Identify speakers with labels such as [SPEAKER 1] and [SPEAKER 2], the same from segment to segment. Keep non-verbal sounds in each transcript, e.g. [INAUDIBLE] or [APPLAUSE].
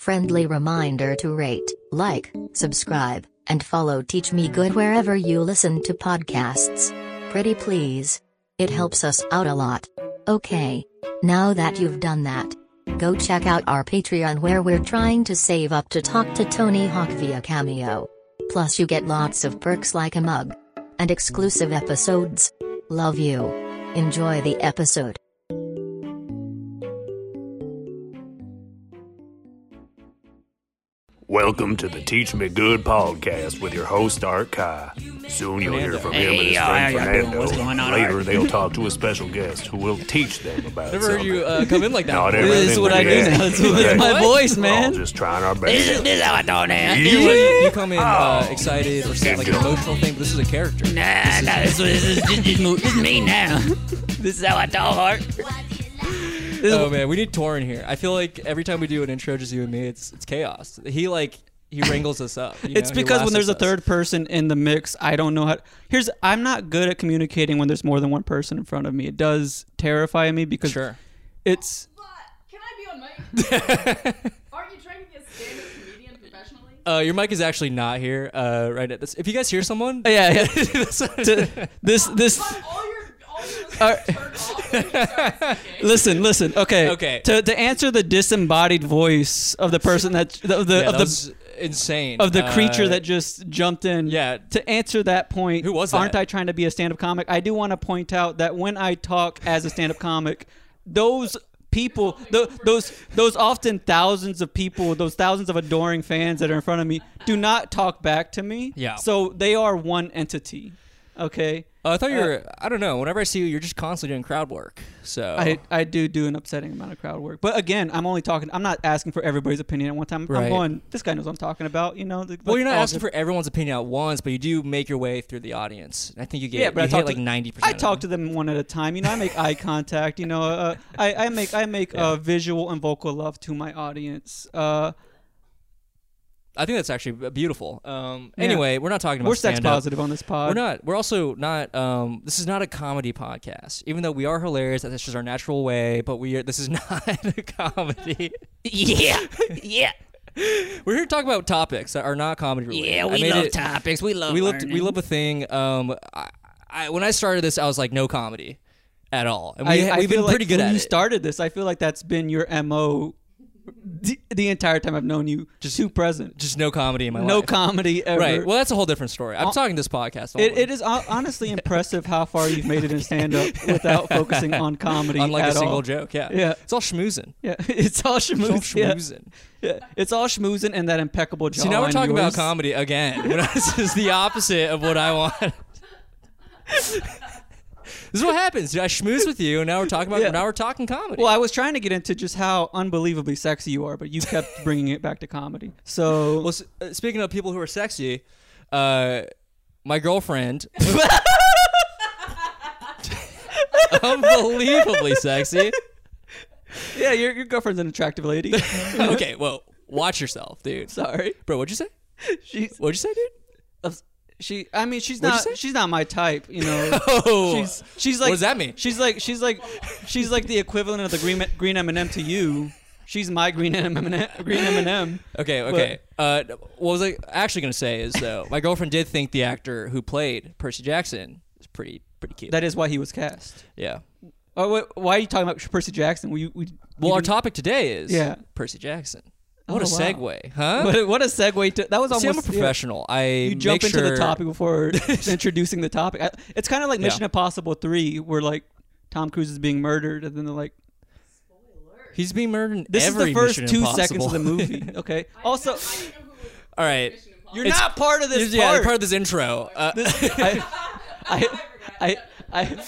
[SPEAKER 1] Friendly reminder to rate, like, subscribe, and follow Teach Me Good wherever you listen to podcasts. Pretty please. It helps us out a lot. Okay. Now that you've done that, go check out our Patreon where we're trying to save up to talk to Tony Hawk via Cameo. Plus, you get lots of perks like a mug and exclusive episodes. Love you. Enjoy the episode.
[SPEAKER 2] Welcome to the Teach Me Good podcast with your host Art Kai. Soon you'll hear from him and
[SPEAKER 3] Hey,
[SPEAKER 2] his
[SPEAKER 3] y'all,
[SPEAKER 2] friend
[SPEAKER 3] how y'all doing? What's going
[SPEAKER 2] Fernando.
[SPEAKER 3] on,
[SPEAKER 2] Later
[SPEAKER 3] Art?
[SPEAKER 2] they'll talk to a special guest who will teach them about
[SPEAKER 4] Never heard
[SPEAKER 2] something.
[SPEAKER 4] you uh, come in like that.
[SPEAKER 2] Not
[SPEAKER 4] before.
[SPEAKER 2] everything
[SPEAKER 4] this is what
[SPEAKER 2] we
[SPEAKER 4] I do
[SPEAKER 2] get.
[SPEAKER 4] now. That's what- It's my
[SPEAKER 3] What?
[SPEAKER 4] voice,
[SPEAKER 2] We're all
[SPEAKER 4] uh, man.
[SPEAKER 2] just trying our
[SPEAKER 3] This is,
[SPEAKER 2] best.
[SPEAKER 3] this is how I thought that.
[SPEAKER 4] Usually
[SPEAKER 2] Yeah.
[SPEAKER 4] you come in uh,
[SPEAKER 2] Oh.
[SPEAKER 4] excited or say like an emotional thing, but this is a character.
[SPEAKER 3] Nah, nah, this, this, is- this, is mo- this is me now. This is how I talk, Hart.
[SPEAKER 4] Oh man, we need Torin here. I feel like every time we do an intro, just you and me, it's it's chaos. He like he wrangles us up. you
[SPEAKER 5] It's
[SPEAKER 4] know? He
[SPEAKER 5] because when
[SPEAKER 4] laughs
[SPEAKER 5] there's a
[SPEAKER 4] at us.
[SPEAKER 5] third person in the mix, I don't know how. Here's I'm not good at communicating when there's more than one person in front of me. It does terrify me because
[SPEAKER 4] Sure.
[SPEAKER 5] it's
[SPEAKER 6] Can I be on mic?
[SPEAKER 4] [LAUGHS]
[SPEAKER 6] Aren't you trying to be a stand-up comedian professionally?
[SPEAKER 4] Uh, your mic is actually not here uh, right at this. If you guys hear someone,
[SPEAKER 5] yeah.
[SPEAKER 4] [LAUGHS]
[SPEAKER 5] yeah. To- this this.
[SPEAKER 6] But all your all your
[SPEAKER 4] uh,
[SPEAKER 6] listeners
[SPEAKER 5] Alright.
[SPEAKER 6] turned off when you started speaking.
[SPEAKER 5] Listen, listen. Okay.
[SPEAKER 4] Okay.
[SPEAKER 5] To, to answer the disembodied voice of the person that the, the
[SPEAKER 4] yeah,
[SPEAKER 5] of
[SPEAKER 4] that
[SPEAKER 5] the
[SPEAKER 4] was insane.
[SPEAKER 5] of the creature
[SPEAKER 4] Uh,
[SPEAKER 5] that just jumped in.
[SPEAKER 4] yeah.
[SPEAKER 5] To answer that point,
[SPEAKER 4] Who was
[SPEAKER 5] Aren't
[SPEAKER 4] that?
[SPEAKER 5] I trying to be a stand-up comic? I do want to point out that when I talk as a stand-up [LAUGHS] comic, those people, tho- those those often thousands of people, those thousands of adoring fans that are in front of me, do not talk back to me.
[SPEAKER 4] Yeah.
[SPEAKER 5] So they are one entity. Okay.
[SPEAKER 4] Oh, I thought you
[SPEAKER 5] uh,
[SPEAKER 4] were. I don't know. Whenever I see you, you're just constantly doing crowd work. So
[SPEAKER 5] I, I do do an upsetting amount of crowd work, but again, I'm only talking. I'm not asking for everybody's opinion at one time.
[SPEAKER 4] Right.
[SPEAKER 5] I'm going. This guy knows what I'm talking about. You know. the-
[SPEAKER 4] Well,
[SPEAKER 5] like,
[SPEAKER 4] you're not
[SPEAKER 5] all
[SPEAKER 4] asking for everyone's opinion at once, but you do make your way through the audience. And I think you get
[SPEAKER 5] Yeah,
[SPEAKER 4] you
[SPEAKER 5] but I
[SPEAKER 4] hit
[SPEAKER 5] talk
[SPEAKER 4] like
[SPEAKER 5] to,
[SPEAKER 4] ninety percent.
[SPEAKER 5] I talk to them one at a time. You know, I make eye contact. You know,
[SPEAKER 4] [LAUGHS]
[SPEAKER 5] uh, I, I make I make uh, visual and vocal love to my audience. Uh,
[SPEAKER 4] I think that's actually uh, beautiful. Um,
[SPEAKER 5] Yeah.
[SPEAKER 4] Anyway, we're not talking about
[SPEAKER 5] we're sex
[SPEAKER 4] stand-up.
[SPEAKER 5] positive on this pod.
[SPEAKER 4] We're not. We're also not. Um, this is not a comedy podcast, even though we are hilarious. That's just our natural way. But we are, this is [LAUGHS] not a comedy.
[SPEAKER 3] Yeah, yeah,
[SPEAKER 4] we're here to talk about topics that are not comedy related.
[SPEAKER 3] yeah.
[SPEAKER 4] I
[SPEAKER 3] We
[SPEAKER 4] made
[SPEAKER 3] love
[SPEAKER 4] it-
[SPEAKER 3] topics. We love.
[SPEAKER 4] we love
[SPEAKER 3] learning.
[SPEAKER 4] we love a thing. Um, I, I, when I started this, I was like no comedy at all, and we,
[SPEAKER 5] I, I
[SPEAKER 4] we've
[SPEAKER 5] feel
[SPEAKER 4] been
[SPEAKER 5] like
[SPEAKER 4] pretty good
[SPEAKER 5] when
[SPEAKER 4] at
[SPEAKER 5] you
[SPEAKER 4] it.
[SPEAKER 5] started this. I feel like that's been your mo the, the entire time I've known you. Just to present.
[SPEAKER 4] just no comedy in my
[SPEAKER 5] no
[SPEAKER 4] life.
[SPEAKER 5] comedy ever.
[SPEAKER 4] Right. Well, that's a whole different story. I'm talking this podcast.
[SPEAKER 5] It,
[SPEAKER 4] only.
[SPEAKER 5] it is hon- honestly impressive how far you've made it in
[SPEAKER 4] [LAUGHS]
[SPEAKER 5] stand up without focusing on comedy.
[SPEAKER 4] unlike a
[SPEAKER 5] at all.
[SPEAKER 4] single joke. Yeah.
[SPEAKER 5] Yeah.
[SPEAKER 4] It's all schmoozing.
[SPEAKER 5] Yeah, [LAUGHS] it's all
[SPEAKER 4] It's all
[SPEAKER 5] schmoozing. [LAUGHS] Yeah.
[SPEAKER 4] schmoozing.
[SPEAKER 5] Yeah. [LAUGHS] It's all schmoozing and that impeccable job.
[SPEAKER 4] See, now we're talking about comedy again. [LAUGHS] this is the opposite of what I want. [LAUGHS] this is what happens. I schmooze with you, and now we're talking about.
[SPEAKER 5] Yeah.
[SPEAKER 4] Now we're talking comedy.
[SPEAKER 5] Well, I was trying to get into just how unbelievably sexy you are, but
[SPEAKER 4] [LAUGHS]
[SPEAKER 5] you kept bringing it back to comedy. So
[SPEAKER 4] Well, s- uh, speaking of people who are sexy, uh, my
[SPEAKER 5] [LAUGHS]
[SPEAKER 4] girlfriend. Unbelievably sexy.
[SPEAKER 5] yeah, your, your girlfriend's an
[SPEAKER 4] [LAUGHS]
[SPEAKER 5] attractive lady. [LAUGHS]
[SPEAKER 4] Okay, well, watch yourself, dude.
[SPEAKER 5] Sorry,
[SPEAKER 4] Bro, what'd you say?
[SPEAKER 5] she's
[SPEAKER 4] What'd you say, dude?
[SPEAKER 5] she. I mean, she's
[SPEAKER 4] What'd you
[SPEAKER 5] not
[SPEAKER 4] say?
[SPEAKER 5] she's not my type. You know,
[SPEAKER 4] [LAUGHS] Oh,
[SPEAKER 5] she's she's like
[SPEAKER 4] what does that mean?
[SPEAKER 5] She's like she's like she's like the equivalent of the green green M and M to you. She's my green M and M green M and M.
[SPEAKER 4] [LAUGHS] Okay, okay. Uh, what was I actually gonna say is though, my girlfriend did think the actor who played Percy Jackson was pretty pretty cute.
[SPEAKER 5] That is why he was cast.
[SPEAKER 4] yeah.
[SPEAKER 5] Oh, wait, why are you talking about Percy Jackson? We we
[SPEAKER 4] Well, our
[SPEAKER 5] we-
[SPEAKER 4] topic today is
[SPEAKER 5] Yeah.
[SPEAKER 4] Percy Jackson. What a
[SPEAKER 5] Oh, wow.
[SPEAKER 4] segue,
[SPEAKER 5] [LAUGHS]
[SPEAKER 4] huh?
[SPEAKER 5] What a, what a segue to that was almost
[SPEAKER 4] See, I'm a
[SPEAKER 5] yeah.
[SPEAKER 4] professional. I
[SPEAKER 5] you jump
[SPEAKER 4] make
[SPEAKER 5] into the
[SPEAKER 4] sure- [LAUGHS]
[SPEAKER 5] topic before [LAUGHS] introducing the topic. I, it's kind of like Mission
[SPEAKER 4] Yeah.
[SPEAKER 5] Impossible Three, where like Tom Cruise is being murdered, and then they're like,
[SPEAKER 4] He's being murdered. In
[SPEAKER 5] "This
[SPEAKER 4] every
[SPEAKER 5] is the first
[SPEAKER 4] Mission
[SPEAKER 5] two
[SPEAKER 4] Impossible. [LAUGHS]
[SPEAKER 5] seconds of the movie." Okay. also,
[SPEAKER 6] I didn't know who was
[SPEAKER 4] All right,
[SPEAKER 5] you're
[SPEAKER 4] It's-
[SPEAKER 5] not part of this
[SPEAKER 4] yeah,
[SPEAKER 5] part.
[SPEAKER 4] part of this
[SPEAKER 5] [LAUGHS]
[SPEAKER 4] intro. Uh, [LAUGHS]
[SPEAKER 5] I, I, I, I,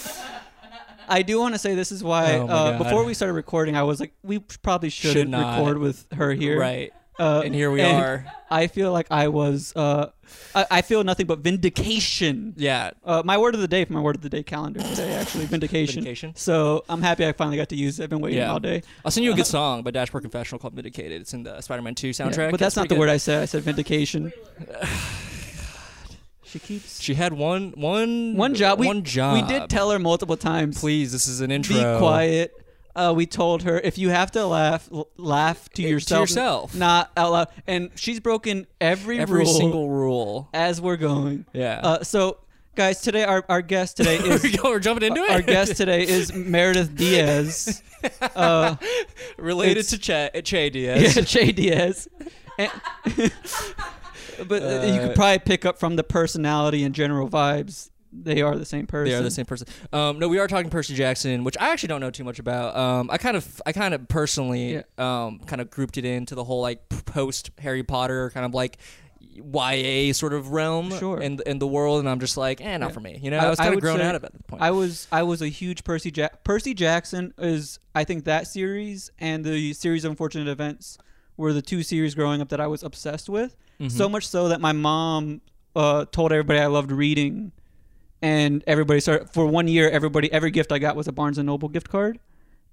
[SPEAKER 5] I do want to say this is why
[SPEAKER 4] Oh my
[SPEAKER 5] uh,
[SPEAKER 4] God.
[SPEAKER 5] before we started recording, I was like, we probably shouldn't
[SPEAKER 4] not.
[SPEAKER 5] record with her here,
[SPEAKER 4] right,
[SPEAKER 5] Uh,
[SPEAKER 4] and
[SPEAKER 5] [LAUGHS]
[SPEAKER 4] here we are.
[SPEAKER 5] I feel like I was. Uh, I, I feel nothing but vindication.
[SPEAKER 4] Yeah,
[SPEAKER 5] Uh, my word of the day for my word of the day calendar today, actually, vindication.
[SPEAKER 4] Vindication.
[SPEAKER 5] So I'm happy I finally got to use it. I've been waiting
[SPEAKER 4] yeah.
[SPEAKER 5] all day.
[SPEAKER 4] I'll send you a good song by Dashboard Confessional called "Vindicated." It's in the Spider-Man 2 soundtrack.
[SPEAKER 5] but that's
[SPEAKER 4] It's
[SPEAKER 5] not
[SPEAKER 4] pretty
[SPEAKER 5] the
[SPEAKER 4] good.
[SPEAKER 5] word I said. I said vindication. she keeps
[SPEAKER 4] [SIGHS] She had one one
[SPEAKER 5] one job. We,
[SPEAKER 4] One job.
[SPEAKER 5] We did tell her multiple times.
[SPEAKER 4] Please, this is an intro.
[SPEAKER 5] be quiet. uh, we told her if you have to laugh, l- laugh to yourself,
[SPEAKER 4] Eh, yourself.
[SPEAKER 5] not out loud. And she's broken every,
[SPEAKER 4] Every
[SPEAKER 5] rule
[SPEAKER 4] single rule.
[SPEAKER 5] [LAUGHS] as we're going.
[SPEAKER 4] Yeah.
[SPEAKER 5] Uh, so, guys, today our our guest today is.
[SPEAKER 4] [LAUGHS] We're jumping into it.
[SPEAKER 5] Our [LAUGHS] guest today
[SPEAKER 4] [LAUGHS]
[SPEAKER 5] is Meredith Diaz.
[SPEAKER 4] related
[SPEAKER 5] it's-
[SPEAKER 4] to Che, che
[SPEAKER 5] Yeah, [LAUGHS]
[SPEAKER 4] Diaz.
[SPEAKER 5] Jay
[SPEAKER 4] [LAUGHS]
[SPEAKER 5] Diaz. And- [LAUGHS] but uh, you could probably pick up from the personality and general vibes. They are the same person.
[SPEAKER 4] They are the same person. Um, no, we are talking Percy Jackson, which I actually don't know too much about. Um, I kind of, I kind of personally,
[SPEAKER 5] Yeah.
[SPEAKER 4] um, kind of grouped it into the whole like post Harry Potter kind of like YA sort of realm
[SPEAKER 5] Sure.
[SPEAKER 4] in in the world, and I'm just like, eh, not for me. You know,
[SPEAKER 5] I-
[SPEAKER 4] I, was
[SPEAKER 5] Uh, I
[SPEAKER 4] kind of
[SPEAKER 5] would
[SPEAKER 4] grown
[SPEAKER 5] say-
[SPEAKER 4] out of it at that point.
[SPEAKER 5] I was I was a huge Percy Jack Percy Jackson is I think that series and the series of unfortunate events were the two series growing up that I was obsessed with.
[SPEAKER 4] Mm-hmm.
[SPEAKER 5] So much so that my mom uh, told everybody I loved reading, and everybody started for one year. Everybody every gift I got was a Barnes and Noble gift card,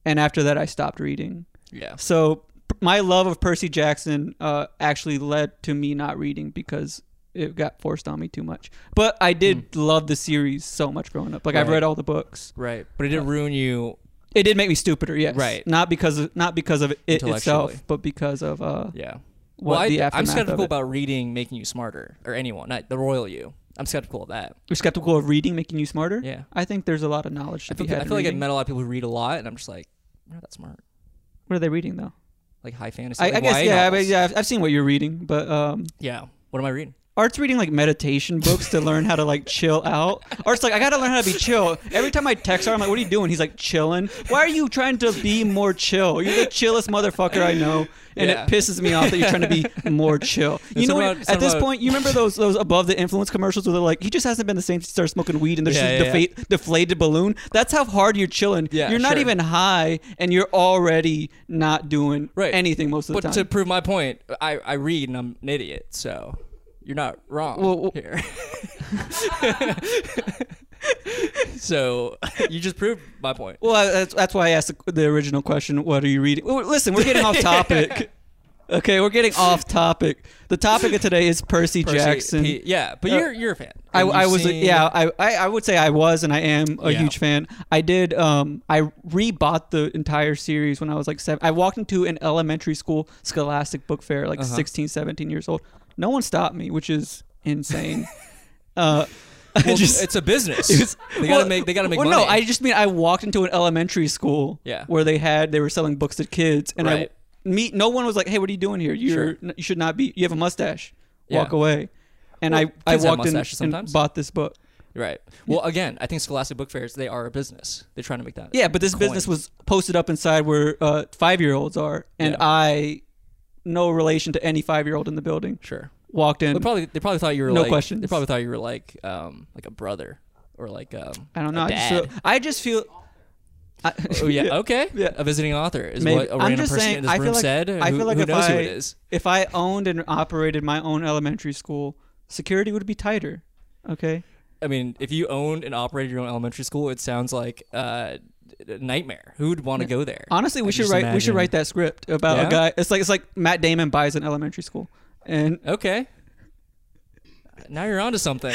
[SPEAKER 5] and after that I stopped reading.
[SPEAKER 4] yeah,
[SPEAKER 5] So p- my love of Percy Jackson uh, actually led to me not reading because it got forced on me too much. But I did love the series so much growing up. Like I've
[SPEAKER 4] Hmm. Right.
[SPEAKER 5] read all the books.
[SPEAKER 4] right. But it didn't ruin you.
[SPEAKER 5] It did make me stupider, yes.
[SPEAKER 4] Right.
[SPEAKER 5] Not because of not because of it
[SPEAKER 4] Intellectually.
[SPEAKER 5] itself, but because of uh,
[SPEAKER 4] Yeah.
[SPEAKER 5] What
[SPEAKER 4] well, I,
[SPEAKER 5] the
[SPEAKER 4] I'm
[SPEAKER 5] aftermath of
[SPEAKER 4] skeptical
[SPEAKER 5] it.
[SPEAKER 4] about reading making you smarter or anyone, not the royal you. I'm skeptical of that.
[SPEAKER 5] you're skeptical of reading making you smarter.
[SPEAKER 4] Yeah.
[SPEAKER 5] I think there's a lot of knowledge to
[SPEAKER 4] I
[SPEAKER 5] be
[SPEAKER 4] feel,
[SPEAKER 5] had.
[SPEAKER 4] I
[SPEAKER 5] in
[SPEAKER 4] feel like I've
[SPEAKER 5] reading.
[SPEAKER 4] met a lot of people who read a lot, and I'm just like, you're not that smart.
[SPEAKER 5] what are they reading though?
[SPEAKER 4] Like high fantasy.
[SPEAKER 5] I,
[SPEAKER 4] like
[SPEAKER 5] I guess
[SPEAKER 4] YA
[SPEAKER 5] yeah, I
[SPEAKER 4] novels.
[SPEAKER 5] mean, yeah. I've, I've seen what you're reading, but um,
[SPEAKER 4] Yeah. What am I reading?
[SPEAKER 5] Art's reading like meditation books to learn how to like chill out. Art's like, I gotta learn how to be chill. Every time I text Art, I'm like, what are you doing? He's like, chilling. Why are you trying to be more chill? You're the chillest motherfucker I know, and
[SPEAKER 4] Yeah.
[SPEAKER 5] it pisses me off that you're trying to
[SPEAKER 4] [LAUGHS]
[SPEAKER 5] be more chill. You
[SPEAKER 4] It's
[SPEAKER 5] know,
[SPEAKER 4] about-
[SPEAKER 5] what?
[SPEAKER 4] it's
[SPEAKER 5] at this
[SPEAKER 4] about-
[SPEAKER 5] point, you remember those those above the influence commercials where they're like, he just hasn't been the same since he started smoking weed, and there's
[SPEAKER 4] Yeah,
[SPEAKER 5] just
[SPEAKER 4] yeah,
[SPEAKER 5] a defa- deflated balloon. That's how hard you're chilling.
[SPEAKER 4] Yeah,
[SPEAKER 5] you're not
[SPEAKER 4] sure.
[SPEAKER 5] even high, and you're already not doing
[SPEAKER 4] Right.
[SPEAKER 5] anything most of the
[SPEAKER 4] But
[SPEAKER 5] time.
[SPEAKER 4] to prove my point, I, I read and I'm an idiot, so you're not wrong
[SPEAKER 5] Well, well-
[SPEAKER 4] here. [LAUGHS] so [LAUGHS] you just proved my point.
[SPEAKER 5] Well, that's, that's why I asked the, the original question. What are you reading? Well, listen, we're getting
[SPEAKER 4] [LAUGHS]
[SPEAKER 5] off topic. Okay, we're getting off topic. The topic of today is Percy,
[SPEAKER 4] Percy
[SPEAKER 5] Jackson.
[SPEAKER 4] P- yeah, but
[SPEAKER 5] Uh,
[SPEAKER 4] you're you're a fan.
[SPEAKER 5] I,
[SPEAKER 4] And you've
[SPEAKER 5] I was
[SPEAKER 4] seen-
[SPEAKER 5] yeah I, I I would say I was and I am a
[SPEAKER 4] Yeah.
[SPEAKER 5] huge fan. I did um I rebought the entire series when I was like seven. I walked into an elementary school scholastic book fair like
[SPEAKER 4] Uh-huh.
[SPEAKER 5] sixteen, seventeen 16, 17 years old. No one stopped me, which is
[SPEAKER 4] [LAUGHS]
[SPEAKER 5] insane. uh, [LAUGHS] I
[SPEAKER 4] Well,
[SPEAKER 5] just-
[SPEAKER 4] it's a business.
[SPEAKER 5] [LAUGHS] it's-
[SPEAKER 4] they gotta
[SPEAKER 5] well,
[SPEAKER 4] make they gotta make
[SPEAKER 5] well,
[SPEAKER 4] money.
[SPEAKER 5] No, I just mean I walked into an elementary school
[SPEAKER 4] Yeah.
[SPEAKER 5] where they had they were selling books to kids, and
[SPEAKER 4] Right.
[SPEAKER 5] I me no one was like, "Hey, what are you doing here? You're
[SPEAKER 4] Sure.
[SPEAKER 5] n you should not be. You have a mustache. Walk
[SPEAKER 4] Yeah.
[SPEAKER 5] away." And
[SPEAKER 4] Well,
[SPEAKER 5] I I
[SPEAKER 4] kids have
[SPEAKER 5] walked in
[SPEAKER 4] mustaches
[SPEAKER 5] and
[SPEAKER 4] sometimes.
[SPEAKER 5] bought this book.
[SPEAKER 4] right. Well, again, I think Scholastic Book Fairs they are a business. They're trying to make that.
[SPEAKER 5] Yeah, but this
[SPEAKER 4] coin.
[SPEAKER 5] business was posted up inside where uh, five year olds are, and
[SPEAKER 4] Yeah.
[SPEAKER 5] I no relation to any five year old in the building.
[SPEAKER 4] sure.
[SPEAKER 5] Walked in.
[SPEAKER 4] They probably they probably thought you were
[SPEAKER 5] No
[SPEAKER 4] like
[SPEAKER 5] questions.
[SPEAKER 4] they probably thought you were like um like a brother or like um
[SPEAKER 5] I don't
[SPEAKER 4] a
[SPEAKER 5] know. I
[SPEAKER 4] dad.
[SPEAKER 5] just, feel, I just feel. I,
[SPEAKER 4] Oh yeah. Okay.
[SPEAKER 5] [LAUGHS] Yeah.
[SPEAKER 4] A visiting author is
[SPEAKER 5] Maybe.
[SPEAKER 4] what a
[SPEAKER 5] I'm
[SPEAKER 4] random
[SPEAKER 5] just
[SPEAKER 4] person
[SPEAKER 5] saying,
[SPEAKER 4] in this
[SPEAKER 5] I
[SPEAKER 4] room
[SPEAKER 5] feel like-
[SPEAKER 4] said.
[SPEAKER 5] I
[SPEAKER 4] who,
[SPEAKER 5] feel like
[SPEAKER 4] who
[SPEAKER 5] if
[SPEAKER 4] knows who
[SPEAKER 5] I-
[SPEAKER 4] it is.
[SPEAKER 5] if I owned and operated my own elementary school, security would be tighter. Okay.
[SPEAKER 4] I mean, if you owned and operated your own elementary school, it sounds like uh, a nightmare. Who would want to go there?
[SPEAKER 5] Honestly, we
[SPEAKER 4] I
[SPEAKER 5] should
[SPEAKER 4] just
[SPEAKER 5] write we should
[SPEAKER 4] imagine-
[SPEAKER 5] write that script about a
[SPEAKER 4] Yeah?
[SPEAKER 5] guy. It's like it's like Matt Damon buys an elementary school, and [LAUGHS]
[SPEAKER 4] Okay. Now you're onto something.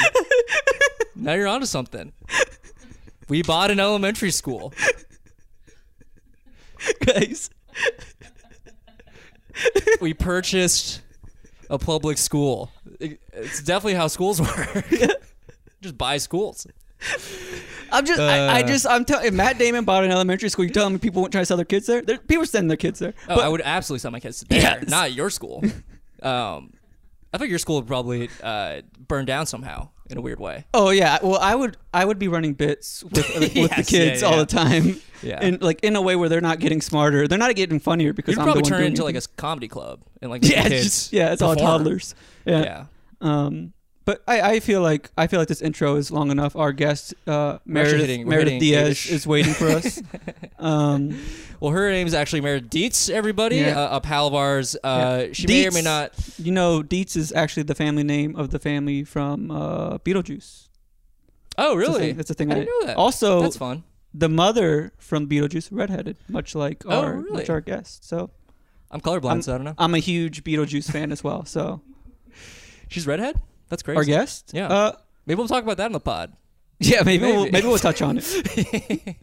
[SPEAKER 4] now you're onto something. We bought an elementary school.
[SPEAKER 5] guys,
[SPEAKER 4] We purchased a public school. It- It's definitely how schools [LAUGHS] work. Just buy schools.
[SPEAKER 5] I'm just I, I just I'm telling. If Matt Damon bought an elementary school, you telling me people won't try to sell their kids there? there people are sending their kids there.
[SPEAKER 4] Oh, I would absolutely send my kids to there,
[SPEAKER 5] Yes.
[SPEAKER 4] not your school. um, I think your school would probably uh, burn down somehow in a weird way.
[SPEAKER 5] Oh yeah, well I would I would be running bits with
[SPEAKER 4] [LAUGHS]
[SPEAKER 5] with the
[SPEAKER 4] Uh, Yes, yeah,
[SPEAKER 5] kids all
[SPEAKER 4] yeah.
[SPEAKER 5] the time,
[SPEAKER 4] Yeah.
[SPEAKER 5] and like in a way where they're not getting smarter, they're not getting funnier because
[SPEAKER 4] You'd
[SPEAKER 5] I'm
[SPEAKER 4] probably
[SPEAKER 5] the one
[SPEAKER 4] turn it
[SPEAKER 5] doing
[SPEAKER 4] into like a
[SPEAKER 5] anything.
[SPEAKER 4] s- comedy club and
[SPEAKER 5] [LAUGHS]
[SPEAKER 4] like
[SPEAKER 5] yeah,
[SPEAKER 4] kids.
[SPEAKER 5] it's just, yeah, it's all
[SPEAKER 4] perform.
[SPEAKER 5] toddlers.
[SPEAKER 4] Yeah,
[SPEAKER 5] Um, but I, I feel like I feel like this intro is long enough. Our guest uh, Meredith,
[SPEAKER 4] hitting- we're
[SPEAKER 5] Meredith
[SPEAKER 4] hitting
[SPEAKER 5] Diaz
[SPEAKER 4] eight-ish.
[SPEAKER 5] is waiting
[SPEAKER 4] [LAUGHS]
[SPEAKER 5] for us. um,
[SPEAKER 4] Well, her name's actually Meredith Dietz. Everybody,
[SPEAKER 5] Yeah.
[SPEAKER 4] uh, a pal of ours. Uh,
[SPEAKER 5] Yeah.
[SPEAKER 4] She may or may
[SPEAKER 5] Dietz.
[SPEAKER 4] not.
[SPEAKER 5] you know, Dietz is actually the family name of the family from uh, Beetlejuice.
[SPEAKER 4] Oh,
[SPEAKER 5] It's a
[SPEAKER 4] really?
[SPEAKER 5] thing- That's a thing.
[SPEAKER 4] I didn't know that.
[SPEAKER 5] Also,
[SPEAKER 4] That's fun.
[SPEAKER 5] the mother from Beetlejuice, redheaded, much like
[SPEAKER 4] Oh,
[SPEAKER 5] our
[SPEAKER 4] really?
[SPEAKER 5] much our guest. So
[SPEAKER 4] I'm colorblind, so I don't know.
[SPEAKER 5] I'm a huge Beetlejuice fan as well. So
[SPEAKER 4] She's redhead. That's crazy.
[SPEAKER 5] our guest,
[SPEAKER 4] Yeah.
[SPEAKER 5] uh,
[SPEAKER 4] Maybe we'll talk about that in the pod. Yeah, maybe.
[SPEAKER 5] Maybe we'll, maybe we'll touch on
[SPEAKER 4] [LAUGHS]
[SPEAKER 5] it.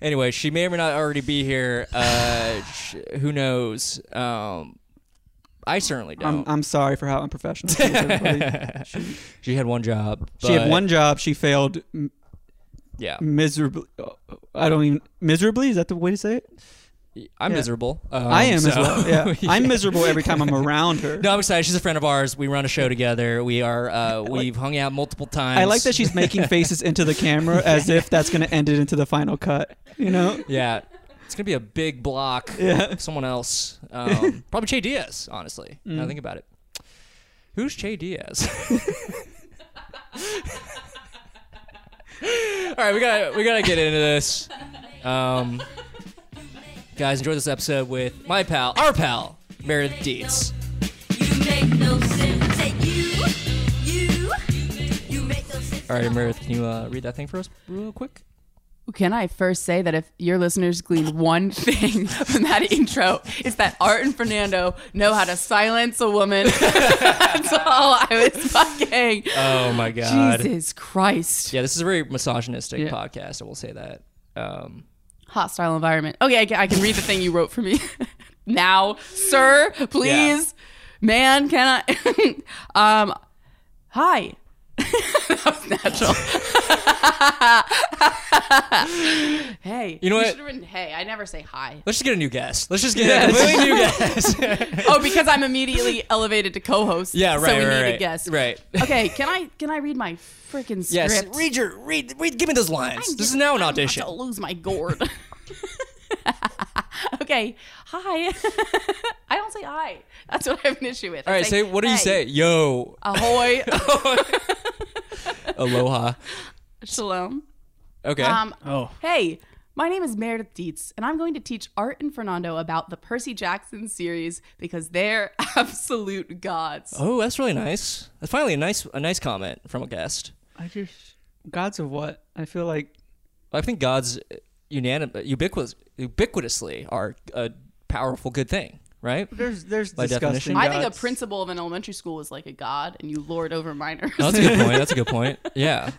[SPEAKER 4] anyway, she may or may not already be here. Uh, sh- who knows? Um, I certainly
[SPEAKER 5] I'm,
[SPEAKER 4] don't.
[SPEAKER 5] I'm sorry for how unprofessional. she was,
[SPEAKER 4] [LAUGHS]
[SPEAKER 5] everybody.
[SPEAKER 4] she had one job.
[SPEAKER 5] she had
[SPEAKER 4] but-
[SPEAKER 5] one job. She failed m-
[SPEAKER 4] Yeah,
[SPEAKER 5] miserably. oh, I don't even miserably. Is that the way to say it?
[SPEAKER 4] I'm
[SPEAKER 5] yeah.
[SPEAKER 4] miserable. Um,
[SPEAKER 5] I am as
[SPEAKER 4] so- [LAUGHS]
[SPEAKER 5] well. Yeah. I'm miserable every time I'm around her.
[SPEAKER 4] No, I'm excited. She's a friend of ours. We run a show together. We are. Uh, we've hung out multiple times.
[SPEAKER 5] I like that
[SPEAKER 4] [LAUGHS]
[SPEAKER 5] she's making faces into the camera as if that's going to end it into the final cut. You know?
[SPEAKER 4] Yeah. It's gonna be a big block.
[SPEAKER 5] Yeah.
[SPEAKER 4] of Someone else. Um, probably Che Diaz. Honestly, now that I think about it. Who's Che Diaz? [LAUGHS] All right, we gotta we gotta get into this. Um, guys, enjoy this episode with my pal, our pal, Meredith Dietz.
[SPEAKER 7] You make no sense. Say you, you, you make no sense.
[SPEAKER 4] All right, Meredith, can you uh, read that thing for us real quick?
[SPEAKER 8] Can I first say that if your listeners glean one thing from that intro, it's that Art and Fernando know how to silence a woman. [LAUGHS] That's all I was fucking.
[SPEAKER 4] Oh my
[SPEAKER 8] Jesus Christ.
[SPEAKER 4] Yeah, this is a very misogynistic
[SPEAKER 8] Yeah.
[SPEAKER 4] podcast. I will say that. Um,
[SPEAKER 8] Hostile environment. Okay, I can, I can read the thing you wrote for me [LAUGHS] now. Sir, please. Man, can I? [LAUGHS] um, hi. [LAUGHS] that was natural. [LAUGHS] hey.
[SPEAKER 4] You know what?
[SPEAKER 8] should have written, hey, I never say hi.
[SPEAKER 4] let's just get a new guest. Let's just get a completely new guest.
[SPEAKER 8] Oh, because
[SPEAKER 4] [LAUGHS]
[SPEAKER 8] I'm immediately elevated to co-host.
[SPEAKER 4] Yeah, right,
[SPEAKER 8] So we
[SPEAKER 4] right,
[SPEAKER 8] need
[SPEAKER 4] right.
[SPEAKER 8] a guest. [LAUGHS]
[SPEAKER 4] Right.
[SPEAKER 8] Okay. Can I can I read my freaking script?
[SPEAKER 4] Yes, read your read, read. Give me those lines. this is now an
[SPEAKER 8] I'm about
[SPEAKER 4] audition.
[SPEAKER 8] to lose my gourd. [LAUGHS] okay. Hi. [LAUGHS] I don't say hi. That's what I have an issue with.
[SPEAKER 4] All right, say what do you say? Yo,
[SPEAKER 8] Uh,
[SPEAKER 4] [LAUGHS]
[SPEAKER 8] Ahoy.
[SPEAKER 4] aloha.
[SPEAKER 8] [LAUGHS] Shalom.
[SPEAKER 4] Okay.
[SPEAKER 8] Um, Hey, my name is Meredith Dietz, and I'm going to teach Art and Fernando about the Percy Jackson series because they're [LAUGHS] absolute gods.
[SPEAKER 4] oh, that's really nice. That's finally a nice a nice comment from a guest.
[SPEAKER 5] I just gods of what? I feel like
[SPEAKER 4] I think God's unanimous, ubiquitous, ubiquitously are a powerful good thing, right?
[SPEAKER 5] there's there's
[SPEAKER 4] By
[SPEAKER 5] disgusting.
[SPEAKER 4] definition.
[SPEAKER 8] I think a
[SPEAKER 5] gods.
[SPEAKER 8] principal of an elementary school is like a god, and you lord over minors.
[SPEAKER 4] No, that's a good point. That's a good point.
[SPEAKER 8] [LAUGHS]
[SPEAKER 4] Yeah,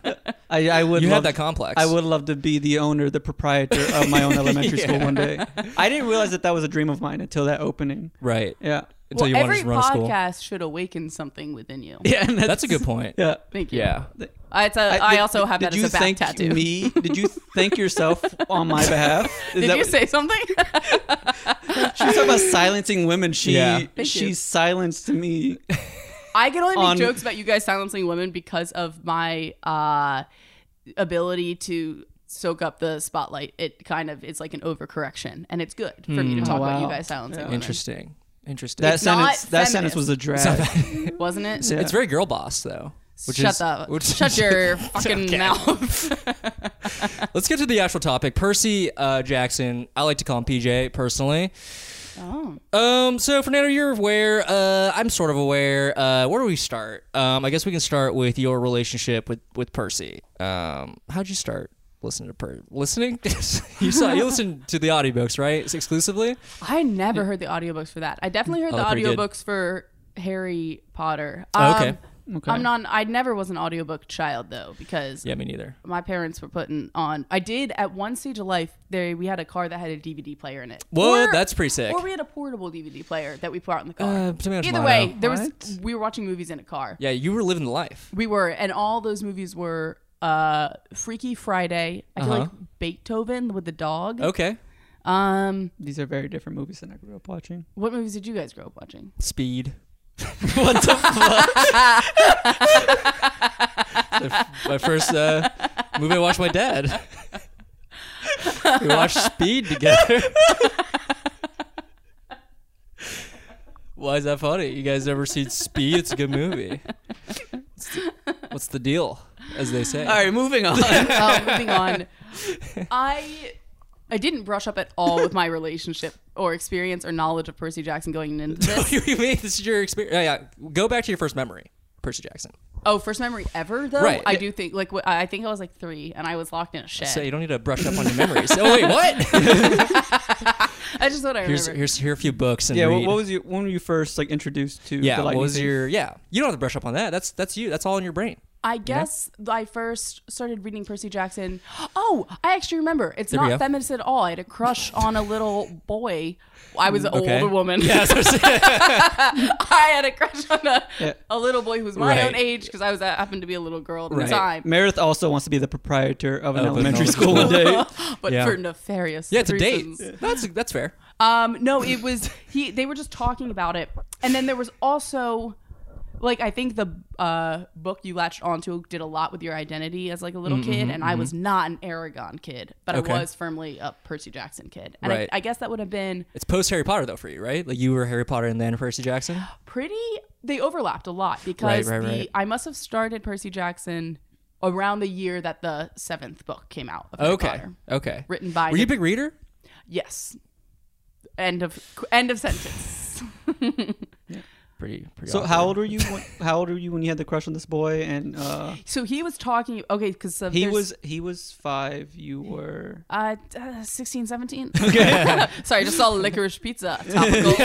[SPEAKER 5] I, I would
[SPEAKER 4] you
[SPEAKER 5] love
[SPEAKER 4] have that complex.
[SPEAKER 5] I would love to be the owner, the proprietor of my
[SPEAKER 4] [LAUGHS]
[SPEAKER 5] own elementary school one day. I didn't realize that that was a dream of mine until that opening.
[SPEAKER 4] Right.
[SPEAKER 5] Yeah.
[SPEAKER 4] Until you want to
[SPEAKER 8] [LAUGHS] every
[SPEAKER 4] just run a school.
[SPEAKER 8] podcast should awaken something within you.
[SPEAKER 5] [LAUGHS] Yeah. And
[SPEAKER 4] That's a
[SPEAKER 8] [LAUGHS]
[SPEAKER 4] good point.
[SPEAKER 5] Yeah.
[SPEAKER 8] Thank you.
[SPEAKER 4] Yeah.
[SPEAKER 8] I, it's a, I,
[SPEAKER 5] did-
[SPEAKER 8] also have
[SPEAKER 5] did
[SPEAKER 8] that
[SPEAKER 5] you
[SPEAKER 8] as a back
[SPEAKER 5] thank
[SPEAKER 8] tattoo.
[SPEAKER 5] Me? Did you thank yourself on my behalf? Is
[SPEAKER 8] [LAUGHS] Did
[SPEAKER 5] that
[SPEAKER 8] you
[SPEAKER 5] what-
[SPEAKER 8] say something? [LAUGHS]
[SPEAKER 5] She was talking about silencing women. She
[SPEAKER 4] Yeah.
[SPEAKER 8] Thank
[SPEAKER 5] she
[SPEAKER 8] you.
[SPEAKER 5] silenced me.
[SPEAKER 8] I can only make
[SPEAKER 5] On-
[SPEAKER 8] jokes about you guys silencing women because of my uh, ability to soak up the spotlight. It kind of it's like an overcorrection, and it's good for
[SPEAKER 5] Hmm.
[SPEAKER 8] me to talk
[SPEAKER 4] Oh,
[SPEAKER 8] about you
[SPEAKER 5] wow.
[SPEAKER 8] guys silencing women,
[SPEAKER 4] Interesting. Interesting.
[SPEAKER 5] That
[SPEAKER 8] not
[SPEAKER 5] sentence. That sentence
[SPEAKER 8] feminist.
[SPEAKER 5] was a drag.
[SPEAKER 8] wasn't it?
[SPEAKER 4] It's very girl boss though. Which
[SPEAKER 8] shut
[SPEAKER 4] is,
[SPEAKER 8] the
[SPEAKER 4] [LAUGHS] which-
[SPEAKER 8] shut your
[SPEAKER 4] [LAUGHS]
[SPEAKER 8] fucking mouth.
[SPEAKER 4] Let's get to the actual topic. Percy uh, Jackson. I like to call him PJ personally.
[SPEAKER 8] oh.
[SPEAKER 4] Um. So Fernando, you're aware. Uh, I'm sort of aware. Uh, where do we start? Um, I guess we can start with your relationship with with Percy. Um, how'd you start listening to Per? Listening? [LAUGHS] you saw you listened to the audiobooks, right? It's exclusively.
[SPEAKER 8] I never heard the audiobooks for that. I definitely heard
[SPEAKER 4] Oh,
[SPEAKER 8] the
[SPEAKER 4] pretty good.
[SPEAKER 8] audiobooks for Harry Potter. Um,
[SPEAKER 4] Oh, okay.
[SPEAKER 5] Okay.
[SPEAKER 8] I'm not I never was an audiobook child though because
[SPEAKER 4] Yeah, me neither.
[SPEAKER 8] my parents were putting on I did at one stage of life they we had a car that had a DVD player in it.
[SPEAKER 4] Whoa,
[SPEAKER 8] Or-
[SPEAKER 4] that's pretty sick.
[SPEAKER 8] Or we had a portable DVD player that we put out in the car.
[SPEAKER 4] Uh, something like
[SPEAKER 8] Either
[SPEAKER 4] mine,
[SPEAKER 8] way,
[SPEAKER 4] though.
[SPEAKER 8] there was
[SPEAKER 5] What?
[SPEAKER 8] we were watching movies in a car.
[SPEAKER 4] Yeah, you were living the life.
[SPEAKER 8] We were, and all those movies were uh, Freaky Friday. I
[SPEAKER 4] Uh-huh.
[SPEAKER 8] feel like Beethoven with the dog.
[SPEAKER 4] Okay.
[SPEAKER 8] Um,
[SPEAKER 5] These are very different movies than I grew up watching.
[SPEAKER 8] what movies did you guys grow up
[SPEAKER 4] [LAUGHS]
[SPEAKER 8] watching?
[SPEAKER 4] Speed.
[SPEAKER 5] what the fuck?
[SPEAKER 4] [LAUGHS] my first uh, movie I watched with my dad. we watched Speed together. Why is that funny? You guys ever seen Speed? It's a good movie. What's the, what's the deal, as they say? [LAUGHS]
[SPEAKER 5] All right, moving [LAUGHS] on.
[SPEAKER 8] Oh, moving on. I I didn't brush up at all with my relationship or experience or knowledge of Percy Jackson going into this.
[SPEAKER 4] you mean this is your experience? Yeah, yeah. Go back to your first memory, Percy Jackson.
[SPEAKER 8] Oh, first memory ever though.
[SPEAKER 4] Right.
[SPEAKER 8] I do think like wh- I think I was like three, and I was locked in a shed.
[SPEAKER 4] So you don't need to brush up on your memories. oh wait, what?
[SPEAKER 8] That's just what [LAUGHS]
[SPEAKER 4] [LAUGHS]
[SPEAKER 8] I
[SPEAKER 4] here's
[SPEAKER 8] remember.
[SPEAKER 4] here's here are a few books and
[SPEAKER 5] yeah.
[SPEAKER 4] read.
[SPEAKER 5] What, what was your when were you first like introduced to?
[SPEAKER 4] yeah?
[SPEAKER 5] The
[SPEAKER 4] What
[SPEAKER 5] Lightning
[SPEAKER 4] was
[SPEAKER 5] Thief?
[SPEAKER 4] your yeah? You don't have to brush up on that. That's that's you. That's all in your brain.
[SPEAKER 8] I guess I first started reading Percy Jackson. Oh, I actually remember. It's
[SPEAKER 4] we
[SPEAKER 8] not
[SPEAKER 4] go.
[SPEAKER 8] feminist at all. I had a crush on a little boy. I was an
[SPEAKER 4] Okay.
[SPEAKER 8] older woman.
[SPEAKER 4] [LAUGHS] Yeah, that's what I'm saying.
[SPEAKER 8] [LAUGHS] I had a crush on a,
[SPEAKER 5] Yeah.
[SPEAKER 8] a little boy who was my
[SPEAKER 4] Right.
[SPEAKER 8] own age because I was I happened to be a little girl at
[SPEAKER 4] Right.
[SPEAKER 8] the time.
[SPEAKER 5] Meredith also wants to be the proprietor of
[SPEAKER 4] Of an
[SPEAKER 5] an elementary
[SPEAKER 4] elementary
[SPEAKER 5] school one day. [LAUGHS]
[SPEAKER 8] [GASPS] But
[SPEAKER 4] Yeah.
[SPEAKER 8] for nefarious
[SPEAKER 4] yeah, it's a date.
[SPEAKER 8] reasons.
[SPEAKER 4] That's that's fair.
[SPEAKER 8] Um, no, it was he. They were just talking about it, and then there was also, like, I think the uh, book you latched onto did a lot with your identity as like a little kid, and I was not an Aragon kid, but
[SPEAKER 4] Mm-hmm, Okay.
[SPEAKER 8] I was firmly a Percy Jackson kid, and
[SPEAKER 4] Right.
[SPEAKER 8] I, I guess that would have been
[SPEAKER 4] It's post Harry Potter though for you, right? Like you were Harry Potter and then Percy Jackson.
[SPEAKER 8] pretty. They overlapped a lot because
[SPEAKER 4] right,
[SPEAKER 8] the
[SPEAKER 4] right.
[SPEAKER 8] I must have started Percy Jackson around the year that the seventh book came out. Of Harry
[SPEAKER 4] Okay.
[SPEAKER 8] Potter.
[SPEAKER 4] Okay.
[SPEAKER 8] Written by
[SPEAKER 4] Were you a
[SPEAKER 8] the-
[SPEAKER 4] big reader?
[SPEAKER 8] Yes. End of end of sentence. [LAUGHS]
[SPEAKER 4] Pretty pretty.
[SPEAKER 5] So
[SPEAKER 4] awkward.
[SPEAKER 5] how old were you? When, how old were you when you had the crush on this boy? And uh,
[SPEAKER 8] So he was talking. Okay, because
[SPEAKER 5] he was he was five. You were
[SPEAKER 8] Uh, t- uh, 16,
[SPEAKER 4] [LAUGHS]
[SPEAKER 8] 17. Okay. [LAUGHS] Sorry, just saw licorice pizza. Topical.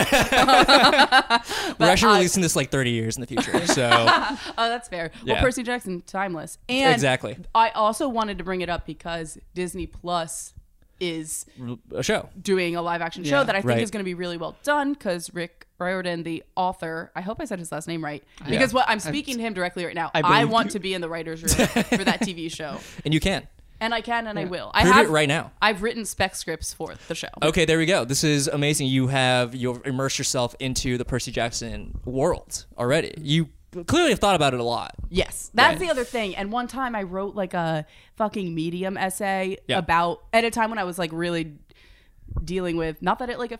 [SPEAKER 4] We're actually releasing this like 30 years in the
[SPEAKER 8] [LAUGHS]
[SPEAKER 4] future. So
[SPEAKER 8] oh, that's fair.
[SPEAKER 4] Yeah.
[SPEAKER 8] Well, Percy Jackson, timeless. And
[SPEAKER 4] Exactly.
[SPEAKER 8] I also wanted to bring it up because Disney Plus is
[SPEAKER 4] a show.
[SPEAKER 8] doing a live action show
[SPEAKER 5] Yeah.
[SPEAKER 8] that I think
[SPEAKER 4] Right.
[SPEAKER 8] is going to be really well done because Rick Riordan, the author, I hope I said his last name right because what I'm speaking to him directly right now. I,
[SPEAKER 5] believe
[SPEAKER 8] want
[SPEAKER 5] you.
[SPEAKER 8] to be in
[SPEAKER 4] [LAUGHS]
[SPEAKER 8] the writers' room for that TV show,
[SPEAKER 4] And you can.
[SPEAKER 8] and I can and I will. I
[SPEAKER 4] Prove it
[SPEAKER 8] have
[SPEAKER 4] right now.
[SPEAKER 8] I've written spec scripts for the show.
[SPEAKER 4] Okay, there we go. This is amazing. You have you've immersed yourself into the Percy Jackson world already. You clearly have thought about it a lot.
[SPEAKER 8] Yes, that's the other thing. And one time I wrote like a fucking medium essay
[SPEAKER 4] Yeah.
[SPEAKER 8] about at a time when I was like really dealing with not that it like a,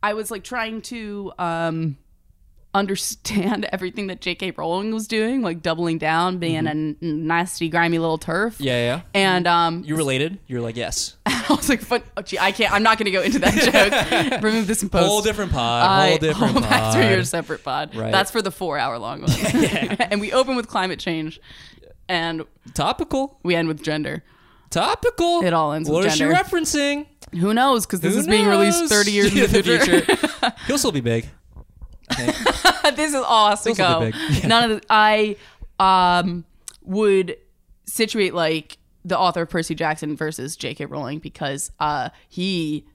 [SPEAKER 8] I was like trying to um understand [LAUGHS] everything that J.K. Rowling was doing, like doubling down, being a n a nasty, grimy little turf.
[SPEAKER 4] Mm-hmm. Yeah, yeah.
[SPEAKER 8] And um,
[SPEAKER 4] You related? You're like yes.
[SPEAKER 8] [LAUGHS] I was like, "Fun- oh, gee, I can't. I'm not going to go
[SPEAKER 4] [LAUGHS]
[SPEAKER 8] into that joke. Remove this in post.
[SPEAKER 4] Whole different pod.
[SPEAKER 8] I-
[SPEAKER 4] Whole
[SPEAKER 8] [LAUGHS]
[SPEAKER 4] different
[SPEAKER 8] oh,
[SPEAKER 4] pod.
[SPEAKER 8] That's for your separate pod.
[SPEAKER 4] Right.
[SPEAKER 8] That's for the four hour
[SPEAKER 4] [LAUGHS]
[SPEAKER 8] long one. [LAUGHS] and we open with climate change and
[SPEAKER 4] Topical.
[SPEAKER 8] we end with gender.
[SPEAKER 4] Topical.
[SPEAKER 8] It all ends with
[SPEAKER 4] What is she
[SPEAKER 8] gender.
[SPEAKER 4] referencing?
[SPEAKER 8] Who knows? Because this
[SPEAKER 4] Who
[SPEAKER 8] is being released
[SPEAKER 4] knows?
[SPEAKER 8] 30 years in
[SPEAKER 4] [LAUGHS]
[SPEAKER 8] the future.
[SPEAKER 4] He'll still be big.
[SPEAKER 8] [LAUGHS] this is all has to
[SPEAKER 4] Those will be
[SPEAKER 8] go.
[SPEAKER 4] big. [LAUGHS]
[SPEAKER 8] None of the, I um, would situate like the author of Percy Jackson versus J.K. Rowling because uh, he,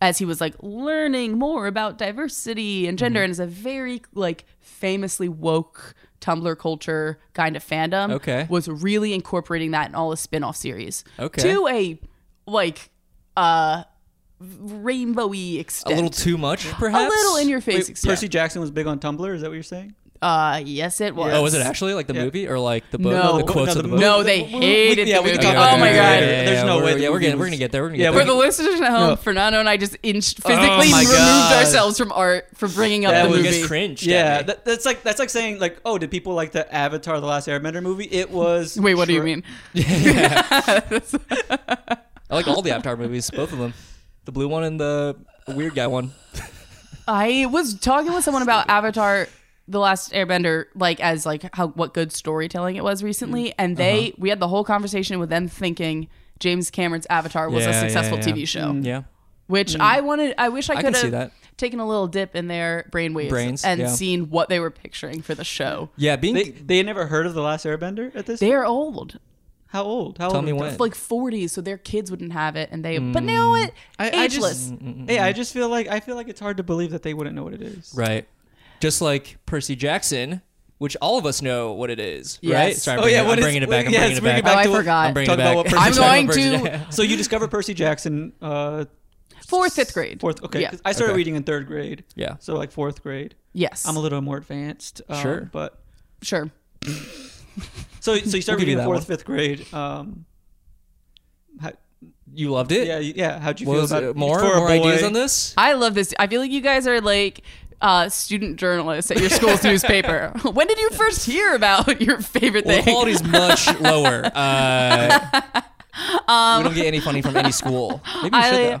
[SPEAKER 8] as he was like learning more about diversity and
[SPEAKER 4] Mm-hmm.
[SPEAKER 8] gender, and is a very like famously woke Tumblr culture kind of fandom.
[SPEAKER 4] Okay.
[SPEAKER 8] was really incorporating that in all the spin-off series.
[SPEAKER 4] Okay.
[SPEAKER 8] to a like uh rainbowy
[SPEAKER 4] A
[SPEAKER 8] extent.
[SPEAKER 4] little too much,
[SPEAKER 8] a
[SPEAKER 4] perhaps.
[SPEAKER 8] little in your face.
[SPEAKER 5] Wait,
[SPEAKER 8] extent.
[SPEAKER 5] Percy Jackson was big on Tumblr. Is that what you're saying?
[SPEAKER 8] Uh, yes, it was.
[SPEAKER 4] Oh, was it actually like the movie or like the book?
[SPEAKER 8] No.
[SPEAKER 4] the quotes of
[SPEAKER 5] No,
[SPEAKER 4] the
[SPEAKER 5] the
[SPEAKER 4] book.
[SPEAKER 5] movie.
[SPEAKER 8] No, they hated
[SPEAKER 5] yeah,
[SPEAKER 8] the
[SPEAKER 5] we
[SPEAKER 8] movie.
[SPEAKER 5] can talk
[SPEAKER 8] oh
[SPEAKER 5] about
[SPEAKER 8] my
[SPEAKER 5] that
[SPEAKER 8] god.
[SPEAKER 5] later. There's no
[SPEAKER 4] we're,
[SPEAKER 5] way the
[SPEAKER 4] Yeah, we're
[SPEAKER 5] movie
[SPEAKER 4] getting, we're
[SPEAKER 5] was-
[SPEAKER 4] gonna get there. We're gonna
[SPEAKER 5] Yeah,
[SPEAKER 4] get
[SPEAKER 5] we're
[SPEAKER 8] For
[SPEAKER 4] there.
[SPEAKER 8] the listeners at home, Fernando and I just
[SPEAKER 5] Oh
[SPEAKER 8] inch- physically
[SPEAKER 4] my
[SPEAKER 8] removed
[SPEAKER 4] God.
[SPEAKER 8] ourselves from art for bringing up
[SPEAKER 5] That
[SPEAKER 8] the
[SPEAKER 5] was
[SPEAKER 4] You
[SPEAKER 8] movie.
[SPEAKER 4] guys cringed. at
[SPEAKER 5] Yeah,
[SPEAKER 4] me.
[SPEAKER 5] that, that's like that's like saying like, oh, did people like the Avatar: The Last Airbender movie? It was.
[SPEAKER 8] [LAUGHS] Wait, what do you
[SPEAKER 5] Sure.
[SPEAKER 8] mean?
[SPEAKER 5] [LAUGHS]
[SPEAKER 8] [LAUGHS]
[SPEAKER 4] I like all the Avatar movies, both of them. The blue one and the weird guy one.
[SPEAKER 8] I was talking with someone about Avatar the last airbender like as like how what good storytelling it was recently and they we had the whole conversation with them thinking James Cameron's Avatar was
[SPEAKER 4] Yeah,
[SPEAKER 8] a
[SPEAKER 4] yeah,
[SPEAKER 8] successful
[SPEAKER 4] yeah.
[SPEAKER 8] TV show
[SPEAKER 4] Yeah.
[SPEAKER 8] which I wanted I wish Mm. I
[SPEAKER 4] can
[SPEAKER 8] could
[SPEAKER 4] see
[SPEAKER 8] have
[SPEAKER 4] that.
[SPEAKER 8] taken a little dip in their brainwaves
[SPEAKER 4] Brains,
[SPEAKER 8] and
[SPEAKER 4] yeah.
[SPEAKER 8] seen what they were picturing for the show
[SPEAKER 4] Yeah, being
[SPEAKER 5] They they had never heard of The Last Airbender at this.
[SPEAKER 8] they're old
[SPEAKER 5] How old? How
[SPEAKER 4] tell
[SPEAKER 5] old?
[SPEAKER 4] me
[SPEAKER 5] are
[SPEAKER 4] when.
[SPEAKER 8] It's like 40s, so their kids wouldn't have it, and they. But now it
[SPEAKER 5] Mm. I- I just- Mm,
[SPEAKER 8] ageless.
[SPEAKER 5] they? Hey, I just feel like I feel like it's hard to believe that they wouldn't know what it is.
[SPEAKER 4] right. Just like Percy Jackson, which all of us know what it is, right?
[SPEAKER 8] Yes.
[SPEAKER 4] Sorry,
[SPEAKER 5] Oh
[SPEAKER 4] I'm bringing,
[SPEAKER 5] yeah,
[SPEAKER 4] I'm
[SPEAKER 5] what is-
[SPEAKER 4] bringing it back. I'm
[SPEAKER 5] yeah,
[SPEAKER 4] bringing
[SPEAKER 5] let's
[SPEAKER 4] it
[SPEAKER 5] bring
[SPEAKER 4] back.
[SPEAKER 5] it back
[SPEAKER 8] Oh, I
[SPEAKER 5] to what-
[SPEAKER 8] forgot.
[SPEAKER 4] I'm bringing
[SPEAKER 5] Talk
[SPEAKER 4] it [LAUGHS] back.
[SPEAKER 5] about what Percy
[SPEAKER 8] I'm
[SPEAKER 5] Jackson-
[SPEAKER 8] going
[SPEAKER 4] Percy
[SPEAKER 8] to
[SPEAKER 4] Jackson.
[SPEAKER 5] So you discover Percy Jackson uh,
[SPEAKER 8] fourth, fifth grade.
[SPEAKER 5] fourth. Okay,
[SPEAKER 8] Yeah.
[SPEAKER 5] 'cause I started
[SPEAKER 4] Okay.
[SPEAKER 5] reading in third grade.
[SPEAKER 4] Yeah.
[SPEAKER 5] So like fourth grade.
[SPEAKER 8] Yes.
[SPEAKER 5] I'm a little more advanced. um,
[SPEAKER 4] Sure.
[SPEAKER 5] but
[SPEAKER 8] sure.
[SPEAKER 5] so so
[SPEAKER 4] [LAUGHS]
[SPEAKER 5] you start
[SPEAKER 4] give you
[SPEAKER 5] reading
[SPEAKER 4] that
[SPEAKER 5] fourth,
[SPEAKER 4] one.
[SPEAKER 5] fifth grade. Um, how,
[SPEAKER 4] You loved it.
[SPEAKER 5] yeah, yeah. How'd you
[SPEAKER 4] What
[SPEAKER 5] feel
[SPEAKER 4] was
[SPEAKER 5] about
[SPEAKER 4] it? more
[SPEAKER 5] for a
[SPEAKER 4] more ideas
[SPEAKER 5] boy?
[SPEAKER 4] on this?
[SPEAKER 8] I love this. I feel like you guys are like uh, student journalists at
[SPEAKER 5] [LAUGHS]
[SPEAKER 8] your school's newspaper. [LAUGHS] When did you first hear about [LAUGHS] your favorite
[SPEAKER 4] Well, the
[SPEAKER 8] thing?
[SPEAKER 4] quality's much
[SPEAKER 8] [LAUGHS]
[SPEAKER 4] lower. Uh, we don't get any funding from any school. Maybe we should
[SPEAKER 8] Um, I,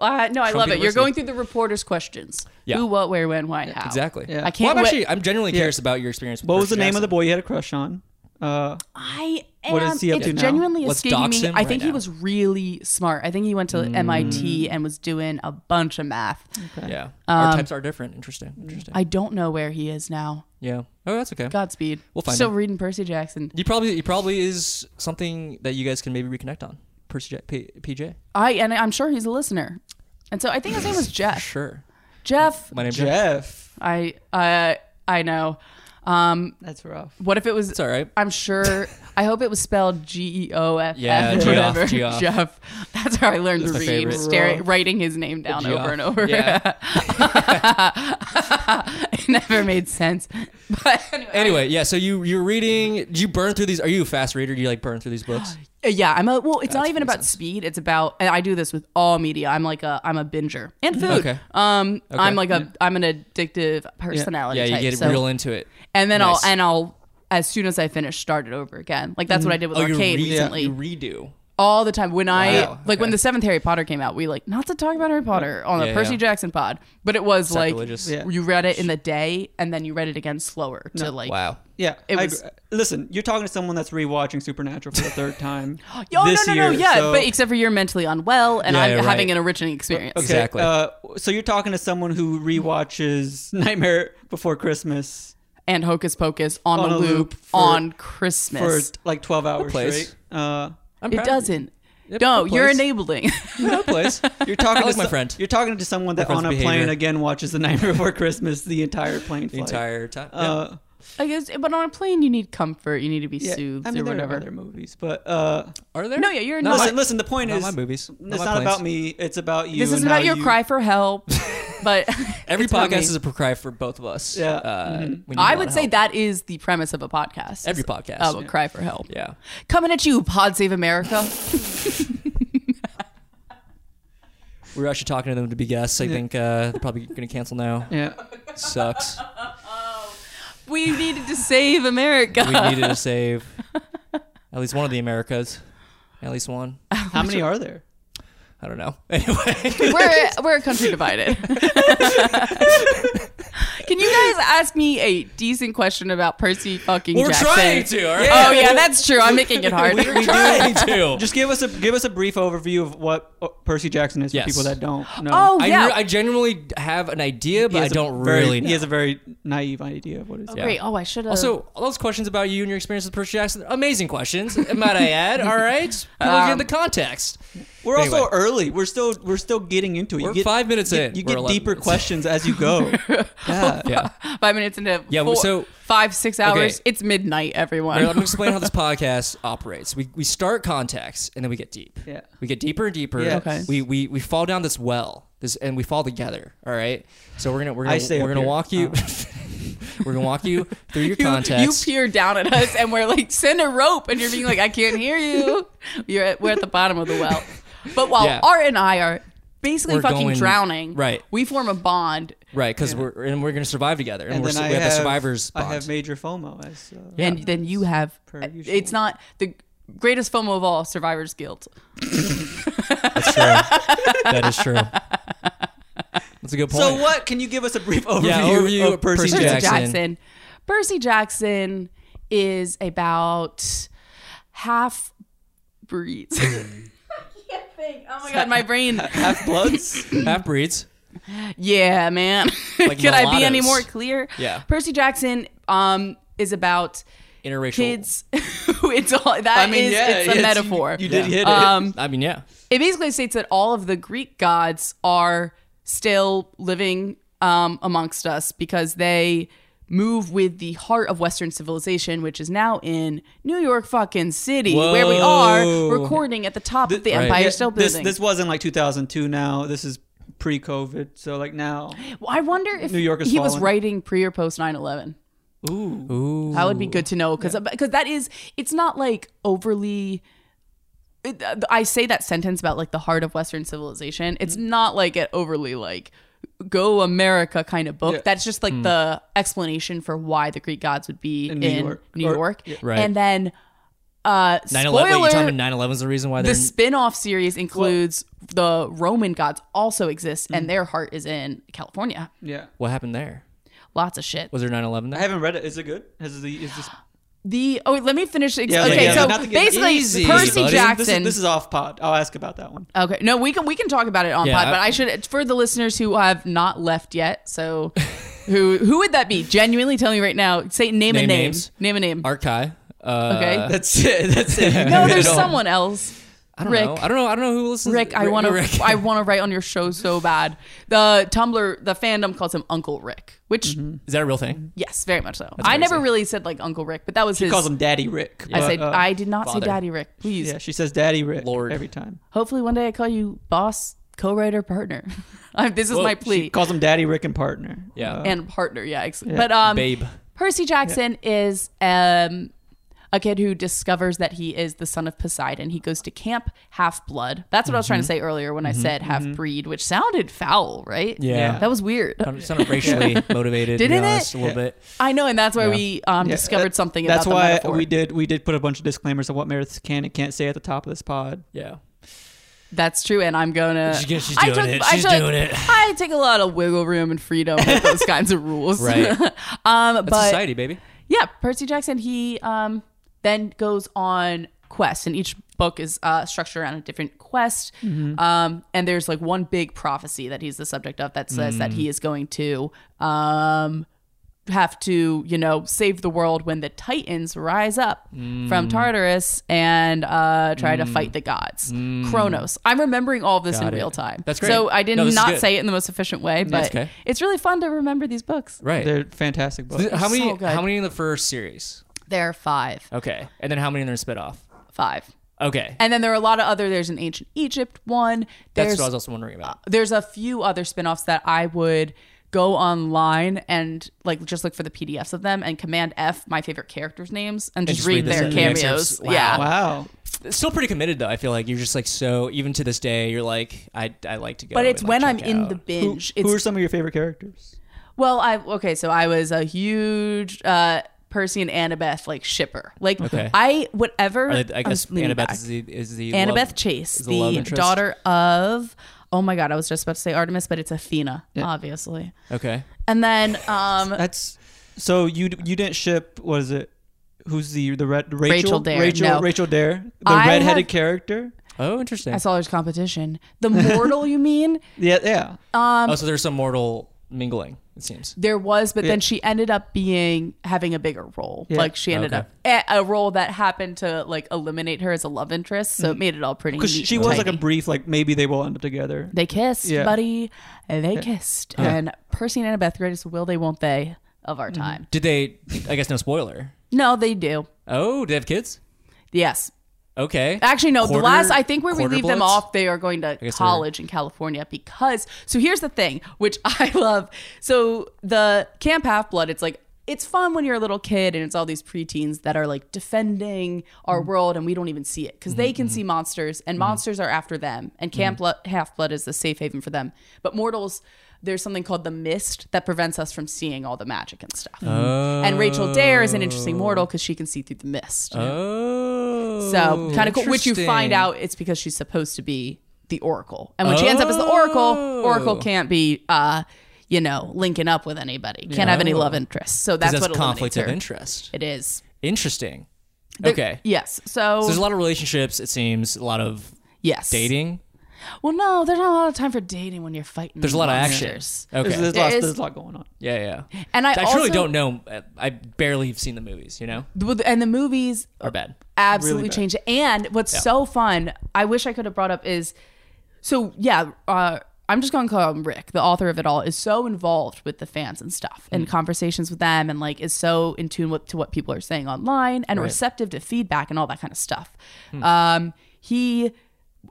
[SPEAKER 4] though.
[SPEAKER 8] uh, no, I love it. You're
[SPEAKER 4] University.
[SPEAKER 8] going through the reporter's questions.
[SPEAKER 4] Yeah.
[SPEAKER 8] Who, what, where, when, why, how.
[SPEAKER 4] Exactly.
[SPEAKER 5] Yeah.
[SPEAKER 8] I can't
[SPEAKER 4] well, I'm
[SPEAKER 8] wait-
[SPEAKER 4] actually I'm genuinely curious about your experience. With
[SPEAKER 5] What was
[SPEAKER 4] Percy
[SPEAKER 5] the name of
[SPEAKER 4] Jackson.
[SPEAKER 5] the boy you had a crush on? Uh,
[SPEAKER 8] I
[SPEAKER 5] What is he up
[SPEAKER 8] it's
[SPEAKER 5] to now?
[SPEAKER 8] genuinely
[SPEAKER 4] Let's
[SPEAKER 8] escaping
[SPEAKER 4] dox
[SPEAKER 8] me.
[SPEAKER 4] him
[SPEAKER 8] I
[SPEAKER 4] right
[SPEAKER 8] think he
[SPEAKER 4] now.
[SPEAKER 8] was really smart. I think he went to
[SPEAKER 5] Mm.
[SPEAKER 8] MIT and was doing a bunch of math.
[SPEAKER 4] Yeah. Our types are different. Interesting. Interesting.
[SPEAKER 8] Um, I don't know where he is now.
[SPEAKER 4] yeah. Oh, that's okay.
[SPEAKER 8] Godspeed.
[SPEAKER 4] We'll find
[SPEAKER 8] Still
[SPEAKER 4] him.
[SPEAKER 8] reading Percy Jackson.
[SPEAKER 4] You probably it probably is something that you guys can maybe reconnect on. Percy J- P- PJ.
[SPEAKER 8] I and I'm sure he's a listener. And so I think his name was Jeff.
[SPEAKER 4] Sure.
[SPEAKER 8] Jeff.
[SPEAKER 4] My name's Jeff.
[SPEAKER 5] Jeff.
[SPEAKER 8] I I I know. Um,
[SPEAKER 5] That's rough.
[SPEAKER 8] what if it was?
[SPEAKER 4] It's all
[SPEAKER 8] [LAUGHS]
[SPEAKER 4] right. [LAUGHS]
[SPEAKER 8] I'm sure. I hope it was spelled G E O F
[SPEAKER 4] Yeah,
[SPEAKER 8] F
[SPEAKER 4] Geoff,
[SPEAKER 8] or whatever.
[SPEAKER 4] Geoff.
[SPEAKER 8] Jeff. That's how I learned
[SPEAKER 4] my
[SPEAKER 8] to read.
[SPEAKER 4] favorite.
[SPEAKER 8] Stare, writing his name down
[SPEAKER 4] Geoff.
[SPEAKER 8] over and over.
[SPEAKER 4] Yeah.
[SPEAKER 8] [LAUGHS] it never made sense. [LAUGHS] But anyway,
[SPEAKER 4] Anyway, yeah. So you you're reading. You burn through these. Are you a fast reader? Do you like burn through these
[SPEAKER 8] [GASPS]
[SPEAKER 4] books?
[SPEAKER 8] Uh, Yeah, I'm a well. It's not even about speed. It's about and I do this with all media. I'm like a I'm a binger and food.
[SPEAKER 4] Okay.
[SPEAKER 8] Um,
[SPEAKER 4] Okay.
[SPEAKER 8] I'm like a I'm an addictive personality.
[SPEAKER 4] Yeah, you
[SPEAKER 8] type,
[SPEAKER 4] get
[SPEAKER 8] so-
[SPEAKER 4] real into it.
[SPEAKER 8] And then
[SPEAKER 4] Nice.
[SPEAKER 8] I'll and I'll as soon as I finish, start it over again. Like that's what I did with
[SPEAKER 4] Oh, you
[SPEAKER 8] arcade
[SPEAKER 4] read.
[SPEAKER 8] recently.
[SPEAKER 4] You redo.
[SPEAKER 8] all the time. When I
[SPEAKER 4] Wow,
[SPEAKER 8] like when
[SPEAKER 4] okay.
[SPEAKER 8] the seventh Harry Potter came out, we like not to talk about Harry Potter on the
[SPEAKER 4] Yeah,
[SPEAKER 8] Percy
[SPEAKER 4] yeah.
[SPEAKER 8] Jackson pod, but it was like
[SPEAKER 4] Sacrilegious.
[SPEAKER 5] Yeah.
[SPEAKER 8] you read it in the day and then you read it again slower to like
[SPEAKER 4] Wow.
[SPEAKER 5] Yeah,
[SPEAKER 8] It
[SPEAKER 5] I
[SPEAKER 8] was-
[SPEAKER 5] agree. listen. You're talking to someone that's rewatching Supernatural for the
[SPEAKER 8] [LAUGHS]
[SPEAKER 5] third time oh,
[SPEAKER 8] Oh,
[SPEAKER 5] this
[SPEAKER 8] no, no,
[SPEAKER 5] year.
[SPEAKER 8] no, yeah,
[SPEAKER 5] so-
[SPEAKER 8] but except for you're mentally unwell and
[SPEAKER 4] Yeah,
[SPEAKER 8] I'm
[SPEAKER 4] right.
[SPEAKER 8] having an enriching experience.
[SPEAKER 5] Okay,
[SPEAKER 4] Exactly.
[SPEAKER 5] Uh, so you're talking to someone who rewatches [LAUGHS] Nightmare Before Christmas
[SPEAKER 8] and Hocus Pocus on,
[SPEAKER 5] On
[SPEAKER 8] a
[SPEAKER 5] a
[SPEAKER 8] loop,
[SPEAKER 5] loop for-
[SPEAKER 8] on
[SPEAKER 5] for
[SPEAKER 8] Christmas.
[SPEAKER 5] like 12 hours
[SPEAKER 4] plays.
[SPEAKER 5] straight. Uh,
[SPEAKER 8] it doesn't.
[SPEAKER 4] Yep,
[SPEAKER 8] no,
[SPEAKER 4] good
[SPEAKER 8] you're
[SPEAKER 4] place. [LAUGHS]
[SPEAKER 5] [LAUGHS]
[SPEAKER 8] enabling.
[SPEAKER 4] No place.
[SPEAKER 5] you're talking
[SPEAKER 4] I like
[SPEAKER 5] to
[SPEAKER 4] my
[SPEAKER 5] so-
[SPEAKER 4] friend.
[SPEAKER 5] You're talking to someone that
[SPEAKER 4] friend's
[SPEAKER 5] on a plane
[SPEAKER 4] behavior.
[SPEAKER 5] again watches The Nightmare Before Christmas the entire plane
[SPEAKER 4] The
[SPEAKER 5] flight.
[SPEAKER 4] entire time. Yeah.
[SPEAKER 5] Uh,
[SPEAKER 8] I guess, but on a plane, you need comfort. You need to be
[SPEAKER 5] yeah,
[SPEAKER 8] soothed
[SPEAKER 5] I mean,
[SPEAKER 8] or
[SPEAKER 5] there are
[SPEAKER 8] whatever.
[SPEAKER 5] other movies, but uh,
[SPEAKER 4] Are there?
[SPEAKER 8] No, yeah, you're
[SPEAKER 4] Not
[SPEAKER 8] not-
[SPEAKER 4] my-
[SPEAKER 5] listen, listen. The point
[SPEAKER 4] not
[SPEAKER 5] is,
[SPEAKER 4] my movies.
[SPEAKER 5] It's
[SPEAKER 4] Not my
[SPEAKER 5] not
[SPEAKER 4] planes.
[SPEAKER 5] about me. It's about you.
[SPEAKER 8] This is
[SPEAKER 5] and
[SPEAKER 8] about
[SPEAKER 5] how
[SPEAKER 8] your
[SPEAKER 5] you-
[SPEAKER 8] cry
[SPEAKER 5] [LAUGHS]
[SPEAKER 8] for help, but
[SPEAKER 4] Every
[SPEAKER 8] it's about
[SPEAKER 4] podcast
[SPEAKER 8] me. Mm-hmm.
[SPEAKER 4] is a cry for both of us.
[SPEAKER 5] Yeah.
[SPEAKER 4] Uh, we need a
[SPEAKER 8] I
[SPEAKER 4] lot
[SPEAKER 8] would
[SPEAKER 4] of
[SPEAKER 8] say
[SPEAKER 4] help.
[SPEAKER 8] that is the premise of a podcast.
[SPEAKER 4] Every
[SPEAKER 8] It's
[SPEAKER 4] podcast.
[SPEAKER 8] a cry for help.
[SPEAKER 4] Yeah.
[SPEAKER 8] Coming at you, Pod Save America.
[SPEAKER 4] We were actually talking to them to be guests. I think uh, they're probably going to cancel
[SPEAKER 8] [LAUGHS]
[SPEAKER 4] now.
[SPEAKER 5] Yeah.
[SPEAKER 4] Sucks.
[SPEAKER 8] we needed to save America.
[SPEAKER 4] We needed to save at least one of the Americas. At least one.
[SPEAKER 5] How many are there?
[SPEAKER 4] I don't know. [LAUGHS] Anyway.
[SPEAKER 8] [LAUGHS] we're we're a
[SPEAKER 4] [LAUGHS]
[SPEAKER 8] country divided. Can you guys ask me a decent question about Percy fucking
[SPEAKER 4] We're
[SPEAKER 8] Jackson?
[SPEAKER 4] trying to, all right? [LAUGHS]
[SPEAKER 8] Oh yeah, that's true. I'm making it hard.
[SPEAKER 4] We're trying to.
[SPEAKER 5] Just give us a give us a brief overview of what uh, Percy Jackson is for
[SPEAKER 4] Yes.
[SPEAKER 5] people that don't know.
[SPEAKER 8] oh
[SPEAKER 4] I,
[SPEAKER 8] yeah.
[SPEAKER 4] re- I genuinely have an idea,
[SPEAKER 5] He
[SPEAKER 4] but I
[SPEAKER 5] has a
[SPEAKER 4] don't
[SPEAKER 5] very-
[SPEAKER 4] really know.
[SPEAKER 5] He has a very naive idea of what it's.
[SPEAKER 8] Great. Oh, I should have.
[SPEAKER 4] also, all those questions about you and your experience with Percy Jackson, amazing questions, [LAUGHS] might I add. All right, people
[SPEAKER 5] Um,
[SPEAKER 4] get the context.
[SPEAKER 5] We're
[SPEAKER 4] Anyway.
[SPEAKER 5] also early. We're still we're still getting into it.
[SPEAKER 4] We're five minutes
[SPEAKER 5] you,
[SPEAKER 4] in.
[SPEAKER 5] You
[SPEAKER 4] We're
[SPEAKER 5] get
[SPEAKER 4] 11
[SPEAKER 5] deeper
[SPEAKER 4] minutes Oh, in.
[SPEAKER 5] questions as
[SPEAKER 4] [LAUGHS]
[SPEAKER 5] you go. yeah.
[SPEAKER 4] Yeah,
[SPEAKER 8] [GASPS] five minutes into
[SPEAKER 4] Yeah,
[SPEAKER 8] four,
[SPEAKER 4] so-
[SPEAKER 8] five six hours.
[SPEAKER 4] Okay.
[SPEAKER 8] It's midnight, everyone.
[SPEAKER 4] All right, let me explain how this podcast operates. We, we start context and then we get deep.
[SPEAKER 5] Yeah.
[SPEAKER 4] We get deeper and deeper.
[SPEAKER 5] Yes. Okay.
[SPEAKER 4] We, we we fall down this well. This and we fall together. All right. So we're gonna we're
[SPEAKER 5] I
[SPEAKER 4] gonna
[SPEAKER 5] stay
[SPEAKER 4] we're
[SPEAKER 5] up
[SPEAKER 4] gonna
[SPEAKER 5] here. Oh.
[SPEAKER 4] walk you. [LAUGHS] we're gonna walk you through
[SPEAKER 5] [LAUGHS]
[SPEAKER 4] your
[SPEAKER 8] [LAUGHS] You
[SPEAKER 4] context.
[SPEAKER 8] peer down at us, and we're like, "Send a rope," and you're being like, "I can't
[SPEAKER 4] [LAUGHS]
[SPEAKER 8] hear you." You're at, we're at the bottom of the well, but while
[SPEAKER 4] Yeah.
[SPEAKER 8] Art and I are basically
[SPEAKER 4] We're
[SPEAKER 8] fucking
[SPEAKER 4] going-
[SPEAKER 8] drowning,
[SPEAKER 4] right.
[SPEAKER 8] We form a bond,
[SPEAKER 4] right. Because we're and we're gonna survive together. And,
[SPEAKER 5] And
[SPEAKER 4] we're,
[SPEAKER 5] then I
[SPEAKER 4] we have,
[SPEAKER 5] have
[SPEAKER 4] the survivors
[SPEAKER 5] I
[SPEAKER 4] bond.
[SPEAKER 5] have major FOMO. As, uh,
[SPEAKER 4] Yeah.
[SPEAKER 8] and then you have.
[SPEAKER 5] Per usual.
[SPEAKER 8] It's not the greatest FOMO of all, survivor's guilt.
[SPEAKER 4] That's true. that is true. That's a good point.
[SPEAKER 5] So what? Can you give us a brief overview,
[SPEAKER 4] Yeah, overview
[SPEAKER 5] of Percy,
[SPEAKER 4] Percy
[SPEAKER 8] Percy
[SPEAKER 5] Jackson?
[SPEAKER 8] Jackson.
[SPEAKER 4] Jackson.
[SPEAKER 8] Percy Jackson is about half breeds. [LAUGHS]
[SPEAKER 6] Oh my
[SPEAKER 8] God, my brain.
[SPEAKER 4] [LAUGHS]
[SPEAKER 5] Half bloods.
[SPEAKER 4] [CLEARS THROAT] half breeds.
[SPEAKER 8] Yeah, man.
[SPEAKER 4] Like
[SPEAKER 8] [LAUGHS] Could I be any
[SPEAKER 4] mulattoes.
[SPEAKER 8] more clear?
[SPEAKER 4] Yeah.
[SPEAKER 8] Percy Jackson um is about
[SPEAKER 4] Interracial
[SPEAKER 8] kids. [LAUGHS] it's all that is. it's a
[SPEAKER 5] yes,
[SPEAKER 8] metaphor.
[SPEAKER 5] You, you did hit it.
[SPEAKER 8] um,
[SPEAKER 4] I mean, yeah.
[SPEAKER 8] it basically states that all of the Greek gods are still living um, amongst us because they move with the heart of Western civilization, which is now in New York fucking city, where we
[SPEAKER 4] Whoa.
[SPEAKER 8] are recording at the top of the
[SPEAKER 4] right.
[SPEAKER 8] Empire
[SPEAKER 4] Yeah,
[SPEAKER 8] State
[SPEAKER 5] this
[SPEAKER 8] Building.
[SPEAKER 5] this wasn't like 2002. Now this is pre-COVID. So like now.
[SPEAKER 8] Well, I wonder if
[SPEAKER 5] New York is
[SPEAKER 8] he was
[SPEAKER 5] falling.
[SPEAKER 8] writing pre or post 9 11. Ooh. That would be good to know because that is, it's not like overly. it- uh, I say that sentence about like the heart of Western civilization. It's
[SPEAKER 5] Mm-hmm.
[SPEAKER 8] not like an overly like go America kind of book. That's just
[SPEAKER 4] Hmm.
[SPEAKER 8] like the explanation for why the Greek gods would be in
[SPEAKER 5] New
[SPEAKER 8] New
[SPEAKER 5] York.
[SPEAKER 8] York.
[SPEAKER 5] Or-
[SPEAKER 4] Right.
[SPEAKER 8] And then, uh,
[SPEAKER 4] 9 11. You're
[SPEAKER 8] spoiler-
[SPEAKER 4] talking 9 11 is the reason why
[SPEAKER 8] the
[SPEAKER 4] they're.
[SPEAKER 8] spin-off series includes the Roman gods also exist
[SPEAKER 5] Mm-hmm.
[SPEAKER 8] and their heart is in California.
[SPEAKER 5] Yeah.
[SPEAKER 4] what happened there?
[SPEAKER 8] Lots of shit.
[SPEAKER 4] Was there 9 11
[SPEAKER 5] I
[SPEAKER 4] there?
[SPEAKER 5] haven't read it. Is it good? Has the is this
[SPEAKER 8] the oh, let me finish. Ex-
[SPEAKER 5] Yeah,
[SPEAKER 8] okay,
[SPEAKER 5] yeah,
[SPEAKER 8] so
[SPEAKER 5] not to get-
[SPEAKER 8] basically,
[SPEAKER 4] Easy,
[SPEAKER 8] Percy
[SPEAKER 4] buddy.
[SPEAKER 5] This
[SPEAKER 8] Jackson.
[SPEAKER 5] is, this is off pod. I'll ask about that one.
[SPEAKER 8] Okay. No, we can we can talk about it on
[SPEAKER 4] Yeah,
[SPEAKER 8] pod, but
[SPEAKER 4] I-
[SPEAKER 8] I should for the listeners who have not left yet. So, who who would that be? Genuinely, tell me right now. Say name, a
[SPEAKER 4] Name
[SPEAKER 8] name.
[SPEAKER 4] names.
[SPEAKER 8] Name a name.
[SPEAKER 4] Arkai. Uh,
[SPEAKER 8] Okay.
[SPEAKER 5] [LAUGHS] That's it. That's
[SPEAKER 8] [LAUGHS]
[SPEAKER 5] it.
[SPEAKER 8] no, there's
[SPEAKER 4] Rick.
[SPEAKER 8] someone else.
[SPEAKER 4] I don't
[SPEAKER 8] Rick.
[SPEAKER 4] know. I don't know. I don't know who listens.
[SPEAKER 8] Rick, I want
[SPEAKER 4] Rick.
[SPEAKER 8] to [LAUGHS] I want to write on your show so bad. The Tumblr, the fandom calls him Uncle Rick, which
[SPEAKER 4] [LAUGHS]
[SPEAKER 5] Mm-hmm.
[SPEAKER 4] Is that a real thing?
[SPEAKER 8] yes, very much so. I never really said like Uncle Rick, but that was his.
[SPEAKER 5] calls him Daddy Rick.
[SPEAKER 8] I
[SPEAKER 5] but,
[SPEAKER 8] said
[SPEAKER 5] uh,
[SPEAKER 8] I did not
[SPEAKER 4] father.
[SPEAKER 8] say Daddy Rick. Please,
[SPEAKER 5] Yeah, she says Daddy Rick
[SPEAKER 4] Lord.
[SPEAKER 5] every time.
[SPEAKER 8] hopefully one day I call you boss, co-writer, partner. [LAUGHS] I- this is my plea.
[SPEAKER 5] Calls him Daddy Rick and partner.
[SPEAKER 4] Yeah.
[SPEAKER 5] Uh,
[SPEAKER 8] and partner, yeah. ex- But um,
[SPEAKER 4] Babe.
[SPEAKER 8] Percy Jackson is um, a kid who discovers that he is the son of Poseidon. He goes to Camp Half Blood. That's what I was trying to
[SPEAKER 4] Mm-hmm.
[SPEAKER 8] say earlier when I said half breed, which sounded foul, right?
[SPEAKER 4] Yeah.
[SPEAKER 8] That was weird.
[SPEAKER 4] Sounded,
[SPEAKER 8] [LAUGHS]
[SPEAKER 4] sounded racially motivated. to be
[SPEAKER 8] Didn't it?
[SPEAKER 4] honest, A little bit.
[SPEAKER 8] I know, and that's why we um,
[SPEAKER 5] yeah,
[SPEAKER 8] discovered
[SPEAKER 5] that-
[SPEAKER 8] something about
[SPEAKER 5] That's
[SPEAKER 8] the
[SPEAKER 5] why
[SPEAKER 8] metaphor.
[SPEAKER 5] we did we did pid put a bunch of disclaimers of what Meredith can and can't say at the top of this pod.
[SPEAKER 8] [LAUGHS]
[SPEAKER 4] Yeah.
[SPEAKER 8] That's true, and I'm gonna.
[SPEAKER 4] She- she's
[SPEAKER 8] I
[SPEAKER 4] doing
[SPEAKER 8] took-
[SPEAKER 4] it.
[SPEAKER 8] I
[SPEAKER 4] She's
[SPEAKER 8] took-
[SPEAKER 4] doing it.
[SPEAKER 8] I take a lot of wiggle room and freedom
[SPEAKER 4] [LAUGHS]
[SPEAKER 8] with those kinds of rules. [LAUGHS]
[SPEAKER 4] Right.
[SPEAKER 8] um,
[SPEAKER 4] That's
[SPEAKER 8] but
[SPEAKER 4] society, baby.
[SPEAKER 8] yeah, Percy Jackson, he um, then goes on quests, and each book is uh, structured around a different quest.
[SPEAKER 4] Mm-hmm.
[SPEAKER 8] Um, and there's like one big prophecy that he's the subject of that says that
[SPEAKER 4] Mm.
[SPEAKER 8] he is going to um, have to, you know, save the world when the Titans rise up
[SPEAKER 4] Mm.
[SPEAKER 8] from Tartarus and uh, try to fight the gods. Kronos. I'm remembering all of this in
[SPEAKER 4] Mm. it.
[SPEAKER 8] real time.
[SPEAKER 4] That's great.
[SPEAKER 8] So I did
[SPEAKER 4] No, this is
[SPEAKER 8] not
[SPEAKER 4] good.
[SPEAKER 8] say it in the most efficient way, but
[SPEAKER 4] okay.
[SPEAKER 8] it's really fun to remember these books.
[SPEAKER 4] Right.
[SPEAKER 5] They're fantastic books.
[SPEAKER 4] Th- how many?
[SPEAKER 8] so good.
[SPEAKER 4] how many in the first series?
[SPEAKER 8] There are five.
[SPEAKER 4] Okay. And then how many in their spit off?
[SPEAKER 8] Five.
[SPEAKER 4] Okay.
[SPEAKER 8] And then there are a lot of other. There's an ancient Egypt one.
[SPEAKER 4] That's
[SPEAKER 8] There's
[SPEAKER 4] what I was also wondering about.
[SPEAKER 8] there's a few other spin-offs that I would go online and like just look for the PDFs of them and Command F my favorite characters' names and just,
[SPEAKER 4] just
[SPEAKER 8] read,
[SPEAKER 4] read the-
[SPEAKER 8] their
[SPEAKER 4] the
[SPEAKER 8] cameos.
[SPEAKER 4] excerpts. Wow.
[SPEAKER 8] Yeah,
[SPEAKER 5] Wow.
[SPEAKER 4] It's still pretty committed though. I feel like you're just like so. Even to this day, you're like I. I like to go.
[SPEAKER 8] but it's
[SPEAKER 4] and, like,
[SPEAKER 8] when I'm
[SPEAKER 4] check
[SPEAKER 8] in
[SPEAKER 4] out.
[SPEAKER 8] the
[SPEAKER 5] Who,
[SPEAKER 8] binge.
[SPEAKER 5] who are
[SPEAKER 8] it's
[SPEAKER 5] some of your favorite characters?
[SPEAKER 8] well, I okay. So I was a huge uh, Percy and Annabeth like shipper. Like
[SPEAKER 4] Okay.
[SPEAKER 8] I whatever.
[SPEAKER 4] Are they- I
[SPEAKER 8] I'm
[SPEAKER 4] guess
[SPEAKER 8] leaning
[SPEAKER 4] Annabeth
[SPEAKER 8] back.
[SPEAKER 4] is the is the
[SPEAKER 8] Annabeth
[SPEAKER 4] love-
[SPEAKER 8] Chase,
[SPEAKER 4] is love
[SPEAKER 8] the
[SPEAKER 4] interest.
[SPEAKER 8] daughter of. Oh my God, I was just about to say Artemis, but it's Athena, obviously.
[SPEAKER 4] Okay.
[SPEAKER 8] And then um,
[SPEAKER 5] That's so you d- you didn't ship what is it? Who's the the red Rachel
[SPEAKER 8] Rachel Dare,
[SPEAKER 5] Rachel
[SPEAKER 8] no.
[SPEAKER 5] Rachel Dare the
[SPEAKER 8] I
[SPEAKER 5] redheaded
[SPEAKER 8] have-
[SPEAKER 5] character.
[SPEAKER 4] Oh, interesting.
[SPEAKER 8] I saw there's competition. The mortal, you mean?
[SPEAKER 5] Yeah, yeah.
[SPEAKER 4] oh, so there's some mortal mingling. It seems.
[SPEAKER 8] There was, but then she ended up being having a bigger role. Like she ended
[SPEAKER 4] Okay.
[SPEAKER 8] up a, a role that happened to like eliminate her as a love interest. So it made it all pretty.
[SPEAKER 5] Because
[SPEAKER 8] neat
[SPEAKER 5] Mm. she
[SPEAKER 8] and
[SPEAKER 5] was like a
[SPEAKER 8] tidy.
[SPEAKER 5] brief like maybe they will end up together.
[SPEAKER 8] They kissed,
[SPEAKER 5] Yeah.
[SPEAKER 8] buddy. They kissed, and Percy and Annabeth, greatest will they, won't they, of
[SPEAKER 5] Mm-hmm.
[SPEAKER 8] our time.
[SPEAKER 4] Did they? I guess no spoiler.
[SPEAKER 8] No, they do.
[SPEAKER 4] Oh, do they have kids?
[SPEAKER 8] Yes,
[SPEAKER 4] Okay.
[SPEAKER 8] Actually, no. the
[SPEAKER 4] Quarter-
[SPEAKER 8] last, I think, where we
[SPEAKER 4] quarter
[SPEAKER 8] leave them
[SPEAKER 4] bloods?
[SPEAKER 8] off, they are going to
[SPEAKER 4] guess they're-
[SPEAKER 8] college in California because. So here's the thing, which [LAUGHS] I love. So the Camp Half Blood, it's like it's fun when you're a little kid, and it's all these preteens that are like defending our
[SPEAKER 4] Mm-hmm.
[SPEAKER 8] world, and we don't even see it because they can see monsters, and monsters are after them, and
[SPEAKER 4] Mm-hmm.
[SPEAKER 8] Camp Half Blood is the safe haven for them. But mortals. There's something called the mist that prevents us from seeing all the magic and stuff.
[SPEAKER 4] Oh.
[SPEAKER 8] And Rachel Dare is an interesting mortal because she can see through the mist.
[SPEAKER 4] Oh.
[SPEAKER 8] So kind of cool. Which you
[SPEAKER 4] interesting.
[SPEAKER 8] find out it's because she's supposed to be the Oracle, and when she ends up as the Oracle, Oracle
[SPEAKER 4] Oh.
[SPEAKER 8] can't be, uh, you know, linking up with anybody. Can't have any love interests. So that's,
[SPEAKER 4] That's,
[SPEAKER 8] what
[SPEAKER 4] conflict
[SPEAKER 8] eliminates
[SPEAKER 4] of
[SPEAKER 8] her.
[SPEAKER 4] interest.
[SPEAKER 8] It is.
[SPEAKER 4] Interesting.
[SPEAKER 8] There-
[SPEAKER 4] okay.
[SPEAKER 8] Yes. So,
[SPEAKER 4] So there's a lot of relationships. It seems a lot of
[SPEAKER 8] yes.
[SPEAKER 4] dating.
[SPEAKER 8] Well, no, there's not a lot of time for dating when you're fighting.
[SPEAKER 4] There's a lot of action.
[SPEAKER 8] monsters.
[SPEAKER 5] There's,
[SPEAKER 4] Okay.
[SPEAKER 5] there's, lots,
[SPEAKER 8] There is-
[SPEAKER 5] there's a lot going on.
[SPEAKER 4] Yeah, yeah.
[SPEAKER 8] And I
[SPEAKER 4] I truly
[SPEAKER 8] also-
[SPEAKER 4] don't know. I barely have seen the movies. You know,
[SPEAKER 8] With- And the movies
[SPEAKER 4] are bad.
[SPEAKER 8] absolutely
[SPEAKER 5] Really bad.
[SPEAKER 8] changed it. And what's so fun, I wish I could have brought up is so yeah, uh, I'm just gonna call him Rick, the author of it all, is so involved with the fans and stuff
[SPEAKER 5] Mm.
[SPEAKER 8] and conversations with them and like is so in tune with to what people are saying online and receptive to feedback and all that kind of stuff.
[SPEAKER 5] Hmm.
[SPEAKER 8] Um, he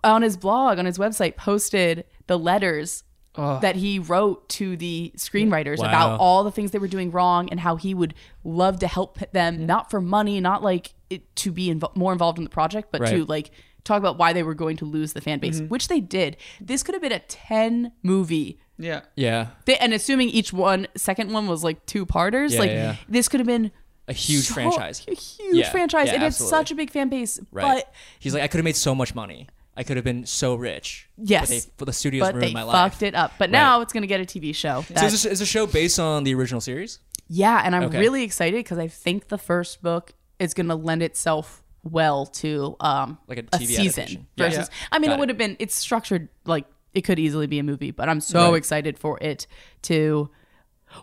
[SPEAKER 8] on his blog, on his website, posted the letters that he wrote to the screenwriters
[SPEAKER 4] Wow.
[SPEAKER 8] about all the things they were doing wrong and how he would love to help them, not for money, not like it, to be invo- more involved in the project, but to
[SPEAKER 4] Right. Mm-hmm.
[SPEAKER 8] like talk about why they were going to lose the fan base, which they did. This could have been a 10 movie.
[SPEAKER 5] Yeah.
[SPEAKER 4] Yeah,
[SPEAKER 8] They, and assuming each one, second one was like two parters,
[SPEAKER 4] Yeah,
[SPEAKER 8] like
[SPEAKER 4] yeah.
[SPEAKER 8] this could have been
[SPEAKER 4] a huge
[SPEAKER 8] so-
[SPEAKER 4] franchise.
[SPEAKER 8] a huge
[SPEAKER 4] Yeah,
[SPEAKER 8] franchise.
[SPEAKER 4] yeah,
[SPEAKER 8] it had
[SPEAKER 4] absolutely.
[SPEAKER 8] such a big fan base,
[SPEAKER 4] Right.
[SPEAKER 8] but
[SPEAKER 4] He's like, I could have made so much money. I could have been so rich.
[SPEAKER 8] Yes.
[SPEAKER 4] But they, but the studios
[SPEAKER 8] but
[SPEAKER 4] ruined
[SPEAKER 8] they
[SPEAKER 4] my
[SPEAKER 8] fucked
[SPEAKER 4] life.
[SPEAKER 8] it up. But now it's going to get a TV show.
[SPEAKER 4] So
[SPEAKER 8] that-
[SPEAKER 4] is this, is the show based on the original series?
[SPEAKER 8] Yeah, and I'm
[SPEAKER 4] Okay.
[SPEAKER 8] really excited because I think the first book it's going to lend itself well to um
[SPEAKER 4] Like a TV
[SPEAKER 8] season
[SPEAKER 4] adaptation. Yeah.
[SPEAKER 8] versus I mean
[SPEAKER 4] Got
[SPEAKER 8] it
[SPEAKER 4] it.
[SPEAKER 8] would have been it's structured like it could easily be a movie, but I'm so excited for it to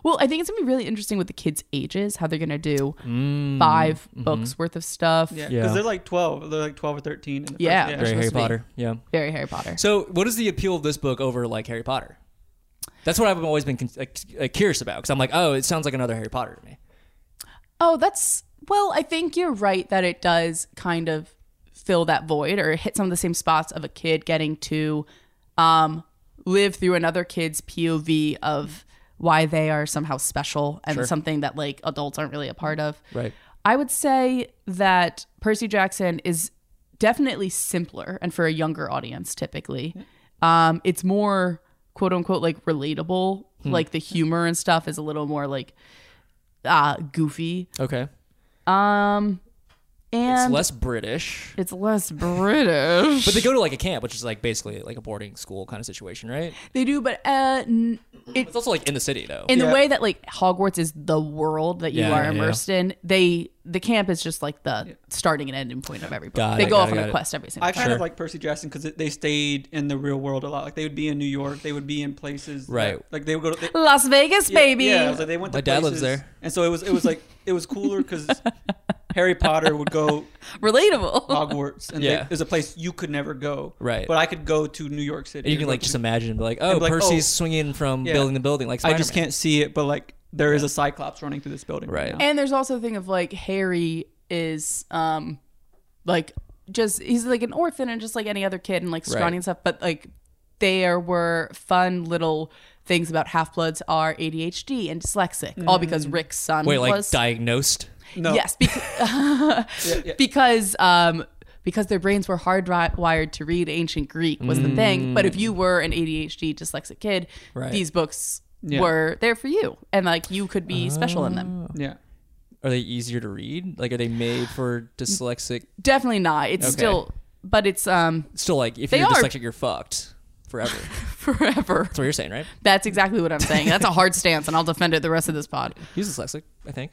[SPEAKER 8] well, I think it's gonna be really interesting with the kids' ages, how they're gonna do
[SPEAKER 4] Mm,
[SPEAKER 8] 5
[SPEAKER 4] mm-hmm.
[SPEAKER 8] books worth of stuff.
[SPEAKER 5] Yeah, because
[SPEAKER 4] Yeah.
[SPEAKER 5] they're like twelve. They're like twelve or thirteen. In the
[SPEAKER 8] Yeah.
[SPEAKER 5] first,
[SPEAKER 8] Very
[SPEAKER 4] Harry
[SPEAKER 8] supposed to be.
[SPEAKER 4] Potter. Yeah.
[SPEAKER 8] Very Harry Potter.
[SPEAKER 4] So, what is the appeal of this book over like Harry Potter? That's what I've always been con- like, uh, curious about because I'm like, oh, it sounds like another Harry Potter to me.
[SPEAKER 8] Oh, that's well, I think you're right that it does kind of fill that void or hit some of the same spots of a kid getting to um, live through another kid's POV of why they are somehow special and something that like adults aren't really a part of.
[SPEAKER 4] Right.
[SPEAKER 8] I would say that Percy Jackson is definitely simpler and for a younger audience typically. Um, it's more quote unquote like relatable. Like the humor and stuff is a little more like uh goofy.
[SPEAKER 4] Okay. It's
[SPEAKER 8] And
[SPEAKER 4] less British.
[SPEAKER 8] It's less British.
[SPEAKER 4] But they go to like a camp, which is like basically like a boarding school kind of situation, right?
[SPEAKER 8] [LAUGHS] they do, but uh, n-
[SPEAKER 4] It's also like in the city though.
[SPEAKER 8] in the
[SPEAKER 5] Yeah.
[SPEAKER 8] way that like Hogwarts is the world that you
[SPEAKER 4] Yeah,
[SPEAKER 8] are
[SPEAKER 4] yeah, yeah.
[SPEAKER 8] immersed in, they the camp is just like the starting and ending point of every book.
[SPEAKER 4] Got
[SPEAKER 8] they
[SPEAKER 4] it,
[SPEAKER 8] go
[SPEAKER 4] got
[SPEAKER 8] off
[SPEAKER 4] it,
[SPEAKER 8] on
[SPEAKER 4] got
[SPEAKER 8] a
[SPEAKER 4] it.
[SPEAKER 8] quest every single
[SPEAKER 5] I
[SPEAKER 8] time.
[SPEAKER 5] kind of like Percy Jackson because they stayed in the real world a lot. Like they would be in New York, they would be in places. that-
[SPEAKER 4] Right.
[SPEAKER 5] like they would go to. They,
[SPEAKER 8] Las Vegas,
[SPEAKER 5] yeah,
[SPEAKER 8] baby.
[SPEAKER 5] Yeah, it was like they went. To
[SPEAKER 4] My dad lives
[SPEAKER 5] places,
[SPEAKER 4] there.
[SPEAKER 5] and so it was. It was like it was cooler
[SPEAKER 4] [LAUGHS]
[SPEAKER 5] because Harry Potter would go
[SPEAKER 8] [LAUGHS] Relatable.
[SPEAKER 5] Hogwarts, and
[SPEAKER 4] Yeah.
[SPEAKER 5] they, there's a place you could never go.
[SPEAKER 4] Right.
[SPEAKER 5] but I could go to New York City.
[SPEAKER 4] And you can
[SPEAKER 5] and
[SPEAKER 4] like
[SPEAKER 5] go
[SPEAKER 4] just
[SPEAKER 5] to-
[SPEAKER 4] imagine, and be like, oh,
[SPEAKER 5] be like,
[SPEAKER 4] Percy's
[SPEAKER 5] oh,
[SPEAKER 4] swinging from
[SPEAKER 5] yeah.
[SPEAKER 4] building to building, like
[SPEAKER 5] I just
[SPEAKER 4] Spider-Man.
[SPEAKER 5] can't see it, but like there is a Cyclops running through this building.
[SPEAKER 4] Right.
[SPEAKER 5] now.
[SPEAKER 8] And there's also a thing of like Harry is um like just he's like an orphan and just like any other kid and like scrawny
[SPEAKER 4] Right.
[SPEAKER 8] and stuff, but like there were fun little things about half bloods are ADHD and dyslexic, all because Rick's son
[SPEAKER 4] Mm. Wait, like
[SPEAKER 8] was
[SPEAKER 4] diagnosed?
[SPEAKER 5] No.
[SPEAKER 8] Yes,
[SPEAKER 4] [LAUGHS]
[SPEAKER 8] [LAUGHS] because because um because their brains were hardwired to read ancient Greek was the thing. But if you were an ADHD dyslexic kid,
[SPEAKER 4] Mm. Right.
[SPEAKER 8] these books
[SPEAKER 5] Yeah.
[SPEAKER 8] were there for you, and like you could be special in them.
[SPEAKER 5] Yeah.
[SPEAKER 4] Are they easier to read? Like, are they made for dyslexic?
[SPEAKER 8] Definitely not. It's still, but it's um [LAUGHS]
[SPEAKER 4] Still, like, if
[SPEAKER 8] They
[SPEAKER 4] you're
[SPEAKER 8] are.
[SPEAKER 4] dyslexic, you're fucked forever. That's
[SPEAKER 8] forever.
[SPEAKER 4] what you're saying, right?
[SPEAKER 8] That's exactly what I'm saying. That's a hard stance, and I'll defend it the rest of this pod.
[SPEAKER 4] He's dyslexic, I think.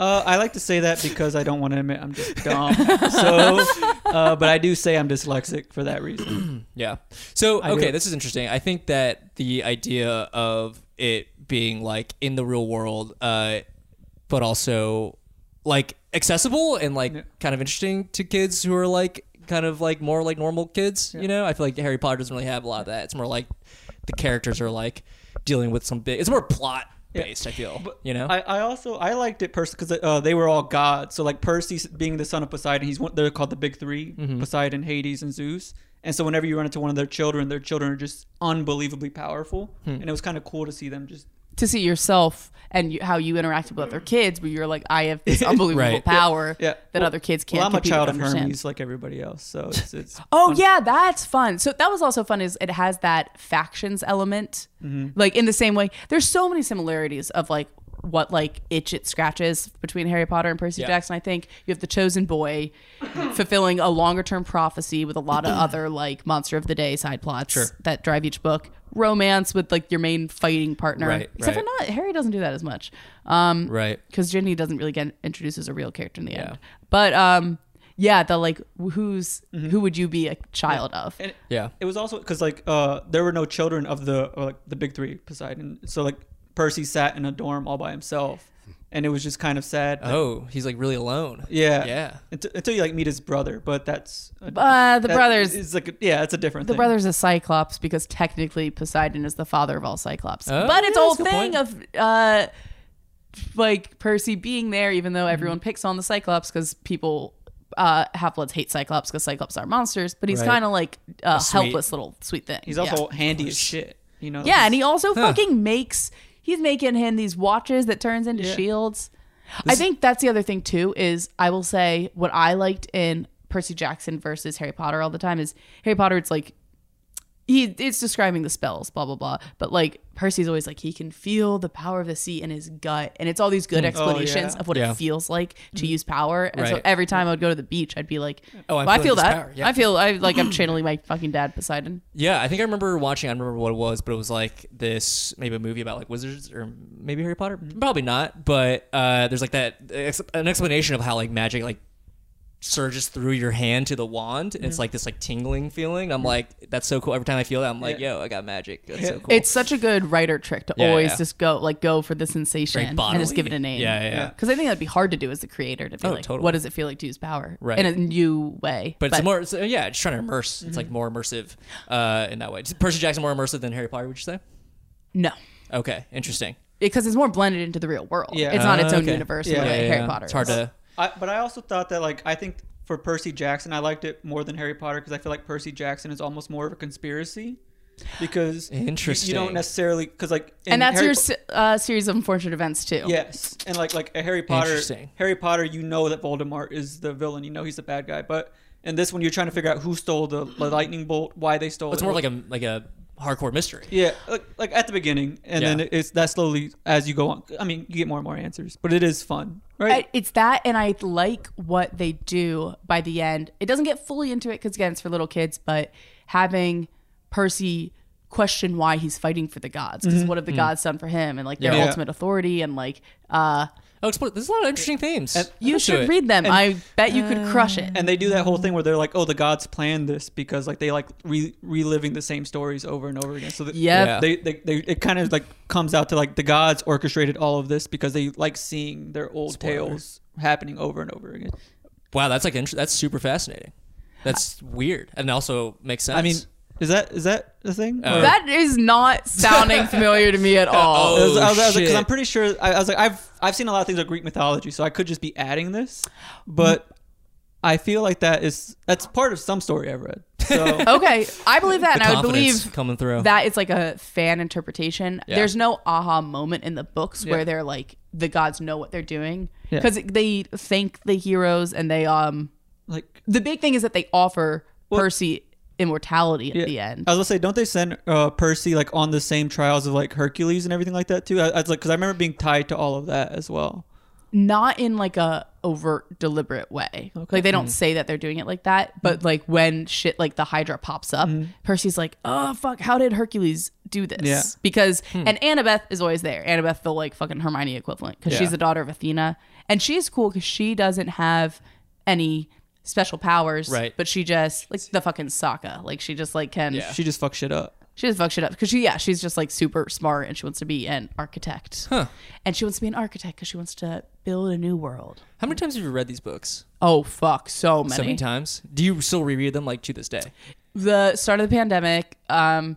[SPEAKER 5] Uh, I like to say that because I don't want to admit I'm [LAUGHS] just dumb. so, uh, but I do say I'm dyslexic for that [CLEARS THROAT] reason.
[SPEAKER 4] Yeah. So okay,
[SPEAKER 5] do.
[SPEAKER 4] this is interesting. I think that the idea of it being like in the real world, uh, but also like accessible and like kind of interesting to kids who are like kind of like more like normal kids. You know, I feel like Harry Potter doesn't really have a lot of that. It's more like the characters are like dealing with some big. It's more plot based. I feel. you know.
[SPEAKER 5] I, I also I liked it Percy because uh, they were all gods. So like Percy being the son of Poseidon, he's one, they're called the big 3 Poseidon, Hades, and Zeus. And so whenever you run into one of their children, their children are just unbelievably powerful. And it was kind of cool to see them just
[SPEAKER 8] To see yourself and you, how you interacted with other kids, where you're like, I have
[SPEAKER 5] [LAUGHS]
[SPEAKER 8] this unbelievable
[SPEAKER 4] Right.
[SPEAKER 8] power
[SPEAKER 5] yeah.
[SPEAKER 8] that
[SPEAKER 5] Well-
[SPEAKER 8] other kids can't.
[SPEAKER 5] Well, I'm a
[SPEAKER 8] compete
[SPEAKER 5] child
[SPEAKER 8] with
[SPEAKER 5] of
[SPEAKER 8] understand.
[SPEAKER 5] Hermes like everybody else,
[SPEAKER 8] [LAUGHS]
[SPEAKER 5] so it's, it's
[SPEAKER 8] Oh
[SPEAKER 4] Um,
[SPEAKER 8] yeah, that's fun. So that was also fun. Is it has that factions element,
[SPEAKER 4] Mm-hmm.
[SPEAKER 8] like in the same way. There's so many similarities of like what like itch it scratches between Harry Potter and Percy
[SPEAKER 4] Yeah.
[SPEAKER 8] Jackson. I think you have the
[SPEAKER 4] [LAUGHS]
[SPEAKER 8] chosen boy fulfilling a longer term prophecy with
[SPEAKER 4] [CLEARS THROAT]
[SPEAKER 8] a lot of other like monster of the day side plots that drive each book. Romance with like your main fighting partner,
[SPEAKER 4] Right,
[SPEAKER 8] except
[SPEAKER 4] right.
[SPEAKER 8] for not Harry doesn't do that as much. Um,
[SPEAKER 4] right.
[SPEAKER 8] because Ginny doesn't really get introduced as a real character in the
[SPEAKER 4] Yeah.
[SPEAKER 8] end. But um, yeah, the like who's who would you be a child of?
[SPEAKER 5] and
[SPEAKER 4] Mm-hmm. Yeah.
[SPEAKER 5] It was also because like uh, there were no children of the or, like the big three Poseidon. So like Percy sat in a dorm all by himself, and it was just kind of sad. like-
[SPEAKER 4] Oh, he's like really alone.
[SPEAKER 5] yeah,
[SPEAKER 4] Yeah.
[SPEAKER 5] Until, until you like meet his brother, but that's a,
[SPEAKER 8] Uh, the
[SPEAKER 5] that
[SPEAKER 8] brothers-
[SPEAKER 5] is like a- yeah, it's a different.
[SPEAKER 8] The brother's a cyclops because technically Poseidon is the father of all cyclops.
[SPEAKER 4] Oh,
[SPEAKER 8] but it's
[SPEAKER 4] yeah,
[SPEAKER 8] old
[SPEAKER 4] that's a good
[SPEAKER 8] thing
[SPEAKER 4] point.
[SPEAKER 8] of uh, like Percy being there, even
[SPEAKER 4] Mm-hmm.
[SPEAKER 8] though everyone picks on the cyclops because people. Uh, half-bloods hate cyclops because cyclops are monsters, but he's
[SPEAKER 4] Right.
[SPEAKER 8] kind of like a
[SPEAKER 4] sweet-
[SPEAKER 8] helpless little sweet thing.
[SPEAKER 5] He's
[SPEAKER 8] Yeah.
[SPEAKER 5] also handy as shit. You know.
[SPEAKER 8] Yeah, and he also fucking makes he's making him these watches that turns into
[SPEAKER 5] Yeah.
[SPEAKER 8] shields. I think that's the other thing too is I will say what I liked in Percy Jackson versus Harry Potter all the time is Harry Potter it's like he it's describing the spells, blah blah blah. But like Percy's always like he can feel the power of the sea in his gut, and it's all these good explanations
[SPEAKER 5] yeah.
[SPEAKER 8] of what
[SPEAKER 4] Yeah.
[SPEAKER 8] it feels like to use power. And so
[SPEAKER 4] Right.
[SPEAKER 8] every time I would go to the beach, I'd be like,
[SPEAKER 4] Oh,
[SPEAKER 8] Oh,
[SPEAKER 4] I'm
[SPEAKER 8] I
[SPEAKER 4] feeling
[SPEAKER 8] feel
[SPEAKER 4] this
[SPEAKER 8] that.
[SPEAKER 4] power, yeah."
[SPEAKER 8] I feel I like I'm channeling my fucking dad Poseidon.
[SPEAKER 4] Yeah, I think I remember watching. I don't remember what it was, but it was like this maybe a movie about like wizards or maybe Harry Potter.
[SPEAKER 8] Mm-hmm.
[SPEAKER 4] Probably not, but uh, there's like that ex- an explanation of how like magic like surges through your hand to the wand, and
[SPEAKER 8] Mm-hmm.
[SPEAKER 4] it's like this like tingling feeling. I'm like, that's so cool. Every time I feel that, I'm like, yo, I got magic. That's so cool.
[SPEAKER 8] It's such a good writer trick to
[SPEAKER 4] Yeah,
[SPEAKER 8] always
[SPEAKER 4] yeah.
[SPEAKER 8] just go like go for the sensation
[SPEAKER 4] Very
[SPEAKER 8] and
[SPEAKER 4] bodily.
[SPEAKER 8] just give it a name.
[SPEAKER 4] Yeah, yeah, yeah.
[SPEAKER 8] Because I think that'd be hard to do as the creator to be
[SPEAKER 4] Oh,
[SPEAKER 8] like,
[SPEAKER 4] totally.
[SPEAKER 8] what does it feel like to use power
[SPEAKER 4] Right.
[SPEAKER 8] in a new way?
[SPEAKER 4] But, it's more, it's, uh, yeah, just trying to immerse.
[SPEAKER 8] Mm-hmm.
[SPEAKER 4] It's like more immersive uh, in that way. Is Percy Jackson more immersive than Harry Potter, would you say?
[SPEAKER 8] no.
[SPEAKER 4] Okay, interesting.
[SPEAKER 8] Because it's more blended into the real world.
[SPEAKER 5] Yeah.
[SPEAKER 8] It's not its
[SPEAKER 4] Ah,
[SPEAKER 8] own
[SPEAKER 4] okay.
[SPEAKER 8] universe
[SPEAKER 5] Yeah,
[SPEAKER 8] in the way
[SPEAKER 5] yeah,
[SPEAKER 8] Harry Potter
[SPEAKER 4] It's hard
[SPEAKER 8] is.
[SPEAKER 4] to.
[SPEAKER 5] I, but I also thought that like I think for Percy Jackson, I liked it more than Harry Potter because I feel like Percy Jackson is almost more of a conspiracy because you-
[SPEAKER 4] Interesting.
[SPEAKER 5] You, don't necessarily because like in
[SPEAKER 8] and that's
[SPEAKER 5] Harry
[SPEAKER 8] your
[SPEAKER 5] Po-
[SPEAKER 8] se- uh, series of unfortunate events too.
[SPEAKER 5] yes, and like like a Harry Potter,
[SPEAKER 4] Interesting.
[SPEAKER 5] Harry Potter, you know that Voldemort is the villain, you know he's the bad guy, but in this one you're trying to figure out who stole the lightning bolt, why they stole
[SPEAKER 4] It's
[SPEAKER 5] it.
[SPEAKER 4] more like a like a hardcore mystery.
[SPEAKER 5] yeah, like, like at the beginning, and
[SPEAKER 4] Yeah.
[SPEAKER 5] then it's that slowly as you go on. I mean, you get more and more answers, but it is fun, right?
[SPEAKER 8] I- it's that, and I like what they do by the end. It doesn't get fully into it because again, it's for little kids. But having Percy question why he's fighting for the gods, because what have the gods done for him, and like their
[SPEAKER 5] Yeah.
[SPEAKER 8] ultimate authority, and like uh,
[SPEAKER 4] Oh, explore, there's a lot of interesting themes.
[SPEAKER 8] you
[SPEAKER 4] Let's do
[SPEAKER 8] should
[SPEAKER 4] it.
[SPEAKER 8] read them. I bet you could crush it.
[SPEAKER 5] and they do that whole thing where they're like, "Oh, the gods planned this because like they like re- reliving the same stories over and over again." So that
[SPEAKER 8] Yep.
[SPEAKER 4] Yeah.
[SPEAKER 5] they, they they it kind of like comes out to like the gods orchestrated all of this because they like seeing their old tales happening over and over again.
[SPEAKER 4] Wow, that's like inter- that's super fascinating. That's weird, and also makes sense.
[SPEAKER 5] I mean, is that is that the thing? Or-
[SPEAKER 8] That is not sounding familiar to me at all.
[SPEAKER 5] I was, I was, I was like,
[SPEAKER 4] Oh, shit.
[SPEAKER 5] cause I'm pretty sure I, I was like, I've I've seen a lot of things like Greek mythology, so I could just be adding this, but I feel like that is that's part of some story I've read. So [LAUGHS]
[SPEAKER 8] Okay, I believe that,
[SPEAKER 4] the
[SPEAKER 8] and I would
[SPEAKER 4] confidence
[SPEAKER 8] believe
[SPEAKER 4] coming through.
[SPEAKER 8] that it's like a fan interpretation. There's no aha moment in the books where they're like the gods know what they're doing because they thank the heroes and they um
[SPEAKER 5] like
[SPEAKER 8] the big thing is that they offer Percy immortality at
[SPEAKER 5] Yeah.
[SPEAKER 8] the end.
[SPEAKER 5] I was gonna say, don't they send uh, Percy like on the same trials of like Hercules and everything like that too? I, I was like, because I remember being tied to all of that as well.
[SPEAKER 8] Not in like a overt deliberate way. Like they
[SPEAKER 4] Mm-hmm.
[SPEAKER 8] don't say that they're doing it like that,
[SPEAKER 4] Mm.
[SPEAKER 8] but like when shit like the Hydra pops up,
[SPEAKER 4] Mm-hmm.
[SPEAKER 8] Percy's like, "Oh fuck, how did Hercules do this?"
[SPEAKER 5] Yeah.
[SPEAKER 8] Because
[SPEAKER 4] Hmm.
[SPEAKER 8] and Annabeth is always there. Annabeth the like fucking Hermione equivalent because she's the daughter of Athena, and she's cool because she doesn't have any special powers,
[SPEAKER 4] Right.
[SPEAKER 8] But she just like the fucking Sokka, like she just like can
[SPEAKER 4] Yeah.
[SPEAKER 5] She just fucks shit up.
[SPEAKER 8] she just fucks shit up because she yeah she's just like super smart and she wants to be an architect, and she wants to be an architect because she wants to build a new world.
[SPEAKER 4] How many times have you read these books?
[SPEAKER 8] Oh fuck, so many.
[SPEAKER 4] So many times. Do you still reread them like to this day?
[SPEAKER 8] the start of the pandemic um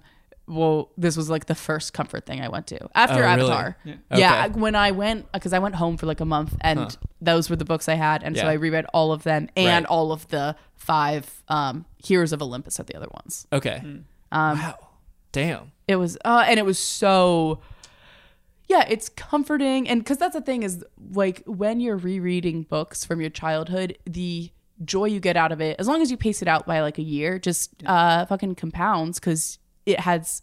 [SPEAKER 8] well this was like the first comfort thing i went to after
[SPEAKER 4] Oh, really?
[SPEAKER 8] avatar
[SPEAKER 4] Yeah.
[SPEAKER 8] yeah,
[SPEAKER 4] Okay.
[SPEAKER 8] I- when i went because i went home for like a month and those were the books i had and so
[SPEAKER 4] Yeah.
[SPEAKER 8] i reread all of them and
[SPEAKER 4] Right.
[SPEAKER 8] all of the five um heroes of olympus at the other ones
[SPEAKER 4] Okay.
[SPEAKER 5] Mm.
[SPEAKER 4] wow. Damn.
[SPEAKER 8] it was uh and it was so yeah it's comforting and because that's the thing is like when you're rereading books from your childhood the joy you get out of it as long as you pace it out by like a year just uh fucking compounds because it has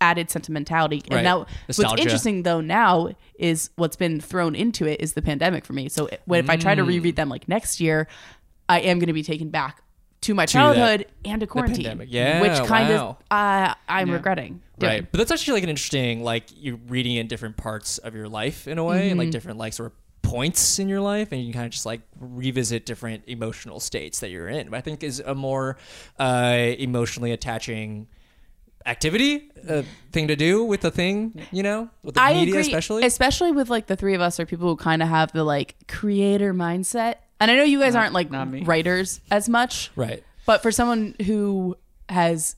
[SPEAKER 8] added sentimentality
[SPEAKER 4] Right.
[SPEAKER 8] and now
[SPEAKER 4] Nostalgia.
[SPEAKER 8] what's interesting though now is what's been thrown into it is the pandemic for me so it- when, if i
[SPEAKER 4] Mm.
[SPEAKER 8] try to reread them like next year i am going to be taken back to my
[SPEAKER 4] that-
[SPEAKER 8] childhood and to quarantine
[SPEAKER 4] pandemic. Yeah,
[SPEAKER 8] which kind
[SPEAKER 4] wow.
[SPEAKER 8] of uh, i'm regretting doing.
[SPEAKER 4] Right. But that's actually like an interesting like you're reading in different parts of your life in a way, and like
[SPEAKER 8] Mm-hmm.
[SPEAKER 4] different like sort of points in your life, and you can kind of just like revisit different emotional states that you're in. I think is a more uh, emotionally attaching activity uh, thing to do with the thing you know with the
[SPEAKER 8] I
[SPEAKER 4] media
[SPEAKER 8] agree,
[SPEAKER 4] especially
[SPEAKER 8] with like the three of us are people who kind of have the like creator mindset. And I know you guys aren't like
[SPEAKER 5] not me.
[SPEAKER 8] writers as much,
[SPEAKER 4] right
[SPEAKER 8] but for someone who has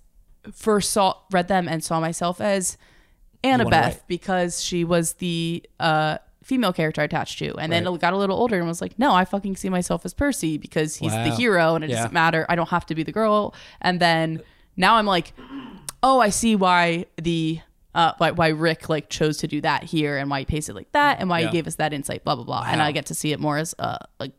[SPEAKER 8] first saw read them and saw myself as Annabeth
[SPEAKER 4] write.
[SPEAKER 8] because she was the uh, female character I attached to, and then
[SPEAKER 4] Right.
[SPEAKER 8] it got a little older and was like, no, I fucking see myself as Percy because he's the
[SPEAKER 4] Wow.
[SPEAKER 8] hero, and it
[SPEAKER 4] Yeah.
[SPEAKER 8] doesn't matter. I don't have to be the girl. And then now I'm like, oh, I see why the uh, why, why Rick like chose to do that here, and why he paced it like that, and why
[SPEAKER 4] Yeah.
[SPEAKER 8] he gave us that insight, blah blah blah. And I get to see it more as uh, like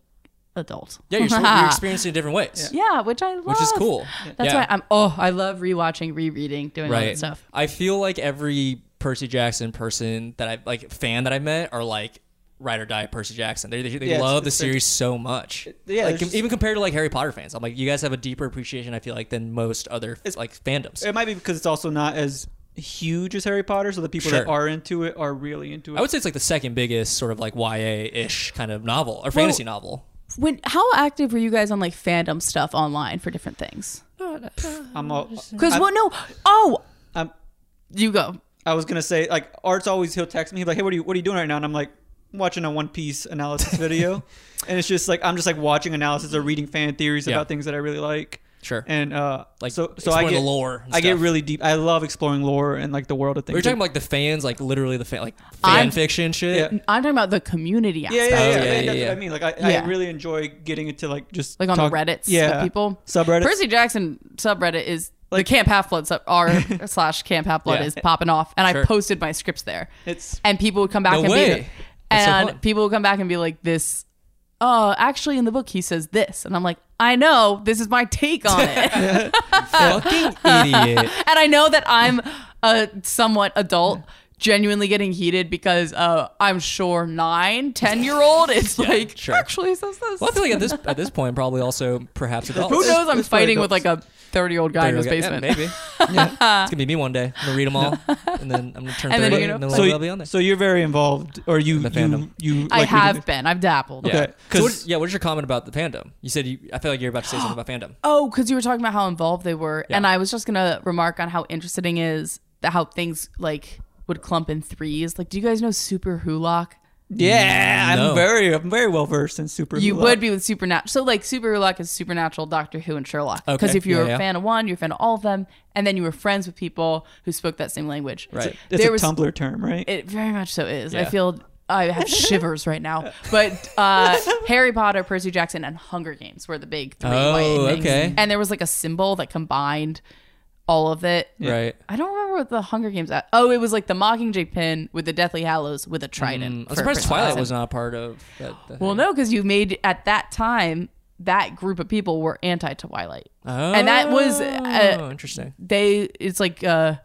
[SPEAKER 8] adult.
[SPEAKER 4] Yeah, you're, sort
[SPEAKER 8] [LAUGHS]
[SPEAKER 4] of- you're experiencing it different ways.
[SPEAKER 8] Yeah, which I love.
[SPEAKER 4] Which is cool.
[SPEAKER 8] That's
[SPEAKER 4] Yeah.
[SPEAKER 8] why I'm. Oh, I love rewatching, rereading, doing all that
[SPEAKER 4] Right.
[SPEAKER 8] stuff.
[SPEAKER 4] I feel like every Percy Jackson person that I like fan that I met are like ride or die Percy Jackson. They, they, they
[SPEAKER 5] Yeah, it's-
[SPEAKER 4] love the
[SPEAKER 5] it's-
[SPEAKER 4] series so much.
[SPEAKER 5] yeah,
[SPEAKER 4] like
[SPEAKER 5] it's just-
[SPEAKER 4] even compared to like Harry Potter fans, I'm like you guys have a deeper appreciation. I feel like than most other like fandoms.
[SPEAKER 5] It might be because it's also not as huge as Harry Potter, so the people that
[SPEAKER 4] Sure.
[SPEAKER 5] are into it are really into it.
[SPEAKER 4] I would say it's like the second biggest sort of like YA ish kind of novel or fantasy novel.
[SPEAKER 8] When how active were you guys on like fandom stuff online for different things?
[SPEAKER 5] I'm all,
[SPEAKER 8] Because what? No. Oh,
[SPEAKER 5] I'm,
[SPEAKER 8] you go.
[SPEAKER 5] I was gonna say like Art's always he'll text me he'll be like hey what are you what are you doing right now and I'm like I'm watching a One
[SPEAKER 4] [LAUGHS]
[SPEAKER 5] Piece analysis video, and it's just like I'm just like watching analysis or reading fan theories
[SPEAKER 4] Yeah.
[SPEAKER 5] about things that I really like.
[SPEAKER 4] Sure.
[SPEAKER 5] And uh,
[SPEAKER 4] Like,
[SPEAKER 5] like so so I
[SPEAKER 4] exploring
[SPEAKER 5] get
[SPEAKER 4] the lore and
[SPEAKER 5] I get
[SPEAKER 4] stuff.
[SPEAKER 5] really deep. I love exploring lore and like the world of things.
[SPEAKER 4] We were talking about like the fans, like literally the fan, like fan
[SPEAKER 8] I'm-
[SPEAKER 4] fiction shit.
[SPEAKER 5] Yeah.
[SPEAKER 8] I'm talking about the community
[SPEAKER 5] Yeah,
[SPEAKER 8] aspect.
[SPEAKER 5] yeah, yeah.
[SPEAKER 4] yeah,
[SPEAKER 5] I mean,
[SPEAKER 4] yeah,
[SPEAKER 5] that's
[SPEAKER 4] yeah.
[SPEAKER 5] what I mean. Like, I,
[SPEAKER 8] Yeah.
[SPEAKER 5] I really enjoy getting into like just
[SPEAKER 8] Like on
[SPEAKER 5] talk-
[SPEAKER 8] the Reddits
[SPEAKER 5] yeah,
[SPEAKER 8] with people.
[SPEAKER 5] subreddits.
[SPEAKER 8] Percy Jackson subreddit is the Camp Half Blood sub
[SPEAKER 4] [LAUGHS]
[SPEAKER 8] r [LAUGHS] slash Camp Half Blood
[SPEAKER 4] Yeah.
[SPEAKER 8] is popping off, and
[SPEAKER 4] Sure.
[SPEAKER 8] I posted my scripts there.
[SPEAKER 5] It's-
[SPEAKER 8] and people would come back
[SPEAKER 4] No
[SPEAKER 8] and
[SPEAKER 4] way.
[SPEAKER 8] be like-
[SPEAKER 4] That's so
[SPEAKER 8] and
[SPEAKER 4] fun.
[SPEAKER 8] people would come back and be like this. Oh, actually, in the book he says this, and I'm like, I know this is my take
[SPEAKER 4] [LAUGHS]
[SPEAKER 8] on it. [LAUGHS] Uh,
[SPEAKER 4] Fucking idiot.
[SPEAKER 8] and I know that I'm a somewhat adult, genuinely getting heated because uh, I'm sure nine, ten year
[SPEAKER 4] [LAUGHS]
[SPEAKER 8] old is like
[SPEAKER 4] sure.
[SPEAKER 8] actually says this.
[SPEAKER 4] Well, I feel like at this at this point, probably also perhaps adults.
[SPEAKER 8] Who knows? I'm
[SPEAKER 5] it's probably
[SPEAKER 8] fighting with like
[SPEAKER 5] adults.
[SPEAKER 8] a thirty year old guy in his
[SPEAKER 4] Yeah,
[SPEAKER 8] basement.
[SPEAKER 4] maybe.
[SPEAKER 8] [LAUGHS]
[SPEAKER 4] It's gonna be me one day. I'm gonna read them all, and then I'm gonna turn
[SPEAKER 8] And then
[SPEAKER 4] 30,
[SPEAKER 8] you're
[SPEAKER 4] and
[SPEAKER 8] gonna-
[SPEAKER 4] then
[SPEAKER 5] So,
[SPEAKER 4] we'll
[SPEAKER 5] you,
[SPEAKER 4] be on there.
[SPEAKER 5] so you're very involved, or you
[SPEAKER 4] the fandom.
[SPEAKER 5] you you. Like,
[SPEAKER 8] I
[SPEAKER 5] reading
[SPEAKER 8] have
[SPEAKER 5] things.
[SPEAKER 8] been. I've dabbled.
[SPEAKER 4] yeah.
[SPEAKER 5] okay,
[SPEAKER 4] So
[SPEAKER 5] 'cause-
[SPEAKER 4] what, yeah, what is your comment about the fandom? You said you, I feel like you're about to
[SPEAKER 8] [GASPS]
[SPEAKER 4] say something about fandom.
[SPEAKER 8] Oh, because you were talking about how involved they were, and I was just gonna remark on how interesting is that how things like would clump in threes. Like, do you guys know Super Hulock?
[SPEAKER 5] Yeah,
[SPEAKER 4] No.
[SPEAKER 5] I'm very I'm very well versed in super.
[SPEAKER 8] You
[SPEAKER 5] Love.
[SPEAKER 8] would be with Supernatural. So like Super Hulock is Supernatural, Doctor Who, and Sherlock. Because
[SPEAKER 4] Okay.
[SPEAKER 8] if you were
[SPEAKER 4] Yeah, yeah.
[SPEAKER 8] a fan of one, you're a fan of all of them, and then you were friends with people who spoke that same language.
[SPEAKER 4] Right.
[SPEAKER 5] It's
[SPEAKER 8] there
[SPEAKER 5] a
[SPEAKER 8] was
[SPEAKER 5] Tumblr term, right?
[SPEAKER 8] it very much so is. I
[SPEAKER 4] Yeah.
[SPEAKER 8] feel I
[SPEAKER 4] [LAUGHS]
[SPEAKER 8] have shivers right now. But uh, Harry Potter, Percy Jackson, and Hunger Games were the big three.
[SPEAKER 4] Oh,
[SPEAKER 8] white things.
[SPEAKER 4] okay.
[SPEAKER 8] And there was like a symbol that combined all of it.
[SPEAKER 4] Right.
[SPEAKER 8] I don't remember what the Hunger Games. At. Oh, it was like the Mockingjay pin with the Deathly Hallows with a trident.
[SPEAKER 4] Mm, I'm
[SPEAKER 8] for
[SPEAKER 4] surprised
[SPEAKER 8] Percy
[SPEAKER 4] Twilight
[SPEAKER 8] Jackson.
[SPEAKER 4] was not a part of. That, that
[SPEAKER 8] Well,
[SPEAKER 4] thing.
[SPEAKER 8] no, because you made at that time that group of people were anti Twilight,
[SPEAKER 4] Uh.
[SPEAKER 8] and that was
[SPEAKER 4] Oh,
[SPEAKER 8] uh,
[SPEAKER 4] interesting.
[SPEAKER 8] they. It's like uh,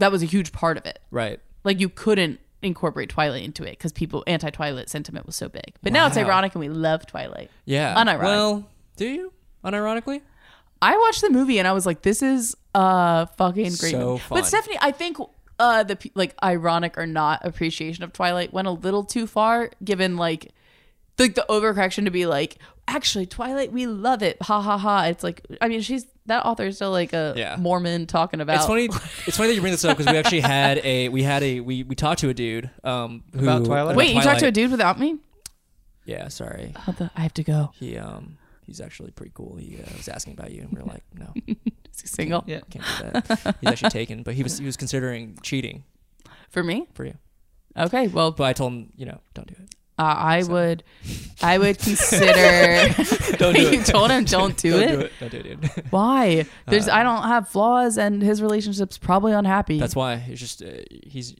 [SPEAKER 8] that was a huge part of it.
[SPEAKER 4] Right.
[SPEAKER 8] Like you couldn't incorporate Twilight into it because people anti Twilight sentiment was so big. But now it's ironic, and we love Twilight.
[SPEAKER 4] Yeah.
[SPEAKER 8] Unironic.
[SPEAKER 4] Well, do you? Unironically.
[SPEAKER 8] I watched the movie and I was like, this is uh fucking great.
[SPEAKER 4] So
[SPEAKER 8] movie.
[SPEAKER 4] fun.
[SPEAKER 8] But Stephanie, I think uh the p- like ironic or not appreciation of Twilight went a little too far, given like like the overcorrection to be like, actually Twilight, we love it, ha ha ha. It's like, I mean, she's that author is still like a
[SPEAKER 4] Yeah.
[SPEAKER 8] Mormon talking about.
[SPEAKER 4] It's
[SPEAKER 8] [LAUGHS]
[SPEAKER 4] funny. It's funny that you bring this up because we actually had a we had a we, we talked to a dude um who,
[SPEAKER 5] About Twilight?
[SPEAKER 8] Wait, you talked to a dude without me?
[SPEAKER 4] Yeah, sorry.
[SPEAKER 8] What the- I have to go.
[SPEAKER 4] He um he's actually pretty cool. He uh, was asking about you, and we are like, no,
[SPEAKER 8] Is he single
[SPEAKER 5] Yeah.
[SPEAKER 4] can't do that. He's actually taken, but he was he was considering cheating
[SPEAKER 8] for me?
[SPEAKER 4] for you.
[SPEAKER 8] Okay, well,
[SPEAKER 4] But I told him, you know, don't do it.
[SPEAKER 8] uh, I would, I would consider.
[SPEAKER 4] [LAUGHS] Don't do
[SPEAKER 8] [LAUGHS] you
[SPEAKER 4] it.
[SPEAKER 8] told him, don't do it.
[SPEAKER 4] do it. Uh, Don't do it, dude. [LAUGHS]
[SPEAKER 8] Why? There's I don't have flaws, and his relationship's probably unhappy.
[SPEAKER 4] That's why it's just uh, he's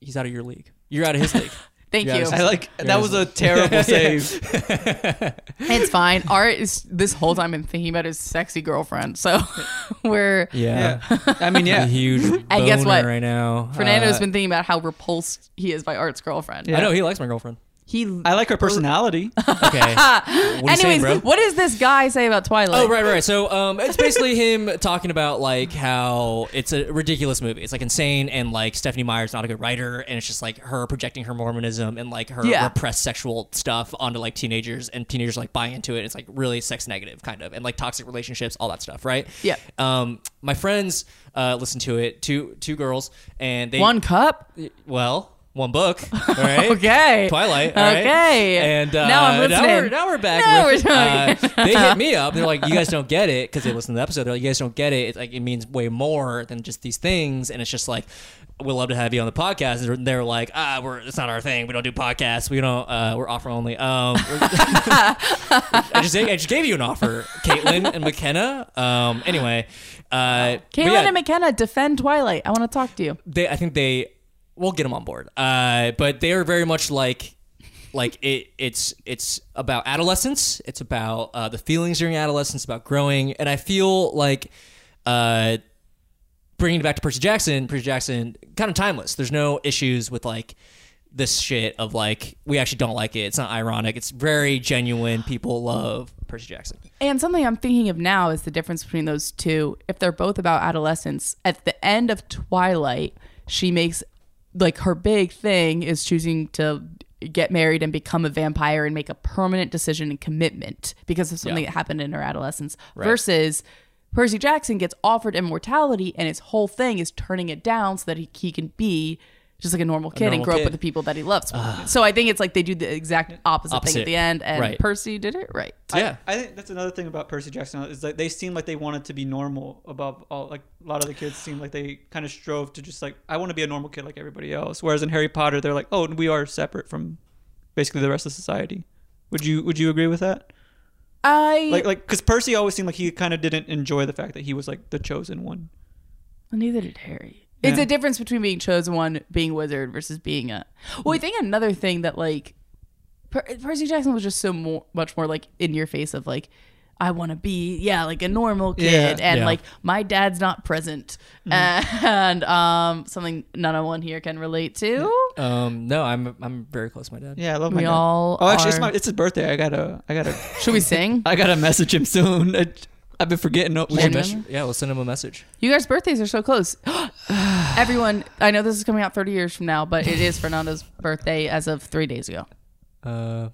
[SPEAKER 4] he's out of your league. You're out of
[SPEAKER 8] [LAUGHS]
[SPEAKER 4] his league.
[SPEAKER 8] Thank
[SPEAKER 4] yeah,
[SPEAKER 8] you.
[SPEAKER 5] I like that was a
[SPEAKER 4] [LAUGHS]
[SPEAKER 5] terrible save.
[SPEAKER 8] [LAUGHS] It's fine. Art is this whole time been thinking about his sexy girlfriend. So [LAUGHS] we're
[SPEAKER 5] Yeah, I mean,
[SPEAKER 4] A [LAUGHS]
[SPEAKER 5] [LAUGHS] yeah,
[SPEAKER 4] huge.
[SPEAKER 8] And guess
[SPEAKER 4] boner
[SPEAKER 8] what?
[SPEAKER 4] Right now,
[SPEAKER 8] Fernando's
[SPEAKER 4] Uh,
[SPEAKER 8] been thinking about how repulsed he is by Art's girlfriend.
[SPEAKER 5] Yeah.
[SPEAKER 4] I know he likes my
[SPEAKER 8] [LAUGHS]
[SPEAKER 4] girlfriend.
[SPEAKER 8] He.
[SPEAKER 5] I like her personality.
[SPEAKER 4] Okay. what are you saying,
[SPEAKER 8] anyways,
[SPEAKER 4] bro?
[SPEAKER 8] [LAUGHS] what does this guy say about Twilight?
[SPEAKER 4] Oh right, right. right. So um, it's basically him talking about like how it's a ridiculous movie. It's like insane, and like Stephanie Meyer's not a good writer, and it's just like her projecting her Mormonism and like her
[SPEAKER 8] Yeah.
[SPEAKER 4] repressed sexual stuff onto like teenagers, and teenagers like buy into it. It's like really sex negative kind of, and like toxic relationships, all that stuff, right?
[SPEAKER 8] Yeah.
[SPEAKER 4] Um, my friends uh, listened to it. Two two girls, and they
[SPEAKER 8] One cup.
[SPEAKER 4] well. One
[SPEAKER 8] [LAUGHS]
[SPEAKER 4] book, all right?
[SPEAKER 8] Okay.
[SPEAKER 4] Twilight, all right?
[SPEAKER 8] Okay.
[SPEAKER 4] And uh,
[SPEAKER 8] Now I'm
[SPEAKER 4] Now we're,
[SPEAKER 8] listening.
[SPEAKER 4] now we're back.
[SPEAKER 8] Now
[SPEAKER 4] with,
[SPEAKER 8] we're
[SPEAKER 4] uh,
[SPEAKER 8] talking.
[SPEAKER 4] they
[SPEAKER 8] [LAUGHS]
[SPEAKER 4] hit me up. They're like, "You guys don't get it because they listened to the episode. They're like, you guys don't get it. It's like it means way more than just these things." And it's just like, "We'd love to have you on the podcast." And they're like, "Ah, we're it's not our thing. We don't do podcasts. We don't. Uh, we're [LAUGHS] offer only." Um, I just I just gave you an offer, Caitlin and McKenna. Um, anyway, uh, but
[SPEAKER 8] Caitlin
[SPEAKER 4] yeah,
[SPEAKER 8] and McKenna defend Twilight. I want to talk to you.
[SPEAKER 4] they I think they we'll get them on board. Uh, but they are very much like like it, it's it's about adolescence. It's about uh, the feelings during adolescence, about growing, and I feel like uh, bringing it back to Percy Jackson. Percy Jackson kind of timeless. There's no issues with like this shit of like we actually don't like it. It's not ironic. It's very genuine. People love Percy Jackson.
[SPEAKER 8] And something I'm thinking of now is the difference between those two. If they're both about adolescence, at the end of Twilight, she makes like her big thing is choosing to get married and become a vampire and make a permanent decision and commitment because of something that happened in her adolescence versus Percy Jackson gets offered immortality and his whole thing is turning it down so that he, he can be just like a normal kid and
[SPEAKER 4] normal
[SPEAKER 8] grow
[SPEAKER 4] kid.
[SPEAKER 8] up with the people that he loves. so I think it's like they do the exact opposite,
[SPEAKER 4] Opposite.
[SPEAKER 8] thing at the end and
[SPEAKER 4] Right.
[SPEAKER 8] Percy did it right.
[SPEAKER 4] yeah.
[SPEAKER 5] I think that's another thing about Percy Jackson uh, is that they seem like they wanted to be normal above all. Like a lot of the kids seem like they kind of strove to just like I want to be a normal kid like everybody else. Whereas in Harry Potter, they're like, oh, we are separate from basically the rest of society. Would you Would you agree with that?
[SPEAKER 8] I
[SPEAKER 5] Like like because Percy always seemed like he kind of didn't enjoy the fact that he was like the chosen one.
[SPEAKER 8] Well, neither did Harry. It's a difference between being chosen one, being wizard, versus being a. Well, I think another thing that like, per- Percy Jackson was just so more, much more like in your face of like, I want to be yeah like a normal kid
[SPEAKER 5] Yeah. Mm-hmm.
[SPEAKER 8] and
[SPEAKER 4] Yeah.
[SPEAKER 8] like my dad's not present and um something none on one here can relate to.
[SPEAKER 4] Um, no, I'm I'm very close to my dad.
[SPEAKER 5] Yeah, I love my
[SPEAKER 8] We
[SPEAKER 5] dad.
[SPEAKER 8] all
[SPEAKER 5] Oh, actually, it's
[SPEAKER 8] are-
[SPEAKER 5] my it's his birthday. I gotta I gotta
[SPEAKER 8] Should we sing?
[SPEAKER 5] [LAUGHS] I gotta message him soon. [LAUGHS] I, I've been forgetting. Oh, what- what-
[SPEAKER 8] should message-
[SPEAKER 4] Yeah, we'll send him a message.
[SPEAKER 8] You guys' birthdays are so close. [GASPS] Everyone, I know this is coming out 30 years from now, but it is Fernando's birthday as of three days ago,
[SPEAKER 4] Uh,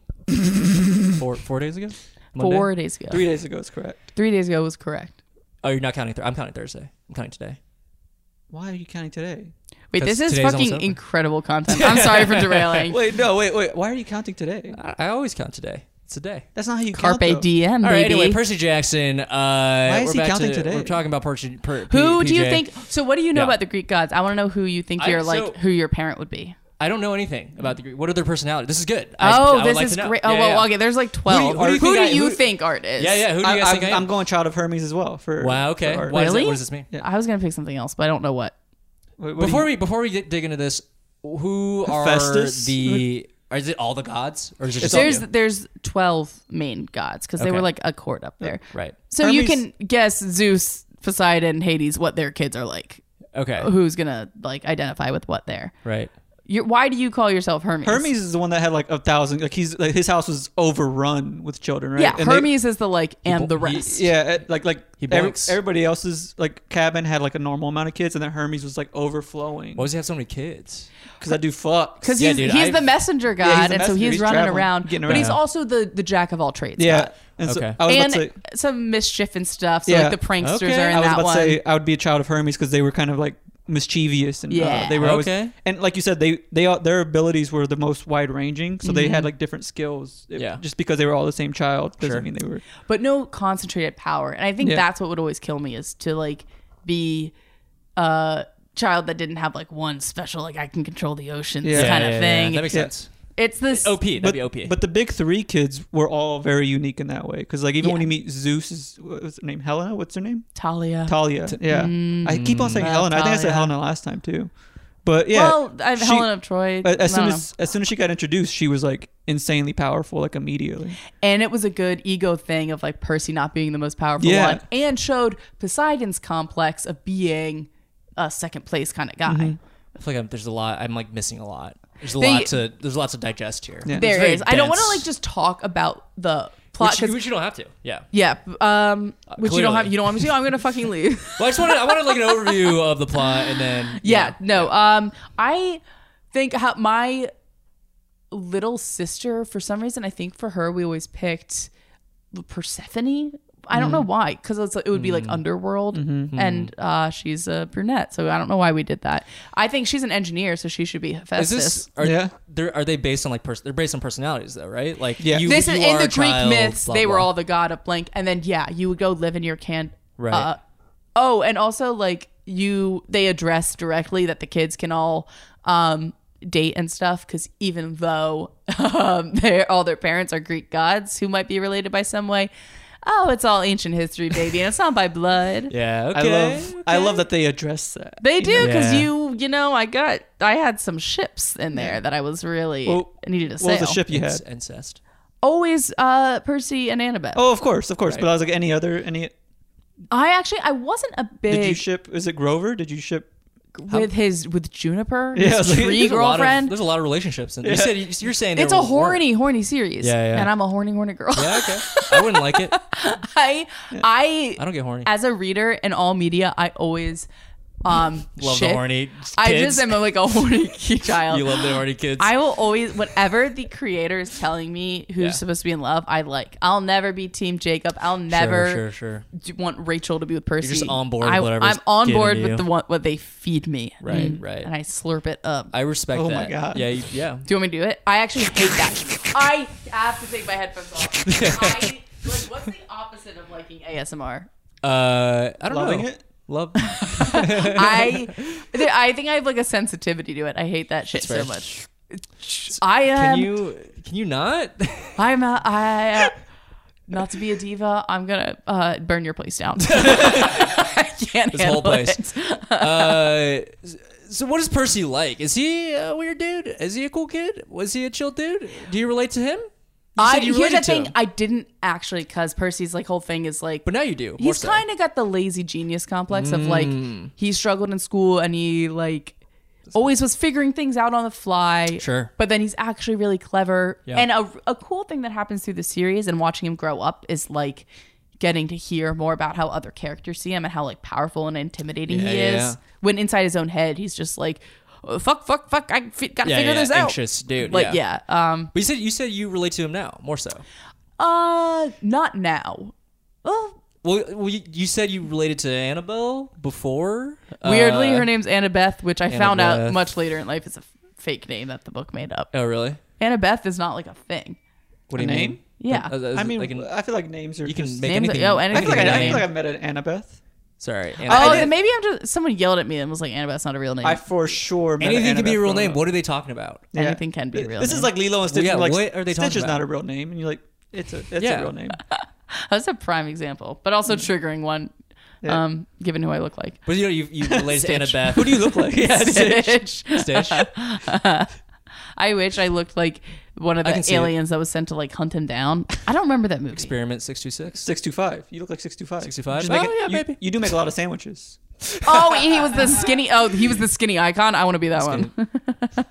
[SPEAKER 4] four four days ago. Monday?
[SPEAKER 8] four days ago.
[SPEAKER 5] Three days ago is correct.
[SPEAKER 8] Three days ago was correct.
[SPEAKER 4] Oh, you're not counting. Th- I'm counting Thursday. I'm counting today.
[SPEAKER 5] Why are you counting today?
[SPEAKER 8] Wait, this
[SPEAKER 4] Because
[SPEAKER 8] is
[SPEAKER 4] today's almost
[SPEAKER 8] fucking
[SPEAKER 4] over.
[SPEAKER 8] incredible content. I'm sorry
[SPEAKER 4] [LAUGHS]
[SPEAKER 8] for derailing.
[SPEAKER 5] Wait, no, wait, wait. Why are you counting today?
[SPEAKER 4] I, I always count today. It's a day.
[SPEAKER 5] That's not how you count.
[SPEAKER 8] Carpe
[SPEAKER 5] though.
[SPEAKER 8] diem,
[SPEAKER 4] All
[SPEAKER 8] baby.
[SPEAKER 4] right. Anyway, Percy Jackson. Uh, Why
[SPEAKER 5] is
[SPEAKER 4] we're
[SPEAKER 5] he
[SPEAKER 4] back
[SPEAKER 5] counting
[SPEAKER 4] to,
[SPEAKER 5] today?
[SPEAKER 4] We're talking about Percy. Per, P-
[SPEAKER 8] who do you
[SPEAKER 4] PJ.
[SPEAKER 8] think? So, what do you know
[SPEAKER 4] Yeah.
[SPEAKER 8] about the Greek gods? I want to know who you think
[SPEAKER 4] I-
[SPEAKER 8] you're
[SPEAKER 4] so-
[SPEAKER 8] like, who your parent would be.
[SPEAKER 4] I don't know anything about the Greek. What are their personalities? This is good. I, I
[SPEAKER 8] Oh,
[SPEAKER 4] would
[SPEAKER 8] this
[SPEAKER 4] like
[SPEAKER 8] is
[SPEAKER 4] to know.
[SPEAKER 8] great. Oh,
[SPEAKER 4] Yeah,
[SPEAKER 8] well,
[SPEAKER 4] yeah.
[SPEAKER 8] okay. There's like twelve.
[SPEAKER 4] who do you
[SPEAKER 8] Who
[SPEAKER 4] think
[SPEAKER 8] do
[SPEAKER 4] I-
[SPEAKER 8] you
[SPEAKER 4] who-
[SPEAKER 8] think art is?
[SPEAKER 4] Yeah, yeah. Who do you
[SPEAKER 5] I,
[SPEAKER 4] guys think I
[SPEAKER 5] am
[SPEAKER 4] am?
[SPEAKER 5] I'm going Child of Hermes as well. For
[SPEAKER 4] Wow. Okay.
[SPEAKER 5] for art.
[SPEAKER 4] Why is that-
[SPEAKER 8] Really?
[SPEAKER 4] what does this mean?
[SPEAKER 5] Yeah.
[SPEAKER 8] I was gonna pick something else, but I don't know what.
[SPEAKER 5] Wait, what do
[SPEAKER 4] Before
[SPEAKER 5] you-
[SPEAKER 4] we before we dig into this, who are
[SPEAKER 5] Hephaestus?
[SPEAKER 4] the? Or is it all the gods, or is it just all
[SPEAKER 8] There's
[SPEAKER 4] you?
[SPEAKER 8] there's twelve main gods because they were
[SPEAKER 4] Okay. Oh,
[SPEAKER 8] like a court up there.
[SPEAKER 4] right?
[SPEAKER 8] So you
[SPEAKER 5] Hermes-
[SPEAKER 8] can guess Zeus, Poseidon, Hades, what their kids are like.
[SPEAKER 4] Okay.
[SPEAKER 8] Who's gonna like identify with what they're?
[SPEAKER 4] Right.
[SPEAKER 8] You're, why do you call yourself Hermes?
[SPEAKER 5] Hermes is the one that had like a thousand. Like he's like his house was overrun with children, right?
[SPEAKER 8] Yeah,
[SPEAKER 5] And they-
[SPEAKER 8] Hermes is the like and the rest.
[SPEAKER 5] yeah, it- like like
[SPEAKER 4] He
[SPEAKER 5] every-
[SPEAKER 4] boinks.
[SPEAKER 5] everybody else's like cabin had like a normal amount of kids, and then Hermes was like overflowing
[SPEAKER 4] Why does he have so many kids?
[SPEAKER 5] because I do fuck.
[SPEAKER 8] Because
[SPEAKER 4] Yeah,
[SPEAKER 8] he's,
[SPEAKER 4] dude,
[SPEAKER 8] he's
[SPEAKER 4] I've-
[SPEAKER 8] the messenger god,
[SPEAKER 5] Yeah, he's the
[SPEAKER 8] and so
[SPEAKER 5] messenger.
[SPEAKER 8] he's,
[SPEAKER 5] He's
[SPEAKER 8] running
[SPEAKER 5] traveling,
[SPEAKER 8] around.
[SPEAKER 5] getting
[SPEAKER 8] But he's
[SPEAKER 5] around.
[SPEAKER 8] also the, the jack of all trades.
[SPEAKER 5] yeah,
[SPEAKER 8] god.
[SPEAKER 5] and so
[SPEAKER 4] Okay.
[SPEAKER 5] I was
[SPEAKER 8] and
[SPEAKER 5] about to say,
[SPEAKER 8] some mischievous stuff. So
[SPEAKER 5] Yeah.
[SPEAKER 8] like the pranksters
[SPEAKER 4] Okay.
[SPEAKER 8] are in
[SPEAKER 5] I was
[SPEAKER 8] that
[SPEAKER 5] about
[SPEAKER 8] one.
[SPEAKER 5] to say I would be a child of Hermes because they were kind of like mischievous and uh,
[SPEAKER 8] Yeah.
[SPEAKER 5] they were always
[SPEAKER 4] Okay.
[SPEAKER 5] and like you said they they all, their abilities were the most wide ranging so
[SPEAKER 8] Mm-hmm.
[SPEAKER 5] they had like different skills It-
[SPEAKER 4] Yeah.
[SPEAKER 5] just because they were all the same child doesn't
[SPEAKER 4] Sure.
[SPEAKER 5] mean they were
[SPEAKER 8] but no concentrated power. And I think
[SPEAKER 5] Yeah.
[SPEAKER 8] that's what would always kill me is to like be a child that didn't have like one special like I can control the oceans
[SPEAKER 5] Yeah.
[SPEAKER 8] kind of thing.
[SPEAKER 4] That makes
[SPEAKER 5] Yeah.
[SPEAKER 4] sense.
[SPEAKER 8] it's this
[SPEAKER 4] OP. That'd
[SPEAKER 5] but,
[SPEAKER 4] be OP.
[SPEAKER 5] but the big three kids were all very unique in that way because like even when you meet Zeus's what's her name Helena what's her name
[SPEAKER 8] Talia.
[SPEAKER 5] Talia yeah I keep on saying
[SPEAKER 8] Mm. Love
[SPEAKER 5] Helena I think I said
[SPEAKER 8] Talia.
[SPEAKER 5] Helena last time too but yeah
[SPEAKER 8] well, I have
[SPEAKER 5] she-
[SPEAKER 8] Helen of Troy.
[SPEAKER 5] a- as
[SPEAKER 8] I don't
[SPEAKER 5] soon
[SPEAKER 8] know.
[SPEAKER 5] as as soon as she got introduced she was like insanely powerful like immediately
[SPEAKER 8] And it was a good ego thing of like Percy not being the most powerful
[SPEAKER 5] Yeah.
[SPEAKER 8] one and showed Poseidon's complex of being a second place kind of guy.
[SPEAKER 4] Mm-hmm. I feel like I'm, there's a lot. I'm like missing a lot. There's a
[SPEAKER 8] They-
[SPEAKER 4] lot to. There's lots to digest here.
[SPEAKER 5] Yeah.
[SPEAKER 8] There
[SPEAKER 4] It's very
[SPEAKER 8] is. I don't want to
[SPEAKER 4] dense.
[SPEAKER 8] like just talk about the plot
[SPEAKER 4] Which,
[SPEAKER 8] 'cause-
[SPEAKER 4] which you don't have to. Yeah.
[SPEAKER 8] yeah, um, which you don't
[SPEAKER 4] clearly.
[SPEAKER 8] have. You don't want me to. I'm gonna fucking
[SPEAKER 4] [LAUGHS]
[SPEAKER 8] leave.
[SPEAKER 4] Well, I just wanted. I wanted like an overview of the plot, and then
[SPEAKER 8] yeah, no. Um, I think how my little sister, for some reason, I think for her we always picked Persephone. I don't know
[SPEAKER 4] Mm-hmm.
[SPEAKER 8] why, because it would be like underworld, and uh, she's a brunette, so I don't know why we did that. I think she's an engineer, so she should be
[SPEAKER 4] Is
[SPEAKER 8] Hephaestus.
[SPEAKER 4] this? Are,
[SPEAKER 5] Yeah.
[SPEAKER 4] They're, are they based on like? Pers- they're based on personalities, though, right? Like
[SPEAKER 5] Yeah.
[SPEAKER 4] you,
[SPEAKER 8] This
[SPEAKER 4] you
[SPEAKER 8] is in
[SPEAKER 4] are
[SPEAKER 8] the
[SPEAKER 4] a
[SPEAKER 8] Greek
[SPEAKER 4] child,
[SPEAKER 8] myths.
[SPEAKER 4] blah,
[SPEAKER 8] they were
[SPEAKER 4] blah.
[SPEAKER 8] all the god of blank, and then yeah, you would go live in your can.
[SPEAKER 4] Right.
[SPEAKER 8] uh, oh, and also like you, they address directly that the kids can all um, date and stuff because even [LAUGHS] though um, they all their parents are Greek gods who might be related by some way. oh, it's all ancient history, baby, and it's not by blood.
[SPEAKER 4] Yeah.
[SPEAKER 5] I
[SPEAKER 4] Okay.
[SPEAKER 5] love I love that they address that.
[SPEAKER 8] They do because
[SPEAKER 4] Yeah.
[SPEAKER 8] you, you know, I got, I had some ships in there that I was really
[SPEAKER 5] Well,
[SPEAKER 8] I needed to
[SPEAKER 5] What
[SPEAKER 8] sail.
[SPEAKER 5] was the ship you had?
[SPEAKER 4] It's incest.
[SPEAKER 8] Always, uh, Percy and Annabeth.
[SPEAKER 5] Oh, of course, of course. But I was like, any other any?
[SPEAKER 8] I actually, I wasn't a big
[SPEAKER 5] Did you ship? Is it Grover? Did you ship?
[SPEAKER 8] with his with Juniper,
[SPEAKER 5] Yeah, I
[SPEAKER 8] his
[SPEAKER 5] was like-
[SPEAKER 8] [LAUGHS] tree
[SPEAKER 5] There's
[SPEAKER 4] A lot of-
[SPEAKER 8] girlfriend.
[SPEAKER 4] there's a lot of relationships, and you said you're saying there
[SPEAKER 8] it's a
[SPEAKER 4] was work.
[SPEAKER 8] horny, horny series.
[SPEAKER 4] Yeah, yeah.
[SPEAKER 8] And I'm a horny, horny girl. [LAUGHS]
[SPEAKER 4] Yeah. Okay. I wouldn't like it.
[SPEAKER 8] I, I,
[SPEAKER 4] I don't get
[SPEAKER 8] [LAUGHS]
[SPEAKER 4] horny.
[SPEAKER 8] as a reader in all media, I always um
[SPEAKER 4] [LAUGHS] love
[SPEAKER 8] ship.
[SPEAKER 4] the horny. Kids.
[SPEAKER 8] I just am like a horny [LAUGHS] key child.
[SPEAKER 4] You love the horny kids.
[SPEAKER 8] I will always whatever the creator is telling me who's
[SPEAKER 4] Yeah.
[SPEAKER 8] supposed to be in love, I like. I'll never be team Jacob. I'll never
[SPEAKER 4] Sure. Sure. Sure.
[SPEAKER 8] d- want Rachel to be with Percy.
[SPEAKER 4] just on board with
[SPEAKER 8] I,
[SPEAKER 4] whatever's
[SPEAKER 8] I'm on
[SPEAKER 4] getting
[SPEAKER 8] board
[SPEAKER 4] to you.
[SPEAKER 8] with the one what they feed me.
[SPEAKER 4] Right,
[SPEAKER 8] Mm.
[SPEAKER 4] right.
[SPEAKER 8] And I slurp it up.
[SPEAKER 4] I respect
[SPEAKER 5] Oh
[SPEAKER 4] that.
[SPEAKER 5] my God.
[SPEAKER 4] Yeah. You, yeah.
[SPEAKER 8] Do you want me to do it? I actually hate that. I have to take my headphones
[SPEAKER 4] [LAUGHS]
[SPEAKER 8] off. I, like, what's the opposite of liking ASMR?
[SPEAKER 4] Uh, I don't
[SPEAKER 5] Loving
[SPEAKER 4] know.
[SPEAKER 5] it?
[SPEAKER 4] Love. [LAUGHS]
[SPEAKER 8] [LAUGHS] I, th- I think I have like a sensitivity to it. I hate that shit so
[SPEAKER 4] fair.
[SPEAKER 8] much. [LAUGHS] I am.
[SPEAKER 4] Can you? Can you not? [LAUGHS]
[SPEAKER 8] I'm. A, I. Not to be a diva, I'm gonna uh, burn your place down. [LAUGHS] I can't
[SPEAKER 4] This whole
[SPEAKER 8] handle
[SPEAKER 4] place.
[SPEAKER 8] it.
[SPEAKER 4] uh, so what is Percy like? Is he a weird dude? Is he a cool kid? Was he a chill dude? Do you relate to him? You
[SPEAKER 8] I,
[SPEAKER 4] said you
[SPEAKER 8] here's
[SPEAKER 4] related
[SPEAKER 8] the
[SPEAKER 4] to
[SPEAKER 8] thing.
[SPEAKER 4] him.
[SPEAKER 8] I didn't actually, because Percy's like whole thing is like
[SPEAKER 4] but now you do. more
[SPEAKER 8] he's
[SPEAKER 4] so. Mm.
[SPEAKER 8] kind of got the lazy genius complex of like he struggled in school and he like always was figuring things out on the fly
[SPEAKER 4] Sure.
[SPEAKER 8] but then he's actually really clever
[SPEAKER 4] Yeah.
[SPEAKER 8] and a, a cool thing that happens through the series and watching him grow up is like getting to hear more about how other characters see him and how like powerful and intimidating
[SPEAKER 4] Yeah,
[SPEAKER 8] he
[SPEAKER 4] yeah,
[SPEAKER 8] is
[SPEAKER 4] yeah.
[SPEAKER 8] when inside his own head he's just like "Oh, fuck fuck fuck i f- gotta
[SPEAKER 4] Yeah,
[SPEAKER 8] figure
[SPEAKER 4] yeah,
[SPEAKER 8] this
[SPEAKER 4] yeah,
[SPEAKER 8] out
[SPEAKER 4] anxious dude.
[SPEAKER 8] like yeah. um
[SPEAKER 4] But you said you said you relate to him now more so.
[SPEAKER 8] uh not now well
[SPEAKER 4] Well, well you, you said you related to Annabelle before.
[SPEAKER 8] Weirdly,
[SPEAKER 4] Uh,
[SPEAKER 8] her name's Annabeth, which I found
[SPEAKER 4] Annabeth.
[SPEAKER 8] out much later in life is a f- fake name that the book made up.
[SPEAKER 4] Oh, really?
[SPEAKER 8] Annabeth is not like a thing.
[SPEAKER 4] What
[SPEAKER 5] A
[SPEAKER 4] do you
[SPEAKER 5] name?
[SPEAKER 4] mean?
[SPEAKER 8] Yeah.
[SPEAKER 4] Uh, is
[SPEAKER 5] I
[SPEAKER 4] it
[SPEAKER 5] mean,
[SPEAKER 4] like an-
[SPEAKER 5] I feel like names are.
[SPEAKER 4] you can
[SPEAKER 5] just-
[SPEAKER 4] make
[SPEAKER 8] Names-
[SPEAKER 4] anything.
[SPEAKER 8] oh,
[SPEAKER 5] I feel,
[SPEAKER 8] anything
[SPEAKER 5] like
[SPEAKER 8] can be a
[SPEAKER 5] I, I feel
[SPEAKER 8] name.
[SPEAKER 5] like I met an Annabeth.
[SPEAKER 4] Sorry.
[SPEAKER 8] Oh,
[SPEAKER 4] Annabelle.
[SPEAKER 8] then maybe I'm just someone yelled at me and was like, "Annabeth's not a real name.
[SPEAKER 5] I for sure. Met
[SPEAKER 4] anything
[SPEAKER 5] an
[SPEAKER 4] could be a
[SPEAKER 5] Annabeth
[SPEAKER 4] real
[SPEAKER 5] growing
[SPEAKER 4] name.
[SPEAKER 5] up.
[SPEAKER 4] What are they talking about?
[SPEAKER 8] Anything can be a real."
[SPEAKER 5] This
[SPEAKER 8] name.
[SPEAKER 5] is like Lilo and Stitch.
[SPEAKER 4] yeah,
[SPEAKER 5] like,
[SPEAKER 4] what are they
[SPEAKER 5] Stitch
[SPEAKER 4] talking
[SPEAKER 5] is
[SPEAKER 4] about?
[SPEAKER 5] not a real name, and you're like, it's a it's
[SPEAKER 4] Yeah.
[SPEAKER 5] a real
[SPEAKER 4] [LAUGHS]
[SPEAKER 5] name.
[SPEAKER 8] that's a prime example, but also
[SPEAKER 4] Mm.
[SPEAKER 8] triggering one,
[SPEAKER 5] Yeah.
[SPEAKER 8] um, given who I look like.
[SPEAKER 4] But you know, you you relate to [LAUGHS]
[SPEAKER 8] Stitch.
[SPEAKER 4] Annabeth.
[SPEAKER 5] Who do you look
[SPEAKER 8] [LAUGHS]
[SPEAKER 5] like? yeah, Stitch.
[SPEAKER 8] Stitch.
[SPEAKER 4] Stitch.
[SPEAKER 8] [LAUGHS] I wish I looked like one of
[SPEAKER 4] can
[SPEAKER 8] the
[SPEAKER 4] see it.
[SPEAKER 8] aliens that was sent to like hunt him down. I don't remember that movie.
[SPEAKER 4] Experiment six two six.
[SPEAKER 5] Six two five. You look like six two five.
[SPEAKER 4] 625?
[SPEAKER 5] You should make
[SPEAKER 4] Oh,
[SPEAKER 5] it-
[SPEAKER 4] yeah,
[SPEAKER 5] you-
[SPEAKER 4] maybe.
[SPEAKER 5] You do make a lot of sandwiches.
[SPEAKER 8] Oh, he was the skinny. Oh, he was the skinny icon. I want to be that one. [LAUGHS]